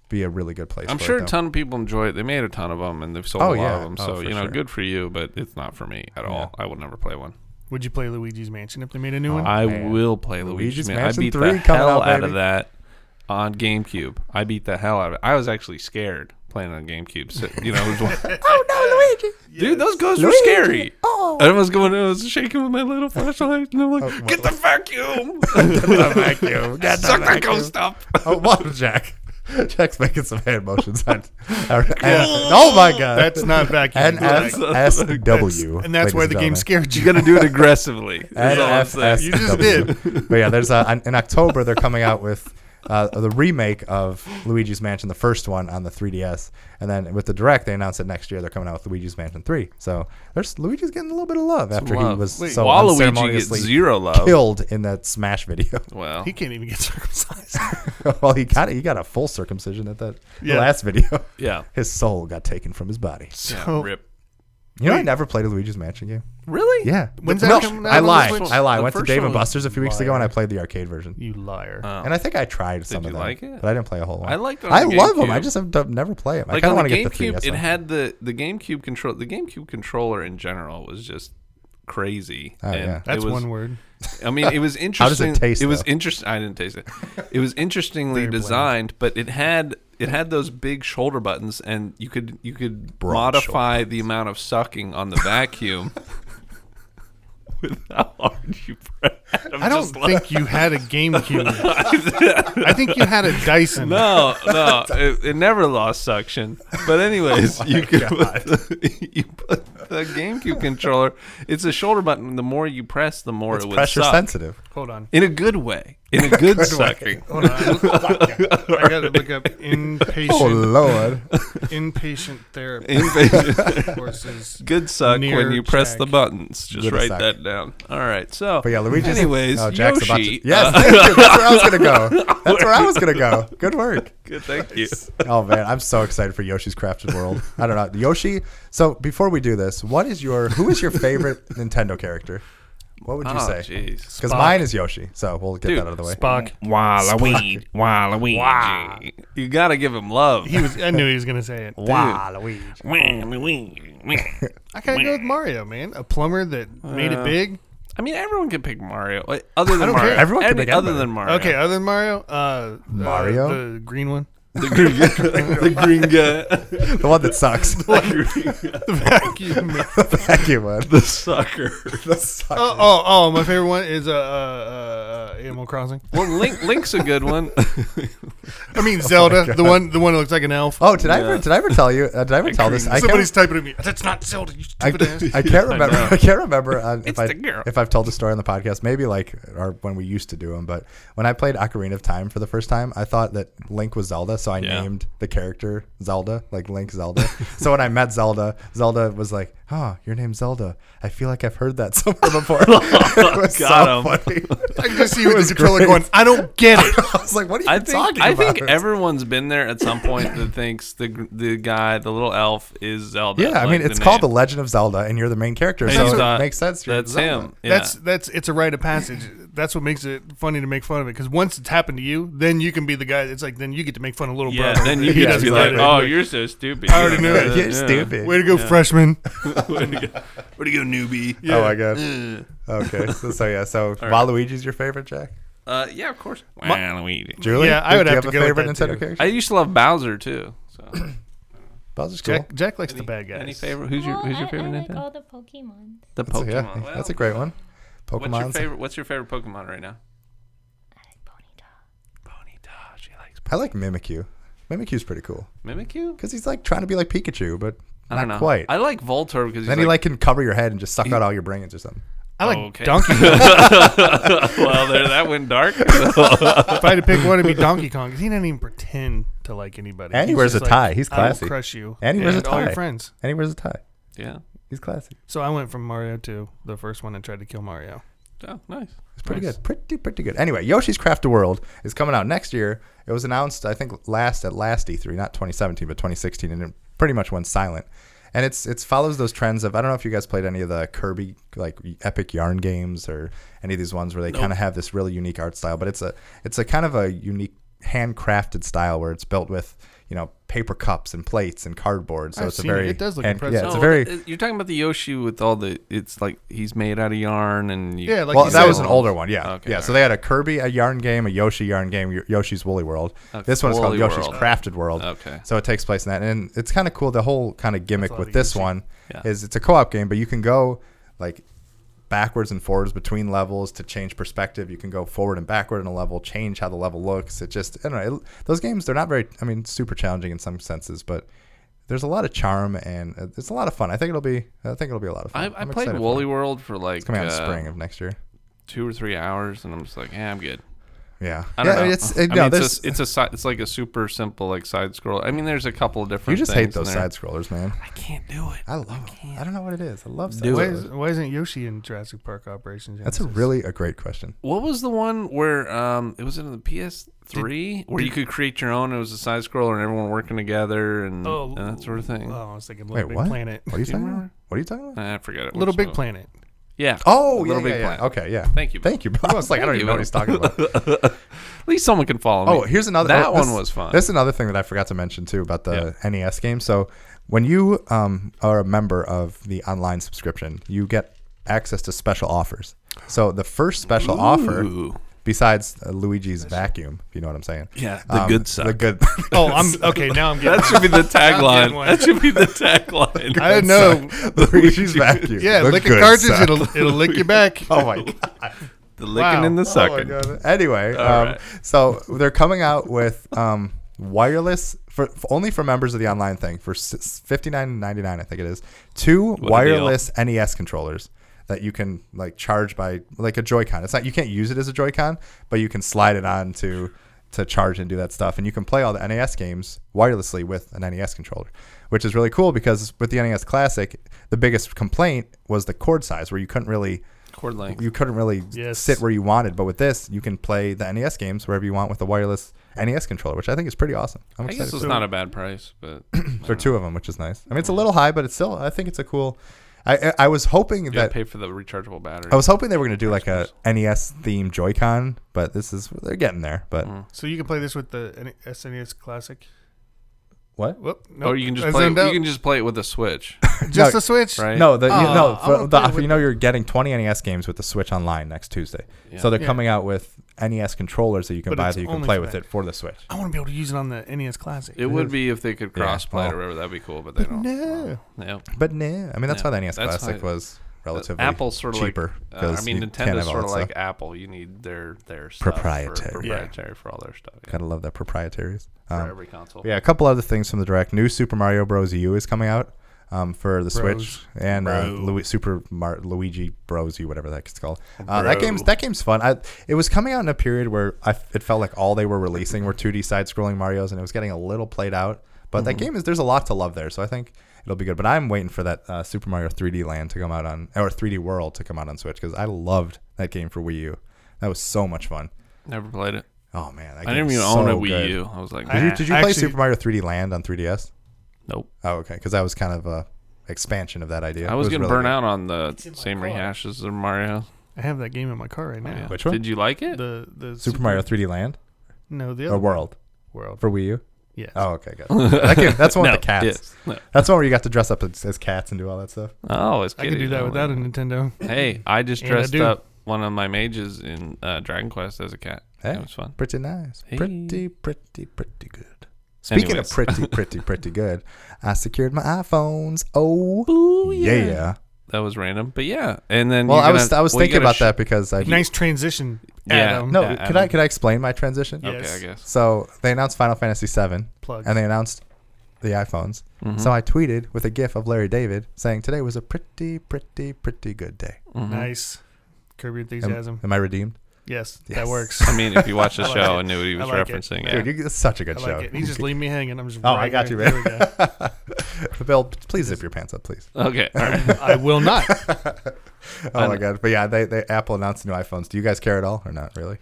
Speaker 1: be a really good place.
Speaker 2: I'm
Speaker 1: for
Speaker 2: sure
Speaker 1: it,
Speaker 2: a
Speaker 1: though.
Speaker 2: ton of people enjoy it. They made a ton of them, and they've sold
Speaker 1: Oh,
Speaker 2: a lot
Speaker 1: yeah.
Speaker 2: of them.
Speaker 1: Oh,
Speaker 2: So
Speaker 1: for
Speaker 2: you know,
Speaker 1: sure.
Speaker 2: good for you, but it's not for me at all. I will never play one.
Speaker 3: Would you play Luigi's Mansion if they made a new
Speaker 1: Oh,
Speaker 3: one?
Speaker 2: I uh,
Speaker 1: man.
Speaker 2: will play Luigi's
Speaker 1: Luigi's
Speaker 2: Man. I
Speaker 1: Mansion
Speaker 2: beat the
Speaker 1: 3 coming
Speaker 2: hell
Speaker 1: out,
Speaker 2: out of
Speaker 1: baby.
Speaker 2: that on GameCube. I beat the hell out of it. I was actually scared playing on GameCube. So, you know, it
Speaker 1: *laughs*
Speaker 2: was like,
Speaker 3: oh no, Luigi!
Speaker 2: dude, those ghosts were scary. Oh. I was going, I was shaking with my little flashlight, and I'm like,
Speaker 1: Oh,
Speaker 2: get
Speaker 1: *laughs*
Speaker 2: the vacuum,
Speaker 1: vacuum. Get the
Speaker 2: *laughs* suck that
Speaker 1: vacuum.
Speaker 2: ghost up.
Speaker 1: *laughs* Oh, what, Jack? *laughs* Jack's making some hand
Speaker 2: *laughs*
Speaker 1: motions. on, on- oh my god,
Speaker 3: That's not vacuum. Like,
Speaker 1: NFSW,
Speaker 3: and that's why
Speaker 1: ladies
Speaker 3: the
Speaker 1: gentlemen.
Speaker 3: game scared
Speaker 2: You
Speaker 3: you.
Speaker 2: got to do
Speaker 1: *laughs*
Speaker 2: it aggressively. is all I'm saying.
Speaker 1: NFSW.
Speaker 3: You
Speaker 1: *laughs*
Speaker 3: just did.
Speaker 1: But yeah, there's a, on- in October they're coming out with uh, the remake of Luigi's Mansion, the first one on the 3DS, and then with the direct they announced that next year they're coming out with Luigi's Mansion 3. So there's Luigi's getting a little bit of love after
Speaker 2: Love.
Speaker 1: he was
Speaker 3: Wait,
Speaker 1: so
Speaker 2: Waluigi gets
Speaker 1: unceremoniously
Speaker 2: zero love.
Speaker 1: killed in that Smash video. *laughs*
Speaker 2: Well,
Speaker 3: *laughs* He can't even get circumcised.
Speaker 1: well, he got it. He got a full circumcision at that
Speaker 3: Yeah.
Speaker 1: last video. *laughs*
Speaker 2: yeah,
Speaker 1: His soul got taken from his body.
Speaker 2: yeah,
Speaker 3: So
Speaker 2: rip.
Speaker 1: You know, I
Speaker 3: Wait.
Speaker 1: never played a Luigi's Mansion game.
Speaker 2: Really?
Speaker 1: Yeah,
Speaker 3: When's
Speaker 1: The-
Speaker 3: that
Speaker 1: no,
Speaker 3: coming out
Speaker 1: I
Speaker 3: on the
Speaker 1: lied.
Speaker 3: Switch?
Speaker 1: I lied. I
Speaker 2: The
Speaker 1: went to
Speaker 2: first
Speaker 1: Dave
Speaker 2: one
Speaker 1: and
Speaker 2: was
Speaker 1: Buster's a few weeks ago and I
Speaker 3: liar.
Speaker 1: played the arcade version.
Speaker 3: you liar.
Speaker 2: Oh.
Speaker 1: And I think I tried some
Speaker 2: Did
Speaker 1: of
Speaker 2: you
Speaker 1: them,
Speaker 2: like it?
Speaker 1: but I didn't play a whole lot.
Speaker 2: I liked it on
Speaker 1: I
Speaker 2: the
Speaker 1: love them. I
Speaker 2: GameCube.
Speaker 1: just have d- never play them. I
Speaker 2: Like
Speaker 1: kind of
Speaker 2: on
Speaker 1: want
Speaker 2: the
Speaker 1: to get the
Speaker 2: GameCube,
Speaker 1: 3DS.
Speaker 2: it
Speaker 1: one.
Speaker 2: had the the GameCube control. The GameCube controller in general was just crazy.
Speaker 1: Oh, yeah.
Speaker 2: it
Speaker 3: That's
Speaker 2: was-
Speaker 3: one
Speaker 2: *laughs*
Speaker 3: word.
Speaker 2: I mean, it was interesting.
Speaker 1: does it taste,
Speaker 2: was
Speaker 1: though?
Speaker 2: interesting. I didn't taste it. It was interestingly
Speaker 3: Very bland.
Speaker 2: designed, but it had it had those big shoulder buttons, and you could you could
Speaker 1: Broad
Speaker 2: modify the amount of sucking on the vacuum. With how hard you press. *laughs* I'm
Speaker 3: I don't
Speaker 2: just like-
Speaker 3: think you had a
Speaker 2: *laughs*
Speaker 3: GameCube. I think you had a Dyson.
Speaker 2: No, no, it, it never lost suction. But anyways, you could put the, *laughs* you put the GameCube controller. It's a shoulder button. The more you press, the more
Speaker 1: it's
Speaker 2: it would
Speaker 1: pressure
Speaker 2: suck. *laughs*
Speaker 1: sensitive.
Speaker 3: Hold on.
Speaker 2: in a good way, *laughs* in a good, sucking.
Speaker 3: Hold on. *laughs* I gotta look up inpatient
Speaker 1: Oh lord!
Speaker 3: inpatient therapy
Speaker 2: Invasion.
Speaker 3: courses.
Speaker 2: good suck when
Speaker 3: Near
Speaker 2: you press
Speaker 3: Jack.
Speaker 2: the buttons. Just
Speaker 1: Good
Speaker 2: write
Speaker 1: suck.
Speaker 2: that down. All right. So,
Speaker 1: But yeah, Luigi's.
Speaker 2: anyways,
Speaker 1: oh, Jack's about
Speaker 2: Yoshi.
Speaker 1: to. Yes,
Speaker 2: uh,
Speaker 1: thank you. that's where I was gonna
Speaker 2: *laughs*
Speaker 1: go. That's where I was gonna go. Good work.
Speaker 2: good. Thank you.
Speaker 1: Oh man, I'm so excited for Yoshi's Crafted World. I don't know Yoshi. So before we do this, what is your who is your
Speaker 2: *laughs*
Speaker 1: favorite Nintendo character? What would you
Speaker 2: Oh,
Speaker 1: say?
Speaker 2: jeez.
Speaker 1: Because mine is Yoshi. So we'll get
Speaker 2: Dude,
Speaker 1: that out of the way.
Speaker 3: Spock.
Speaker 5: Waluigi.
Speaker 1: Ah.
Speaker 5: Waluigi.
Speaker 2: You gotta give him love.
Speaker 3: He was. I knew he was gonna say it.
Speaker 1: Waluigi.
Speaker 5: Waluigi.
Speaker 3: I gotta go with Mario, man. A plumber that made
Speaker 1: Uh,
Speaker 3: it big.
Speaker 2: I mean, everyone can pick Mario. Like, other than
Speaker 3: don't
Speaker 2: Mario,
Speaker 3: care.
Speaker 1: Everyone can
Speaker 2: Any-
Speaker 1: pick
Speaker 2: other
Speaker 1: anybody.
Speaker 2: than Mario.
Speaker 3: Okay, other than Mario, uh,
Speaker 1: Mario?
Speaker 3: uh, the green one. *laughs*
Speaker 2: the green guy. the green guy.
Speaker 1: The one that
Speaker 2: *laughs*
Speaker 1: sucks. *laughs* Vacuum one.
Speaker 2: the sucker.
Speaker 1: *laughs* The sucker.
Speaker 3: Oh, oh, oh! My favorite one is uh, uh, uh, Animal Crossing.
Speaker 2: Well, Link. Link's a
Speaker 1: *laughs*
Speaker 2: good one.
Speaker 3: I mean Zelda, the one, the one that looks like an elf.
Speaker 1: Oh, did I ever
Speaker 2: Yeah.
Speaker 1: did I ever tell you? Uh, did I ever tell this? I
Speaker 3: Somebody's
Speaker 1: can't,
Speaker 3: typing at me. That's not Zelda. You
Speaker 1: I, *laughs*
Speaker 3: stupid ass.
Speaker 1: I can't
Speaker 2: *laughs*
Speaker 1: remember.
Speaker 2: know.
Speaker 1: I, can't remember uh, if
Speaker 2: It's
Speaker 1: I
Speaker 2: the girl.
Speaker 1: if I've told the story on the podcast. Maybe like or when we used to do them. But when I played Ocarina of Time for the first time, I thought that Link was Zelda, so I
Speaker 2: Yeah.
Speaker 1: named the character Zelda, like Link
Speaker 2: *laughs*
Speaker 1: Zelda. so when I met Zelda, Zelda was like, "Oh, your name's Zelda. I feel like I've heard that *laughs* somewhere
Speaker 2: *laughs*
Speaker 1: before." it was so
Speaker 2: Got *laughs*
Speaker 1: funny. *laughs*
Speaker 3: I can just see you with
Speaker 1: was
Speaker 3: the controller
Speaker 1: great.
Speaker 3: going. I don't get
Speaker 1: *laughs*
Speaker 3: it.
Speaker 1: I was like, "What are you
Speaker 2: I think
Speaker 1: talking
Speaker 2: I
Speaker 1: about?"
Speaker 2: think everyone's been there at some point that thinks the gr- the guy, the little elf, is Zelda.
Speaker 1: yeah, I
Speaker 2: like
Speaker 1: mean, it's called The
Speaker 2: name.
Speaker 1: Legend of Zelda, and you're the main character,
Speaker 2: And
Speaker 1: so
Speaker 2: he's
Speaker 1: it
Speaker 2: not-
Speaker 1: makes sense. You're
Speaker 2: That's
Speaker 1: Zelda.
Speaker 2: him. Yeah.
Speaker 3: That's that's it's a rite of passage. that's what makes it funny to make fun of it because once it's happened to you, then you can be the guy. It's like then you get to make fun of little
Speaker 2: Yeah,
Speaker 3: brother.
Speaker 2: then you
Speaker 3: He
Speaker 2: get to
Speaker 3: doesn't
Speaker 2: be like,
Speaker 3: get it.
Speaker 2: "Oh, you're so stupid."
Speaker 3: I already knew
Speaker 1: *laughs*
Speaker 3: it.
Speaker 1: You're stupid.
Speaker 3: *laughs* way to go, freshman.
Speaker 2: Where to go, where to go, newbie?
Speaker 1: Oh my god. okay. So, so yeah.
Speaker 2: *laughs*
Speaker 1: So Waluigi's your favorite, Jack?
Speaker 2: Uh, yeah, of course.
Speaker 5: Waluigi.
Speaker 1: Julie?
Speaker 3: Yeah, I
Speaker 1: do-
Speaker 3: would
Speaker 1: do you
Speaker 3: have
Speaker 1: have
Speaker 3: to
Speaker 1: a
Speaker 3: go with
Speaker 1: favorite
Speaker 3: that,
Speaker 1: Nintendo
Speaker 3: too.
Speaker 1: character?
Speaker 2: I used to love Bowser too.
Speaker 1: *coughs*
Speaker 2: So.
Speaker 1: Bowser's cool.
Speaker 3: Jack, Jack likes the bad guys.
Speaker 2: Any favorite? Who's your
Speaker 4: Well,
Speaker 2: Who's your
Speaker 4: I,
Speaker 2: favorite
Speaker 4: I like
Speaker 2: Nintendo?
Speaker 4: all the Pokemon.
Speaker 2: the
Speaker 1: That's a,
Speaker 2: Pokemon.
Speaker 1: yeah,
Speaker 2: Well,
Speaker 1: that's a great one.
Speaker 2: What's your
Speaker 1: Pokemon's.
Speaker 2: favorite? What's your favorite Pokemon right now?
Speaker 4: I like Ponyta.
Speaker 2: Ponyta. She likes
Speaker 1: I like Mimikyu. Mimikyu's pretty cool
Speaker 2: Mimikyu.
Speaker 1: because he's like trying to be like Pikachu, but
Speaker 2: I don't
Speaker 1: not
Speaker 2: know.
Speaker 1: quite.
Speaker 2: I like Voltorb because
Speaker 1: then he like can cover your head and just suck out all your brains or something.
Speaker 3: I like
Speaker 2: Oh, Okay.
Speaker 3: Donkey.
Speaker 2: *laughs* well, there that
Speaker 1: *laughs*
Speaker 2: went dark.
Speaker 3: if I had to pick
Speaker 2: *laughs*
Speaker 3: one, it'd be Donkey Kong because he didn't even pretend to like anybody.
Speaker 1: And he
Speaker 3: He's
Speaker 1: wears
Speaker 3: just
Speaker 1: a tie. He's
Speaker 3: I
Speaker 1: classy.
Speaker 3: will crush you
Speaker 1: And he wears a
Speaker 3: and all your
Speaker 1: tie.
Speaker 3: friends.
Speaker 1: And he wears a tie.
Speaker 2: yeah.
Speaker 1: He's classy.
Speaker 3: So I went from Mario to the first one and tried to kill Mario.
Speaker 2: Oh, nice.
Speaker 1: It's pretty
Speaker 3: Nice.
Speaker 1: good. Pretty pretty good. Anyway, Yoshi's Crafted World is coming out next year. It was announced, I think, last at last E3, not 2017, but 2016, and it pretty much went silent. And it's it follows those trends of I don't know if you guys played any of the Kirby like epic yarn games or any of these ones where they kind of have this really unique art style, but it's a it's a kind of a unique handcrafted style where it's built with you know paper cups and plates and cardboard. So
Speaker 3: I've
Speaker 1: it's a
Speaker 3: seen it.
Speaker 1: very
Speaker 3: It does look
Speaker 1: yeah,
Speaker 3: impressive.
Speaker 1: it's
Speaker 2: No,
Speaker 1: a very
Speaker 2: uh, You're talking about the Yoshi with all the. It's like he's made out of yarn and. You,
Speaker 3: Yeah, like
Speaker 1: well,
Speaker 3: you
Speaker 1: that
Speaker 3: said.
Speaker 1: was an older one, yeah.
Speaker 2: Okay,
Speaker 1: yeah,
Speaker 2: all
Speaker 1: so they had a Kirby, a yarn game, a Yoshi yarn game, Yo- Yoshi's Woolly World.
Speaker 2: Okay,
Speaker 1: This one's called
Speaker 2: Woolly
Speaker 1: Yoshi's
Speaker 2: World.
Speaker 1: Crafted World.
Speaker 2: Okay.
Speaker 1: So it takes place in that. And it's kind of cool. The whole kind of
Speaker 3: That's
Speaker 1: gimmick
Speaker 3: a lot
Speaker 1: with
Speaker 3: of
Speaker 1: this
Speaker 3: Yoshi.
Speaker 1: one
Speaker 2: Yeah.
Speaker 1: is it's a co op game, but you can go like backwards and forwards between levels to change perspective. You can go forward and backward in a level, change how the level looks. It just, I don't know. It, those games, they're not very, I mean, super challenging in some senses, but. There's a lot of charm and uh, it's a lot of fun. I think it'll be. I think it'll be a lot of
Speaker 2: I,
Speaker 1: fun.
Speaker 2: I
Speaker 1: I'm
Speaker 2: played
Speaker 1: excited for
Speaker 2: Wally
Speaker 1: it.
Speaker 2: World for like
Speaker 1: It's coming out in
Speaker 2: uh,
Speaker 1: spring of next year.
Speaker 2: two or three hours, and I'm just like, yeah, I'm good.
Speaker 1: Yeah,
Speaker 2: I don't
Speaker 1: yeah.
Speaker 2: know.
Speaker 1: It's
Speaker 2: I
Speaker 1: it,
Speaker 2: mean,
Speaker 1: no.
Speaker 2: it's,
Speaker 1: there's,
Speaker 2: a, it's a si- it's like a super simple like side scroll. I mean, there's a couple of different.
Speaker 1: you just hate
Speaker 2: things in
Speaker 1: those
Speaker 2: there.
Speaker 1: side scrollers, man.
Speaker 2: I can't do it.
Speaker 1: I love. them. I don't know what it is. I love side
Speaker 2: Do
Speaker 3: Why,
Speaker 2: it.
Speaker 3: is,
Speaker 1: scrollers.
Speaker 3: why isn't Yoshi in Jurassic Park Operations?
Speaker 1: That's a really a great question.
Speaker 2: What was the one where um it was in the PS3 where you could create your own? It was a side scroller and everyone working together and, and that sort of thing.
Speaker 3: Oh, I was thinking Little
Speaker 1: Wait,
Speaker 3: Big
Speaker 1: what?
Speaker 3: Planet. *laughs*
Speaker 1: What are you
Speaker 2: Do you
Speaker 1: talking about?
Speaker 2: remember?
Speaker 1: What are you talking about?
Speaker 2: I forget it.
Speaker 3: Little
Speaker 2: was
Speaker 3: Big
Speaker 2: one.
Speaker 3: Planet.
Speaker 2: Yeah.
Speaker 1: Oh, yeah,
Speaker 2: Little Big
Speaker 1: yeah, yeah.
Speaker 2: Planet.
Speaker 1: Okay, yeah.
Speaker 2: Thank you, Bill.
Speaker 1: Thank you. Bill. I was like, I don't
Speaker 2: Thank
Speaker 1: even
Speaker 2: you,
Speaker 1: know what he's talking
Speaker 2: Bill. *laughs*
Speaker 1: about.
Speaker 2: At least someone can follow me.
Speaker 1: Oh, here's another.
Speaker 2: That
Speaker 1: oh, this-
Speaker 2: one was fun.
Speaker 1: This is another thing that I forgot to mention too about the NES game. So when you um, are a member of the online subscription, you get access to special offers. So the first special offer,
Speaker 2: Ooh.
Speaker 1: besides uh, Luigi's vacuum, if you know what I'm saying.
Speaker 2: Yeah, the good
Speaker 1: Um, The
Speaker 2: suck.
Speaker 1: good.
Speaker 3: *laughs* Oh, I'm okay. Now I'm getting.
Speaker 2: *laughs* That should be the
Speaker 3: getting
Speaker 2: tagline.
Speaker 3: one.
Speaker 2: that should be
Speaker 1: *laughs*
Speaker 2: the tagline.
Speaker 3: I didn't know.
Speaker 1: Luigi's
Speaker 2: *laughs*
Speaker 1: vacuum.
Speaker 3: Yeah,
Speaker 1: The
Speaker 3: lick a
Speaker 1: good
Speaker 3: cartridge,
Speaker 1: suck.
Speaker 3: it'll it'll lick you back.
Speaker 1: *laughs* Oh
Speaker 3: *laughs*
Speaker 1: my god.
Speaker 2: the licking
Speaker 3: Wow.
Speaker 2: and
Speaker 1: *laughs*
Speaker 2: the
Speaker 1: Oh my
Speaker 2: sucking.
Speaker 1: god. Anyway,
Speaker 2: All
Speaker 1: um,
Speaker 2: right.
Speaker 1: so they're coming out with um, wireless for, for- only for members of the online thing for fifty nine ninety nine, I think it is. Two
Speaker 2: deal.
Speaker 1: wireless NES controllers that you can like charge by like a Joy-Con. It's not you can't use it as a Joy-Con, but you can slide it on to to charge and do that stuff, and you can play all the NES games wirelessly with an NES controller, which is really cool because with the NES Classic, the biggest complaint was the cord size, where you couldn't really
Speaker 2: Cord length.
Speaker 1: you couldn't really
Speaker 3: Yes.
Speaker 1: sit where you wanted. But with this, you can play the NES games wherever you want with a wireless NES controller, which I think is pretty awesome. I'm
Speaker 2: I guess
Speaker 1: excited
Speaker 2: it's
Speaker 1: for,
Speaker 2: not a bad price, but
Speaker 1: for two of them, which is nice. I mean, it's a little high, but it's still. I think it's a cool. I I, I was hoping
Speaker 2: you gotta
Speaker 1: that
Speaker 2: pay for the rechargeable battery.
Speaker 1: I was hoping they were going to do like a NES themed Joy-Con, but this is they're getting there. But
Speaker 2: Mm.
Speaker 3: So you can play this with the N- SNES Classic.
Speaker 1: what?
Speaker 3: Whoop, nope.
Speaker 2: or you can
Speaker 3: I
Speaker 2: just play.
Speaker 3: zoned
Speaker 2: You
Speaker 3: out.
Speaker 2: can just play it with a Switch,
Speaker 3: just
Speaker 1: No,
Speaker 3: the Switch.
Speaker 2: right?
Speaker 1: No, the, you,
Speaker 3: Aw,
Speaker 1: no,
Speaker 3: I wanna
Speaker 1: for-
Speaker 3: Oh, play
Speaker 1: the,
Speaker 3: it with-
Speaker 1: you know you're getting 20 NES games with the Switch online next Tuesday. So they're
Speaker 3: Yeah.
Speaker 1: coming out with NES controllers that you can
Speaker 3: But
Speaker 1: buy
Speaker 3: it's
Speaker 1: that you can
Speaker 3: only
Speaker 1: play
Speaker 3: for
Speaker 1: with
Speaker 3: that.
Speaker 1: it for the Switch.
Speaker 3: I want to be able to use it on the NES Classic.
Speaker 2: It would be if they could
Speaker 1: Yeah,
Speaker 2: cross play it
Speaker 1: well.
Speaker 2: or whatever. That'd be cool, but they don't.
Speaker 3: *laughs* no.
Speaker 2: Yeah.
Speaker 1: But nah, I mean that's
Speaker 2: Yeah,
Speaker 1: why the NES
Speaker 2: that's
Speaker 1: Classic
Speaker 2: why-
Speaker 1: was relatively
Speaker 2: Apple sort of
Speaker 1: cheaper.
Speaker 2: Like, uh, I
Speaker 1: 'cause
Speaker 2: mean,
Speaker 1: you can't have
Speaker 2: Nintendo's
Speaker 1: all
Speaker 2: sort
Speaker 1: that
Speaker 2: of
Speaker 1: stuff.
Speaker 2: like Apple. You need their their stuff for-
Speaker 1: Proprietary.
Speaker 2: for,
Speaker 3: Yeah.
Speaker 2: proprietary for all their stuff. Yeah.
Speaker 1: Gotta love that proprietaries.
Speaker 2: for
Speaker 1: Um,
Speaker 2: every console.
Speaker 1: yeah, a couple other things from the direct. New Super Mario Bros. U is coming out um, for the Switch
Speaker 3: Bros.
Speaker 1: and uh,
Speaker 2: Bro.
Speaker 1: Lu- Super Mar- Luigi Bros. U, whatever that's called. Uh,
Speaker 2: Bro.
Speaker 1: that game's that game's fun. I, it was coming out in a period where I, it felt like all they were releasing were 2D side-scrolling Mario's, and it was getting a little played out. But
Speaker 2: Mm-hmm.
Speaker 1: that game is there's a lot to love there, so I think it'll be good. But I'm waiting for that uh, Super Mario 3D Land to come out on or 3D World to come out on Switch because I loved that game for Wii U. That was so much fun.
Speaker 2: Never played it.
Speaker 1: Oh man, that
Speaker 2: I
Speaker 1: game
Speaker 2: didn't
Speaker 1: is
Speaker 2: even own
Speaker 1: so
Speaker 2: a Wii
Speaker 1: good.
Speaker 2: U. I was like,
Speaker 1: Did you,
Speaker 2: nah.
Speaker 1: did you
Speaker 3: I
Speaker 1: play
Speaker 3: actually-
Speaker 1: Super Mario 3D Land on 3DS?
Speaker 2: nope.
Speaker 1: Oh, okay, because that was kind of a expansion of that idea.
Speaker 2: I was,
Speaker 1: It
Speaker 2: gonna
Speaker 1: really
Speaker 2: burn
Speaker 1: good.
Speaker 2: out on the same rehashes of Mario.
Speaker 3: I have that game in my car right now.
Speaker 2: Yeah.
Speaker 1: Which one?
Speaker 2: Did you like it?
Speaker 3: The the
Speaker 1: Super Mario 3D Land
Speaker 3: No, the
Speaker 1: or
Speaker 3: other
Speaker 1: World
Speaker 3: world.
Speaker 1: for Wii U?
Speaker 3: Yes.
Speaker 1: Oh, okay,
Speaker 2: *laughs*
Speaker 1: good. That game, that's the one
Speaker 2: No,
Speaker 1: with the cats.
Speaker 2: yes, no.
Speaker 1: That's the one where you got to dress up as, as cats and do all that stuff.
Speaker 2: Oh, it's
Speaker 3: I could do
Speaker 2: kidding.
Speaker 3: that
Speaker 2: Oh,
Speaker 3: without a
Speaker 2: yeah.
Speaker 3: Nintendo.
Speaker 2: Hey, I just
Speaker 3: And I
Speaker 2: dressed
Speaker 3: do.
Speaker 2: up one of my mages in uh, Dragon Quest as a cat.
Speaker 1: Hey.
Speaker 2: That was fun.
Speaker 1: Pretty nice.
Speaker 2: Hey.
Speaker 1: Pretty, pretty, pretty good. Speaking
Speaker 2: Anyways.
Speaker 1: of pretty, pretty, pretty good, I secured my iPhones. Oh, yeah.
Speaker 2: That was random, but yeah. And then
Speaker 1: Well,
Speaker 2: you're
Speaker 1: I was
Speaker 2: gonna-
Speaker 1: I was
Speaker 2: well, you
Speaker 1: thinking
Speaker 2: gotta
Speaker 1: about
Speaker 2: sh-
Speaker 1: that because I
Speaker 3: Nice transition.
Speaker 2: Yeah.
Speaker 3: Adam.
Speaker 1: no.
Speaker 2: Yeah, um,
Speaker 1: could I
Speaker 2: Adam.
Speaker 1: could I explain my transition?
Speaker 3: Yeah.
Speaker 2: Okay,
Speaker 3: Yes.
Speaker 2: I guess.
Speaker 1: So they announced Final Fantasy VII,
Speaker 3: Plug.
Speaker 1: and they announced the iPhones.
Speaker 2: Mhm.
Speaker 1: So I tweeted with a GIF of Larry David saying, "Today was a pretty, pretty, pretty good day."
Speaker 2: Mhm.
Speaker 3: Nice. Curb
Speaker 1: Am-
Speaker 3: your enthusiasm.
Speaker 1: Am, I redeemed?
Speaker 3: yes,
Speaker 1: Yes.
Speaker 3: that works.
Speaker 2: I mean, if you watched the
Speaker 3: *laughs* I like
Speaker 2: show
Speaker 3: it.
Speaker 2: and knew what he
Speaker 3: I
Speaker 2: was
Speaker 3: like it.
Speaker 2: referencing, yeah.
Speaker 1: Dude, you, it's such a *laughs* good
Speaker 3: I
Speaker 1: show.
Speaker 3: like it.
Speaker 1: *laughs*
Speaker 3: You just leave me hanging. I'm just.
Speaker 1: Oh, I
Speaker 3: right
Speaker 1: got you,
Speaker 3: there.
Speaker 1: man.
Speaker 3: There we
Speaker 1: *laughs*
Speaker 3: go.
Speaker 1: Bill, please zip your pants up, please.
Speaker 2: okay, all right.
Speaker 3: *laughs* I will not.
Speaker 1: *laughs* Oh my god! But yeah, they, they Apple announced new iPhones. Do you guys care at all or not really?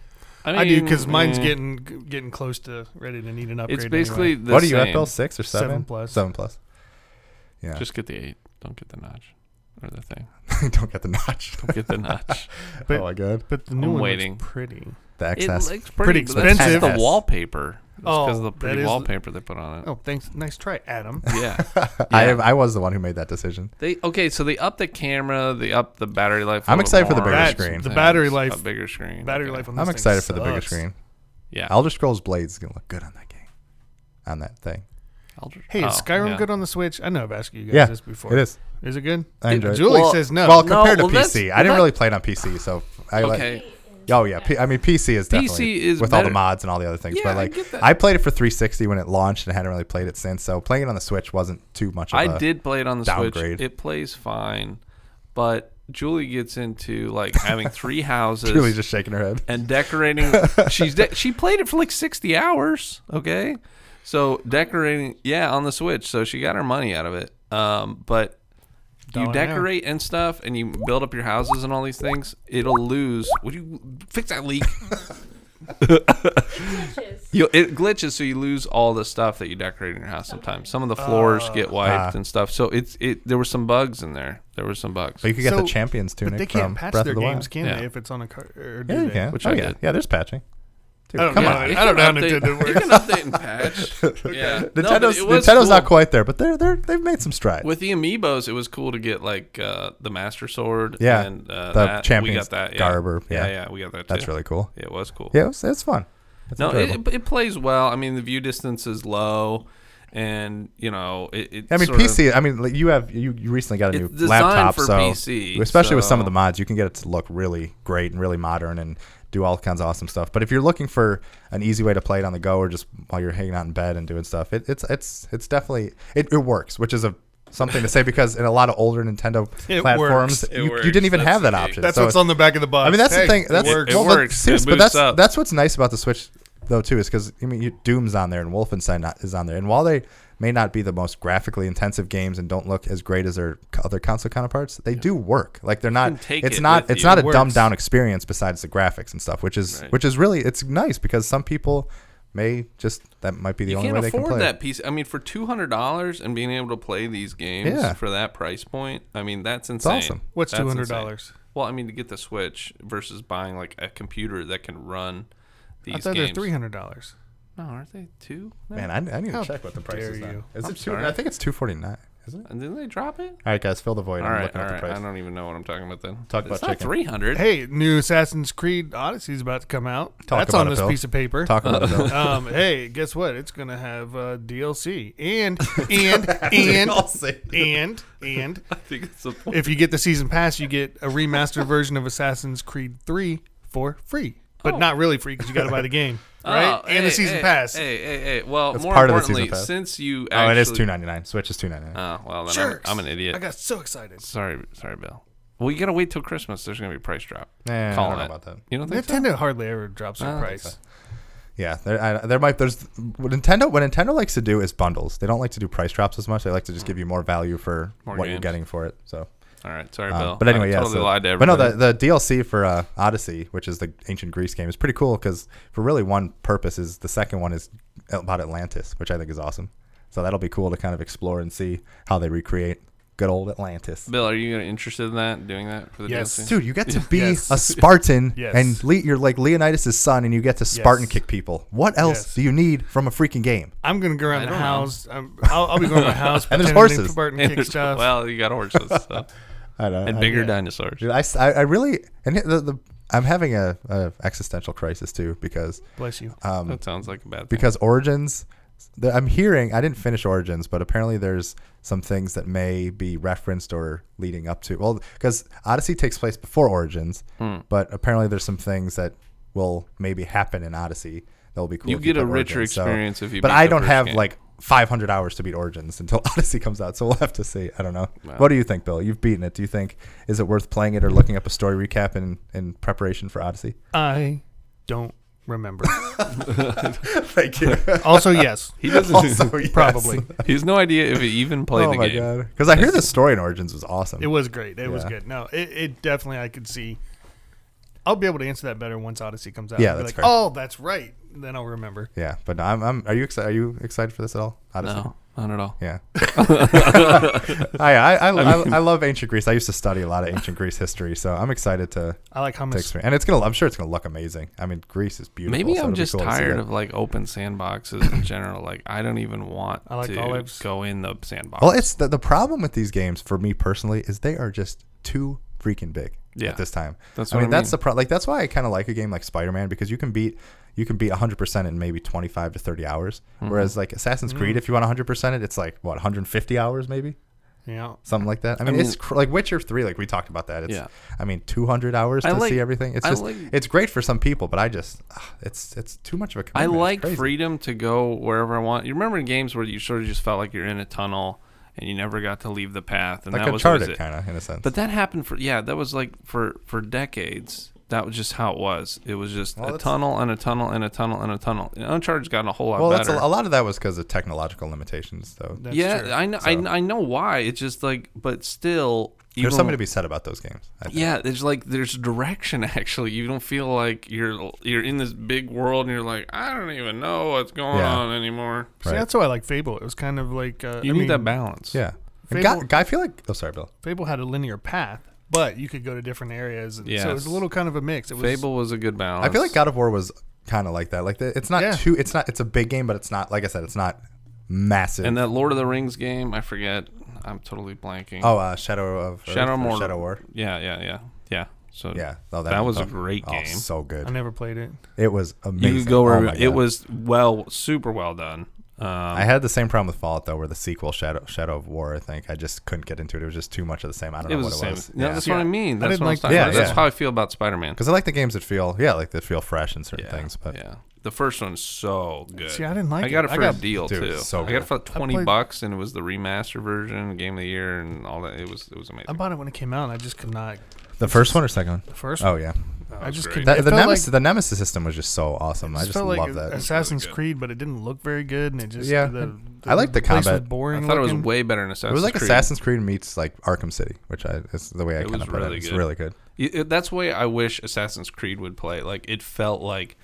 Speaker 2: mean,
Speaker 3: I do because mine's
Speaker 2: eh,
Speaker 3: getting getting close to ready to need an upgrade.
Speaker 2: It's
Speaker 3: anyway.
Speaker 2: basically the
Speaker 1: what are you
Speaker 2: same.
Speaker 1: Apple six or seven?
Speaker 3: Seven plus.
Speaker 1: Seven plus. *laughs* Yeah,
Speaker 2: Just get the eight. Don't get the notch or the thing.
Speaker 1: don't get the notch.
Speaker 2: Don't get
Speaker 1: *laughs*
Speaker 2: the notch.
Speaker 3: But-
Speaker 1: oh my god,
Speaker 3: But the new
Speaker 2: I'm
Speaker 3: one
Speaker 2: waiting.
Speaker 3: looks pretty.
Speaker 1: the
Speaker 2: it
Speaker 1: XS.
Speaker 2: looks
Speaker 3: Pretty
Speaker 2: pretty, but that's
Speaker 3: expensive.
Speaker 2: just
Speaker 1: Yes.
Speaker 2: the wallpaper. because
Speaker 3: Oh,
Speaker 2: of the
Speaker 3: that
Speaker 2: pretty
Speaker 3: is-
Speaker 2: wallpaper they put
Speaker 3: *laughs*
Speaker 2: on it.
Speaker 3: Oh, thanks. Nice try,
Speaker 1: *laughs*
Speaker 3: Adam. *laughs*
Speaker 2: Yeah.
Speaker 1: *laughs* I
Speaker 2: Yeah.
Speaker 1: am, I was the one who made that decision.
Speaker 2: They okay, so they up the camera, they up the battery life. a
Speaker 1: I'm
Speaker 2: little
Speaker 1: excited for the
Speaker 2: more.
Speaker 1: bigger
Speaker 3: That's-
Speaker 1: screen.
Speaker 3: The battery life.
Speaker 2: a bigger screen.
Speaker 3: Battery
Speaker 2: okay.
Speaker 3: life on this
Speaker 1: I'm
Speaker 3: thing
Speaker 1: excited for the bigger
Speaker 3: sucks.
Speaker 1: screen.
Speaker 2: Yeah,
Speaker 1: Elder Scrolls Blades is gonna look good on that game, on that thing.
Speaker 2: Eldritch-
Speaker 3: Hey, is
Speaker 2: oh,
Speaker 3: Skyrim
Speaker 2: yeah.
Speaker 3: good on the Switch? I know I've asked you guys
Speaker 1: Yeah,
Speaker 3: this before.
Speaker 1: It is.
Speaker 3: Is it good?
Speaker 1: I enjoy it.
Speaker 3: Julie
Speaker 2: Well-
Speaker 3: says no.
Speaker 1: Well,
Speaker 2: No,
Speaker 1: compared
Speaker 2: well,
Speaker 1: to
Speaker 2: that's-
Speaker 1: PC, I didn't
Speaker 2: that-
Speaker 1: really play it on PC, so I like.
Speaker 2: Okay,
Speaker 1: Oh yeah, P- I mean PC is definitely
Speaker 2: PC is
Speaker 1: with all the
Speaker 2: better.
Speaker 1: mods and all the other things.
Speaker 2: Yeah,
Speaker 1: but
Speaker 2: I
Speaker 1: like
Speaker 2: get that.
Speaker 1: I, played it for 360 when it launched and I hadn't really played it since. So playing it on the Switch wasn't too much. Of
Speaker 2: I
Speaker 1: a-
Speaker 2: did play it on the
Speaker 1: uh, downgrade.
Speaker 2: Switch. It plays fine, but Julie gets into
Speaker 1: *laughs*
Speaker 2: like having three
Speaker 1: *laughs*
Speaker 2: houses
Speaker 1: Really just shaking her head.
Speaker 2: and decorating. She's de- she played it for like sixty hours. Okay, so decorating, yeah, on the Switch. So she got her money out of it. Um, but
Speaker 3: Dollar
Speaker 2: you
Speaker 3: now.
Speaker 2: decorate and stuff, and you build up your houses and all these things. It'll lose. Would you fix that leak?
Speaker 4: *laughs*
Speaker 2: You, it glitches, so you lose all the stuff that you decorate in your house. Sometimes some of the floors get wiped
Speaker 1: Ah.
Speaker 2: and stuff. So it's it. There were some bugs in there. There were some bugs.
Speaker 1: But you could get
Speaker 3: So-
Speaker 1: the champions tunic
Speaker 3: But they
Speaker 1: from
Speaker 3: can't patch
Speaker 1: Breath
Speaker 3: their
Speaker 1: of the
Speaker 3: games,
Speaker 1: Wild.
Speaker 3: can
Speaker 2: Yeah.
Speaker 3: they? If it's on a car, or do
Speaker 1: Yeah, you
Speaker 3: they?
Speaker 1: can.
Speaker 2: Which
Speaker 1: oh
Speaker 2: I
Speaker 1: yeah,
Speaker 2: did.
Speaker 1: yeah. There's patching. Dude,
Speaker 3: I don't
Speaker 1: come
Speaker 3: know.
Speaker 1: on.
Speaker 3: I don't know how Nintendo
Speaker 2: You can update
Speaker 1: *laughs*
Speaker 2: and patch. Yeah, No, but
Speaker 1: Nintendo's,
Speaker 2: it was
Speaker 1: Nintendo's not
Speaker 2: cool.
Speaker 1: quite there, but they're they're they've made some strides.
Speaker 2: With the amiibos, it was cool to get like uh, the Master Sword.
Speaker 1: Yeah,
Speaker 2: and, uh,
Speaker 1: the
Speaker 2: that. we
Speaker 1: Champions
Speaker 2: got that. Yeah.
Speaker 1: garb or-
Speaker 2: yeah.
Speaker 1: yeah.
Speaker 2: yeah, we got that. Too.
Speaker 1: That's really cool.
Speaker 2: Yeah, it was cool.
Speaker 1: Yeah, it's it's fun. It's
Speaker 2: no,
Speaker 1: enjoyable.
Speaker 2: it, it plays well. I mean, the view distance is low, and you know, it. it
Speaker 1: I mean,
Speaker 2: sort of-
Speaker 1: PC. I mean, like, you have you, you recently got a new
Speaker 2: It's designed
Speaker 1: laptop,
Speaker 2: for
Speaker 1: so
Speaker 2: PC,
Speaker 1: especially with some of
Speaker 2: so-
Speaker 1: the mods, you can get it to look really great and really modern and do all kinds of awesome stuff. But if you're looking for an easy way to play it on the go or just while you're hanging out in bed and doing stuff, it, it's it's it's definitely it, it works, which is a something to say because in a lot of older Nintendo
Speaker 3: *laughs* It
Speaker 1: platforms,
Speaker 3: works.
Speaker 2: It
Speaker 1: you,
Speaker 2: works.
Speaker 1: you didn't even
Speaker 2: That's
Speaker 1: have that
Speaker 2: the key.
Speaker 1: option.
Speaker 3: That's
Speaker 1: So
Speaker 3: what's
Speaker 1: it's-
Speaker 3: on the back of the box.
Speaker 1: I mean, that's
Speaker 3: Hey,
Speaker 1: the thing. That's
Speaker 3: it works.
Speaker 2: It
Speaker 1: well, but
Speaker 2: works. It
Speaker 1: seriously, but
Speaker 2: boots
Speaker 1: that's
Speaker 2: up.
Speaker 1: that's what's nice about the Switch, though, too, is because I mean, you, Doom's on there and Wolfenstein not- is on there, and while they may not be the most graphically intensive games and don't look as great as their co- other console counterparts, they do work. Like they're
Speaker 2: can
Speaker 1: not.
Speaker 2: take
Speaker 1: It's
Speaker 2: it
Speaker 1: not.
Speaker 2: with
Speaker 1: It's
Speaker 2: you.
Speaker 1: not a
Speaker 2: It
Speaker 3: works.
Speaker 1: dumbed down experience besides the graphics and stuff, which is
Speaker 2: Right.
Speaker 1: which is really it's nice because some people may just that might be the
Speaker 2: You
Speaker 1: only
Speaker 2: can't
Speaker 1: way they
Speaker 2: afford
Speaker 1: can play.
Speaker 2: that
Speaker 1: it.
Speaker 2: piece. I mean, for two hundred dollars and being able to play these games
Speaker 1: Yeah.
Speaker 2: for that price point, I mean, that's insane.
Speaker 1: awesome.
Speaker 3: What's
Speaker 2: That's
Speaker 3: two
Speaker 2: insane.
Speaker 3: hundred dollars?
Speaker 2: Well, I mean, to get the Switch versus buying like a computer that can run these
Speaker 3: I thought they're
Speaker 2: games.
Speaker 3: three hundred dollars.
Speaker 2: No, aren't they two? No.
Speaker 1: Man, I, I need to
Speaker 3: How
Speaker 1: check what the price
Speaker 3: dare
Speaker 1: is. now.
Speaker 3: you.
Speaker 1: Is it two,
Speaker 2: sorry.
Speaker 1: I think it's two forty nine. Is it?
Speaker 2: And didn't they drop it?
Speaker 1: All right, guys, fill the void.
Speaker 2: All
Speaker 1: I'm
Speaker 2: right,
Speaker 1: looking
Speaker 2: all
Speaker 1: at the
Speaker 2: right.
Speaker 1: price.
Speaker 2: I don't even know what I'm talking about then.
Speaker 1: Talk
Speaker 2: it's
Speaker 1: about
Speaker 2: not
Speaker 1: chicken.
Speaker 2: three hundred. *laughs*
Speaker 3: Hey, new Assassin's Creed Odyssey is about to come out.
Speaker 1: Talk
Speaker 3: that's
Speaker 1: about
Speaker 3: on
Speaker 1: it,
Speaker 3: this
Speaker 1: Bill.
Speaker 3: piece of paper.
Speaker 1: Talk about it.
Speaker 2: *laughs*
Speaker 1: Bill.
Speaker 3: um, hey, guess what? It's gonna have uh, DLC
Speaker 2: *laughs*
Speaker 3: and and and and and
Speaker 2: I think it's the point.
Speaker 3: if you get the season pass, you get a remastered version of Assassin's Creed Three for free, but
Speaker 2: Oh.
Speaker 3: not really free because you got to buy
Speaker 2: *laughs*
Speaker 3: the game, right?
Speaker 2: Oh,
Speaker 3: and
Speaker 2: hey,
Speaker 3: the season
Speaker 2: hey,
Speaker 3: pass.
Speaker 2: Hey, hey, hey. Well,
Speaker 1: It's
Speaker 2: more
Speaker 1: part of the season
Speaker 2: importantly,
Speaker 1: pass.
Speaker 2: since you
Speaker 1: Oh,
Speaker 2: actually,
Speaker 1: it is two ninety nine. Switch is two ninety nine.
Speaker 2: Oh well, then I'm,
Speaker 3: Jerks.
Speaker 2: I'm an idiot.
Speaker 3: I got so excited.
Speaker 2: Sorry, sorry, Bill. Well, you gotta wait till Christmas. There's gonna be a price drop.
Speaker 1: Eh, I
Speaker 2: Calling
Speaker 1: don't know
Speaker 2: it.
Speaker 1: about that.
Speaker 2: You don't think so?
Speaker 3: Nintendo hardly ever drops
Speaker 2: I
Speaker 3: their
Speaker 2: don't think
Speaker 3: price.
Speaker 1: Yeah, there, I, there might there's what Nintendo. What Nintendo likes to do is bundles. They don't like to do price drops as much. They like to just give you more value for
Speaker 2: More
Speaker 1: what you're
Speaker 2: games.
Speaker 1: getting for it. So,
Speaker 2: All right, sorry,
Speaker 1: um,
Speaker 2: Bill.
Speaker 1: but anyway,
Speaker 2: I
Speaker 1: yeah.
Speaker 2: totally
Speaker 1: so-
Speaker 2: lied to
Speaker 1: but no,
Speaker 2: everybody.
Speaker 1: the, the DLC for uh, Odyssey, which is the ancient Greece game, is pretty cool because for really one purpose is the second one is about Atlantis, which I think is awesome. So that'll be cool to kind of explore and see how they recreate Good old Atlantis.
Speaker 2: Bill, are you interested in that? Doing that for the
Speaker 3: Yes.
Speaker 2: DLC?
Speaker 1: Dude, you
Speaker 3: *laughs*
Speaker 1: get to be
Speaker 3: Yes.
Speaker 1: a Spartan
Speaker 3: *laughs* Yes.
Speaker 1: and Le- you're like Leonidas' son and you get to Spartan
Speaker 3: Yes.
Speaker 1: kick people. What else
Speaker 3: Yes.
Speaker 1: do you need from a freaking game?
Speaker 3: I'm gonna go around the
Speaker 2: don't know.
Speaker 3: house. I'm, I'll, I'll
Speaker 2: *laughs*
Speaker 3: be going to my house.
Speaker 1: And there's
Speaker 3: pretending
Speaker 1: horses.
Speaker 3: to Barton
Speaker 2: And
Speaker 3: kick
Speaker 2: there's- *laughs*
Speaker 3: stuff.
Speaker 2: Well, you got
Speaker 1: *laughs*
Speaker 2: horses so.
Speaker 1: I don't
Speaker 2: and
Speaker 1: I-
Speaker 2: bigger
Speaker 1: Uh, yeah.
Speaker 2: dinosaurs.
Speaker 1: Dude, I, s- I- I really and the, the I'm having a, a existential crisis too because
Speaker 3: Bless you.
Speaker 1: um,
Speaker 2: That sounds like a bad thing.
Speaker 1: because Origins, the, I'm hearing I didn't finish Origins, but apparently there's some things that may be referenced or leading up to. Well, because Odyssey takes place before Origins,
Speaker 2: Hmm.
Speaker 1: but apparently there's some things that will maybe happen in Odyssey that will be cool.
Speaker 2: You
Speaker 1: if
Speaker 2: get a
Speaker 1: play
Speaker 2: richer
Speaker 1: Origins, so-
Speaker 2: experience if you
Speaker 1: But
Speaker 2: beat
Speaker 1: I
Speaker 2: the
Speaker 1: don't
Speaker 2: first
Speaker 1: have
Speaker 2: game.
Speaker 1: like 500 hours to beat Origins until *laughs* Odyssey comes out, so we'll have to see. I don't know. What do you think, Bill? You've beaten it. Do you think is it worth playing it or looking up a story recap in in preparation for Odyssey?
Speaker 3: I don't
Speaker 2: *laughs*
Speaker 3: remember.
Speaker 1: *laughs* Thank *laughs* you.
Speaker 3: also, yes.
Speaker 1: *laughs*
Speaker 2: he doesn't.
Speaker 1: also, yes.
Speaker 3: Probably.
Speaker 2: He's no idea if he even
Speaker 1: Oh
Speaker 2: played the game.
Speaker 1: Because I hear the story in Origins was awesome.
Speaker 3: It was great. It was
Speaker 1: Yeah.
Speaker 3: good. No, it, it definitely I could see. I'll be able to answer that better once Odyssey comes out.
Speaker 1: Yeah,
Speaker 3: I'll be
Speaker 1: that's fair.
Speaker 3: like, Oh, that's right. Then I'll remember.
Speaker 1: yeah, but I'm, I'm. Are you excited? Are you excited for this at all? Odyssey?
Speaker 2: No, not at all. *laughs*
Speaker 1: Yeah. *laughs* I, I, I, I, I love ancient Greece. I used to study a lot of ancient Greece history, so I'm excited to,
Speaker 3: I like
Speaker 1: to
Speaker 3: hummus.
Speaker 1: experience. And it's gonna. I'm sure it's gonna look amazing. I mean, Greece is beautiful.
Speaker 2: Maybe
Speaker 1: so it'll
Speaker 2: I'm
Speaker 1: be
Speaker 2: just
Speaker 1: cool to see
Speaker 2: tired
Speaker 1: that.
Speaker 2: of like open sandboxes in general. Like I don't even want
Speaker 3: I like
Speaker 2: to
Speaker 3: olives.
Speaker 2: go in the sandbox.
Speaker 1: Well, it's the, the problem with these games for me personally is they are just too freaking big
Speaker 2: Yeah.
Speaker 1: at this time.
Speaker 2: That's
Speaker 1: I
Speaker 2: what
Speaker 1: mean,
Speaker 2: I
Speaker 1: that's
Speaker 2: mean.
Speaker 1: the pro- like that's why I kind of like a game like Spider-Man because you can beat you can beat 100% in maybe 25 to 30 hours.
Speaker 2: Mm-hmm.
Speaker 1: Whereas like Assassin's
Speaker 2: Mm.
Speaker 1: Creed if you want 100% it it's like what 150 hours maybe?
Speaker 3: Yeah.
Speaker 1: Something like that. I mean, it's cr- like Witcher 3 like we talked about that. It's
Speaker 2: Yeah.
Speaker 1: I mean 200 hours
Speaker 2: I
Speaker 1: to
Speaker 2: like-
Speaker 1: see everything. It's
Speaker 2: I
Speaker 1: just
Speaker 2: like-
Speaker 1: it's great for some people, but I just ah, it's it's too much of a
Speaker 2: I
Speaker 1: commitment. It's
Speaker 2: like
Speaker 1: crazy.
Speaker 2: freedom to go wherever I want. You remember in games where you sort of just felt like you're in a tunnel and you never got to leave the path, and
Speaker 1: like
Speaker 2: that was always
Speaker 1: Uncharted
Speaker 2: it.
Speaker 1: kind of in a sense.
Speaker 2: But that happened for yeah, that was like for for decades. That was just how it was. It was just
Speaker 1: Well,
Speaker 2: a
Speaker 1: that's-
Speaker 2: tunnel and a tunnel and a tunnel and a tunnel. And Uncharted's gotten a whole lot
Speaker 1: well, that's
Speaker 2: better.
Speaker 1: a, a lot of that was because of technological limitations, though.
Speaker 3: That's
Speaker 2: yeah,
Speaker 3: true.
Speaker 2: I know. I, kn- I know why. It's just like, but still, even
Speaker 1: There's something to be said about those games. I think.
Speaker 2: Yeah, there's like there's direction. *laughs* Actually, you don't feel like you're you're in this big world and you're like, I don't even know what's going
Speaker 1: Yeah.
Speaker 2: on anymore.
Speaker 3: See,
Speaker 1: Right.
Speaker 3: that's why I like Fable. It was kind of like uh,
Speaker 2: You
Speaker 3: I
Speaker 2: need
Speaker 3: mean,
Speaker 2: that balance.
Speaker 1: Yeah. And
Speaker 3: Fable-
Speaker 1: Guy, Guy, I feel like. Oh, sorry, Bill.
Speaker 3: Fable had a linear path, but you could go to different areas. And So it was
Speaker 2: Yes.
Speaker 3: a little kind of a mix. It was
Speaker 2: Fable was a good balance.
Speaker 1: I feel like God of War was kind of like that. Like the, it's not
Speaker 3: Yeah.
Speaker 1: too. It's not. It's a big game, but it's not. Like I said, it's not massive.
Speaker 2: and that Lord of the Rings game. I forget. I'm totally blanking.
Speaker 1: oh, uh, Shadow of Earth
Speaker 2: Shadow
Speaker 1: or
Speaker 2: of Mordor.
Speaker 1: Shadow War.
Speaker 2: Yeah, yeah, yeah, yeah. So
Speaker 1: Yeah. Oh,
Speaker 2: that, was a
Speaker 1: oh,
Speaker 2: great
Speaker 1: oh,
Speaker 2: game.
Speaker 1: so
Speaker 3: I
Speaker 1: good.
Speaker 3: never played it.
Speaker 1: It was amazing.
Speaker 2: you could go
Speaker 1: Oh
Speaker 2: wherever.
Speaker 1: my
Speaker 2: it
Speaker 1: God.
Speaker 2: was well, super well done. Um,
Speaker 1: I had the same problem with Fallout though, where the sequel Shadow Shadow of War. I think I just couldn't get into it. It was just too much of the same. I don't
Speaker 2: it
Speaker 1: know
Speaker 2: was
Speaker 1: what
Speaker 2: the
Speaker 1: it
Speaker 2: same.
Speaker 1: was.
Speaker 2: Yeah, that's what I mean.
Speaker 3: I
Speaker 2: That's
Speaker 3: didn't
Speaker 2: what I'm
Speaker 3: like the
Speaker 2: talking about.
Speaker 1: first
Speaker 2: That's
Speaker 1: one.
Speaker 2: how I feel about Spider-Man.
Speaker 1: Because I like the games that feel yeah, like that feel fresh in certain
Speaker 2: Yeah,
Speaker 1: things. But
Speaker 2: yeah, the first one's so good.
Speaker 3: See, I didn't like
Speaker 2: I got
Speaker 3: it.
Speaker 2: it for
Speaker 3: I got-
Speaker 2: a deal
Speaker 1: dude,
Speaker 2: too.
Speaker 1: it's so
Speaker 2: I got it
Speaker 1: good.
Speaker 2: for like
Speaker 3: I
Speaker 2: twenty
Speaker 3: played-
Speaker 2: bucks, and it was the remaster version, game of the year, and all that. It was it was amazing.
Speaker 3: I bought it when it came out. and I just could not.
Speaker 1: the first one or second one?
Speaker 3: The first.
Speaker 1: Oh yeah,
Speaker 3: I just
Speaker 2: great.
Speaker 3: could.
Speaker 1: that,
Speaker 3: it
Speaker 1: the
Speaker 3: felt
Speaker 1: Nemesis
Speaker 3: like-
Speaker 1: the Nemesis system was just so awesome.
Speaker 3: it
Speaker 1: I just
Speaker 3: felt
Speaker 1: love
Speaker 3: like
Speaker 1: that.
Speaker 3: Assassin's
Speaker 2: good.
Speaker 3: Creed, but it didn't look very good, and it just
Speaker 1: Yeah.
Speaker 3: The,
Speaker 1: I like the
Speaker 3: place was
Speaker 1: combat.
Speaker 2: I
Speaker 3: boring.
Speaker 2: thought it
Speaker 3: looking.
Speaker 2: was way better in Assassin's
Speaker 1: It was like
Speaker 2: Creed.
Speaker 1: Assassin's Creed meets like Arkham City, which I is the way I
Speaker 2: It
Speaker 1: kind
Speaker 2: was
Speaker 1: of put
Speaker 2: really
Speaker 1: it. It's
Speaker 2: good.
Speaker 1: really good.
Speaker 2: Y- it- That's the way I wish Assassin's Creed would play. Like it felt like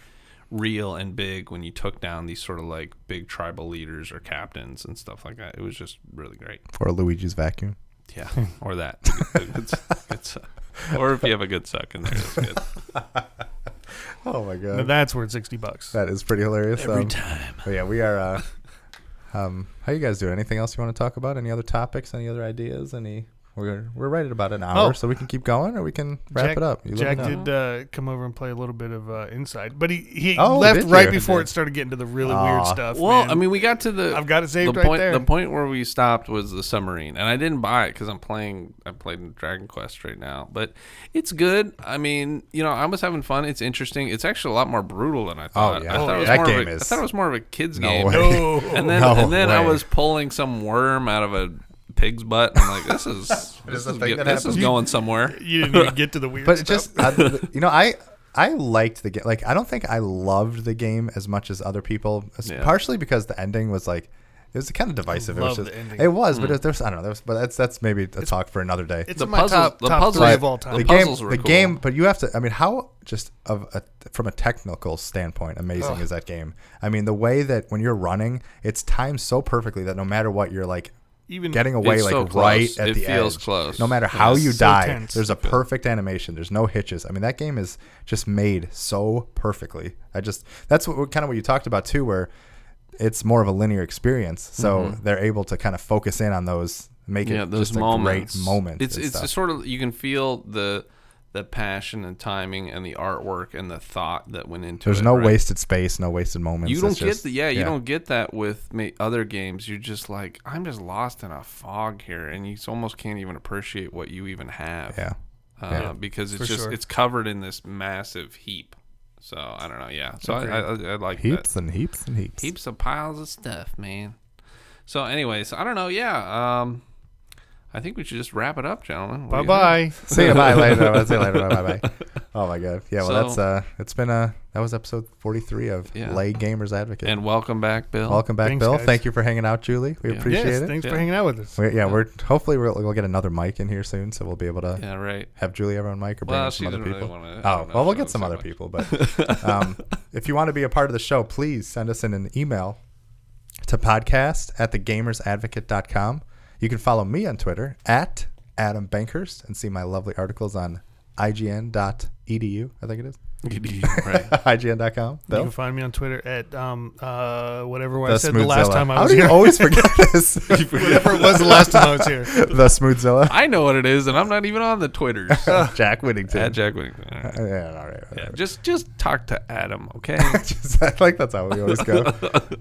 Speaker 2: real and big when you took down these sort of like big tribal leaders or captains and stuff like that. It was just really great.
Speaker 1: Or Luigi's vacuum.
Speaker 2: Yeah, or that. It's, it's, uh, or if you have a good suck in there, it's good.
Speaker 1: Oh my
Speaker 3: Now
Speaker 1: god,
Speaker 3: that's worth sixty bucks.
Speaker 1: that is pretty hilarious. Every time. yeah, we are. Uh, um, how you guys doing? Anything else you want to talk about? Any other topics? Any other ideas? Any? We're we're right at about an hour,
Speaker 3: Oh.
Speaker 1: so we can keep going, or we can wrap
Speaker 3: Jack,
Speaker 1: it up. You let me
Speaker 3: Jack
Speaker 1: know.
Speaker 3: did uh, come over and play a little bit of uh, Inside, but he, he
Speaker 1: Oh,
Speaker 3: left
Speaker 1: did you?
Speaker 3: right
Speaker 1: I
Speaker 3: before
Speaker 1: did.
Speaker 3: it started getting to the really
Speaker 1: Aw.
Speaker 3: weird stuff.
Speaker 2: Well,
Speaker 3: man.
Speaker 2: I mean, we got to the.
Speaker 3: I've got it saved
Speaker 2: the
Speaker 3: right
Speaker 2: point,
Speaker 3: there.
Speaker 2: The point where we stopped was the submarine, and I didn't buy it because I'm playing. I'm playing Dragon Quest right now, but it's good. I mean, you know, I was having fun. It's interesting. It's actually a lot more brutal than I thought.
Speaker 1: yeah.
Speaker 2: I thought
Speaker 1: Oh,
Speaker 2: it was
Speaker 1: yeah.
Speaker 2: more
Speaker 1: That
Speaker 2: of a,
Speaker 1: game
Speaker 2: I thought it
Speaker 1: is-
Speaker 2: was more of a kids
Speaker 1: No
Speaker 2: game.
Speaker 1: way.
Speaker 3: No.
Speaker 2: *laughs* And then,
Speaker 1: No
Speaker 2: and then I
Speaker 1: way.
Speaker 2: was pulling some worm out of a pig's butt. And I'm like, this
Speaker 3: *laughs*
Speaker 2: is this,
Speaker 1: is a
Speaker 2: is,
Speaker 1: thing
Speaker 2: get-
Speaker 1: that
Speaker 2: this is
Speaker 1: happens.
Speaker 2: going somewhere.
Speaker 3: *laughs* you didn't even get to the weird.
Speaker 1: but it just
Speaker 3: stuff.
Speaker 1: uh, you know i i liked the game like i don't think i loved the game as much as other people as-
Speaker 2: Yeah.
Speaker 1: partially because the ending was like it was kind of divisive it was
Speaker 3: love
Speaker 1: just,
Speaker 3: the ending. Mm.
Speaker 1: it was but it, there's i don't know there's but that's that's maybe a talk for another day
Speaker 3: it's
Speaker 2: the
Speaker 3: in my
Speaker 2: puzzles-
Speaker 3: top,
Speaker 2: the
Speaker 3: top
Speaker 2: puzzles-
Speaker 3: three
Speaker 1: but
Speaker 3: of all
Speaker 1: the
Speaker 3: time.
Speaker 1: game
Speaker 2: puzzles were
Speaker 1: the
Speaker 2: cool.
Speaker 1: game but you have to i mean how just of a, from a technical standpoint amazing is that game i mean the way that when you're running it's timed so perfectly that no matter what you're like
Speaker 3: even
Speaker 1: getting away
Speaker 2: It's
Speaker 1: like
Speaker 2: so
Speaker 1: right
Speaker 2: close.
Speaker 1: at
Speaker 2: It
Speaker 1: the
Speaker 2: feels
Speaker 1: edge.
Speaker 2: close.
Speaker 1: No matter how you
Speaker 3: so
Speaker 1: die,
Speaker 3: tense.
Speaker 1: there's a perfect animation. There's no hitches. I mean, that game is just made so perfectly. I just that's what, kind of what you talked about too, where it's more of a linear experience, so they're able to kind of focus in on those, make
Speaker 2: Mm-hmm. yeah,
Speaker 1: it
Speaker 2: those
Speaker 1: just
Speaker 2: moments.
Speaker 1: a great moment.
Speaker 2: It's
Speaker 1: and
Speaker 2: it's
Speaker 1: stuff.
Speaker 2: just sort of you can feel the the passion and timing and the artwork and the thought that went into
Speaker 1: there's
Speaker 2: it.
Speaker 1: no
Speaker 2: right?
Speaker 1: wasted space, no wasted moments.
Speaker 2: You don't
Speaker 1: It's
Speaker 2: get
Speaker 1: just-
Speaker 2: the yeah, you don't get that with ma- other games. You're just like I'm just lost in a fog here, and you almost can't even appreciate what you even have.
Speaker 1: Yeah.
Speaker 2: uh,
Speaker 1: Yeah.
Speaker 2: because it's
Speaker 3: For
Speaker 2: just
Speaker 3: sure.
Speaker 2: it's covered in this massive heap. So I don't know. Yeah, so I, I, I, I like
Speaker 1: Heaps
Speaker 2: that.
Speaker 1: and heaps and heaps.
Speaker 2: heaps of piles of stuff, man. So, anyways, I don't know. Yeah, um, I think we should just wrap it up, gentlemen. What do
Speaker 3: Bye
Speaker 2: you
Speaker 3: bye.
Speaker 1: *laughs* See you. Bye later. I'll see you later. Bye
Speaker 2: *laughs*
Speaker 1: bye. Oh my god. Yeah. Well,
Speaker 2: So-
Speaker 1: that's uh. It's been uh. That was episode forty three of
Speaker 2: Yeah.
Speaker 1: Lay Gamers
Speaker 2: think?
Speaker 1: Advocate.
Speaker 2: And welcome back, Bill.
Speaker 1: welcome back,
Speaker 3: Thanks,
Speaker 1: Bill.
Speaker 3: guys.
Speaker 1: Thank you for hanging out, Julie. We
Speaker 2: Yeah.
Speaker 1: appreciate
Speaker 3: yes,
Speaker 1: it.
Speaker 3: thanks
Speaker 2: Yeah.
Speaker 3: for hanging out with us.
Speaker 1: We- yeah, We're hopefully we'll, we'll get another mic in here soon, so we'll be able to
Speaker 2: Yeah, right.
Speaker 1: have Julie ever on mic or bring
Speaker 2: Well,
Speaker 1: in
Speaker 2: she
Speaker 1: some other
Speaker 2: didn't
Speaker 1: people.
Speaker 2: really want to.
Speaker 1: Oh, well, we'll get some other people.
Speaker 3: *laughs*
Speaker 1: But um, if you want to be a part of the show, please send us in an email to podcast at thegamersadvocate.com. You can follow me on Twitter at Adam Bankhurst and see my lovely articles on ign.edu, E I think it is.
Speaker 2: right.
Speaker 1: *laughs* ign.com.
Speaker 3: You can
Speaker 1: Bill?
Speaker 3: find me on Twitter at um uh whatever I
Speaker 1: The
Speaker 3: said the last
Speaker 1: Smoothzilla.
Speaker 3: time I
Speaker 1: How
Speaker 3: was
Speaker 1: do you
Speaker 3: here. *laughs*
Speaker 1: always forget this?
Speaker 3: Whatever it was the last time I was
Speaker 1: *laughs*
Speaker 3: here.
Speaker 1: the
Speaker 3: *laughs*
Speaker 1: Smoothzilla.
Speaker 2: I know what it is, and I'm not even on
Speaker 1: *laughs*
Speaker 2: the Twitters.
Speaker 1: Jack Whittington.
Speaker 2: At Jack Whittington. All right.
Speaker 1: Yeah, all right. all right.
Speaker 2: Yeah, just just talk to Adam,
Speaker 1: *laughs*
Speaker 2: okay?
Speaker 1: Just- I like that's how we always go.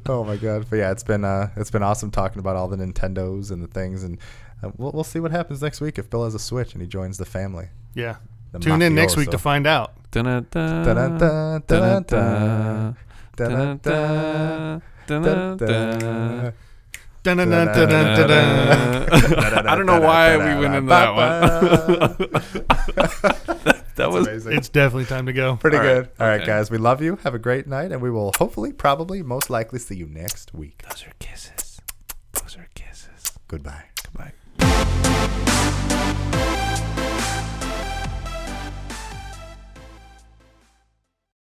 Speaker 1: oh my god! But yeah, it's been uh, it's been awesome talking about all the Nintendos and the things, and uh, we'll we'll see what happens next week if Bill has a Switch and he joins the family.
Speaker 3: Yeah.
Speaker 1: The
Speaker 3: Tune in next week to
Speaker 1: mafioso.
Speaker 3: find out.
Speaker 2: Dun-dun-dun,
Speaker 1: Dun-dun-dun, dun-dun-dun,
Speaker 2: *laughs* dun-dun-dun,
Speaker 1: dun-dun-dun,
Speaker 2: dun-dun-dun,
Speaker 1: dun-dun.
Speaker 2: dun-dun-dun.
Speaker 1: *laughs*
Speaker 3: Dun-dun-dun-dun-dun-dun.
Speaker 2: I don't know why we went into that one. *laughs* that was
Speaker 1: Amazing.
Speaker 3: It's definitely time to go.
Speaker 1: pretty
Speaker 2: All right,
Speaker 1: good. All right,
Speaker 2: okay.
Speaker 1: guys, we love you. Have a great night, and we will hopefully, probably, most likely see you next week.
Speaker 2: those are kisses. Those are kisses.
Speaker 1: Goodbye.
Speaker 2: Goodbye.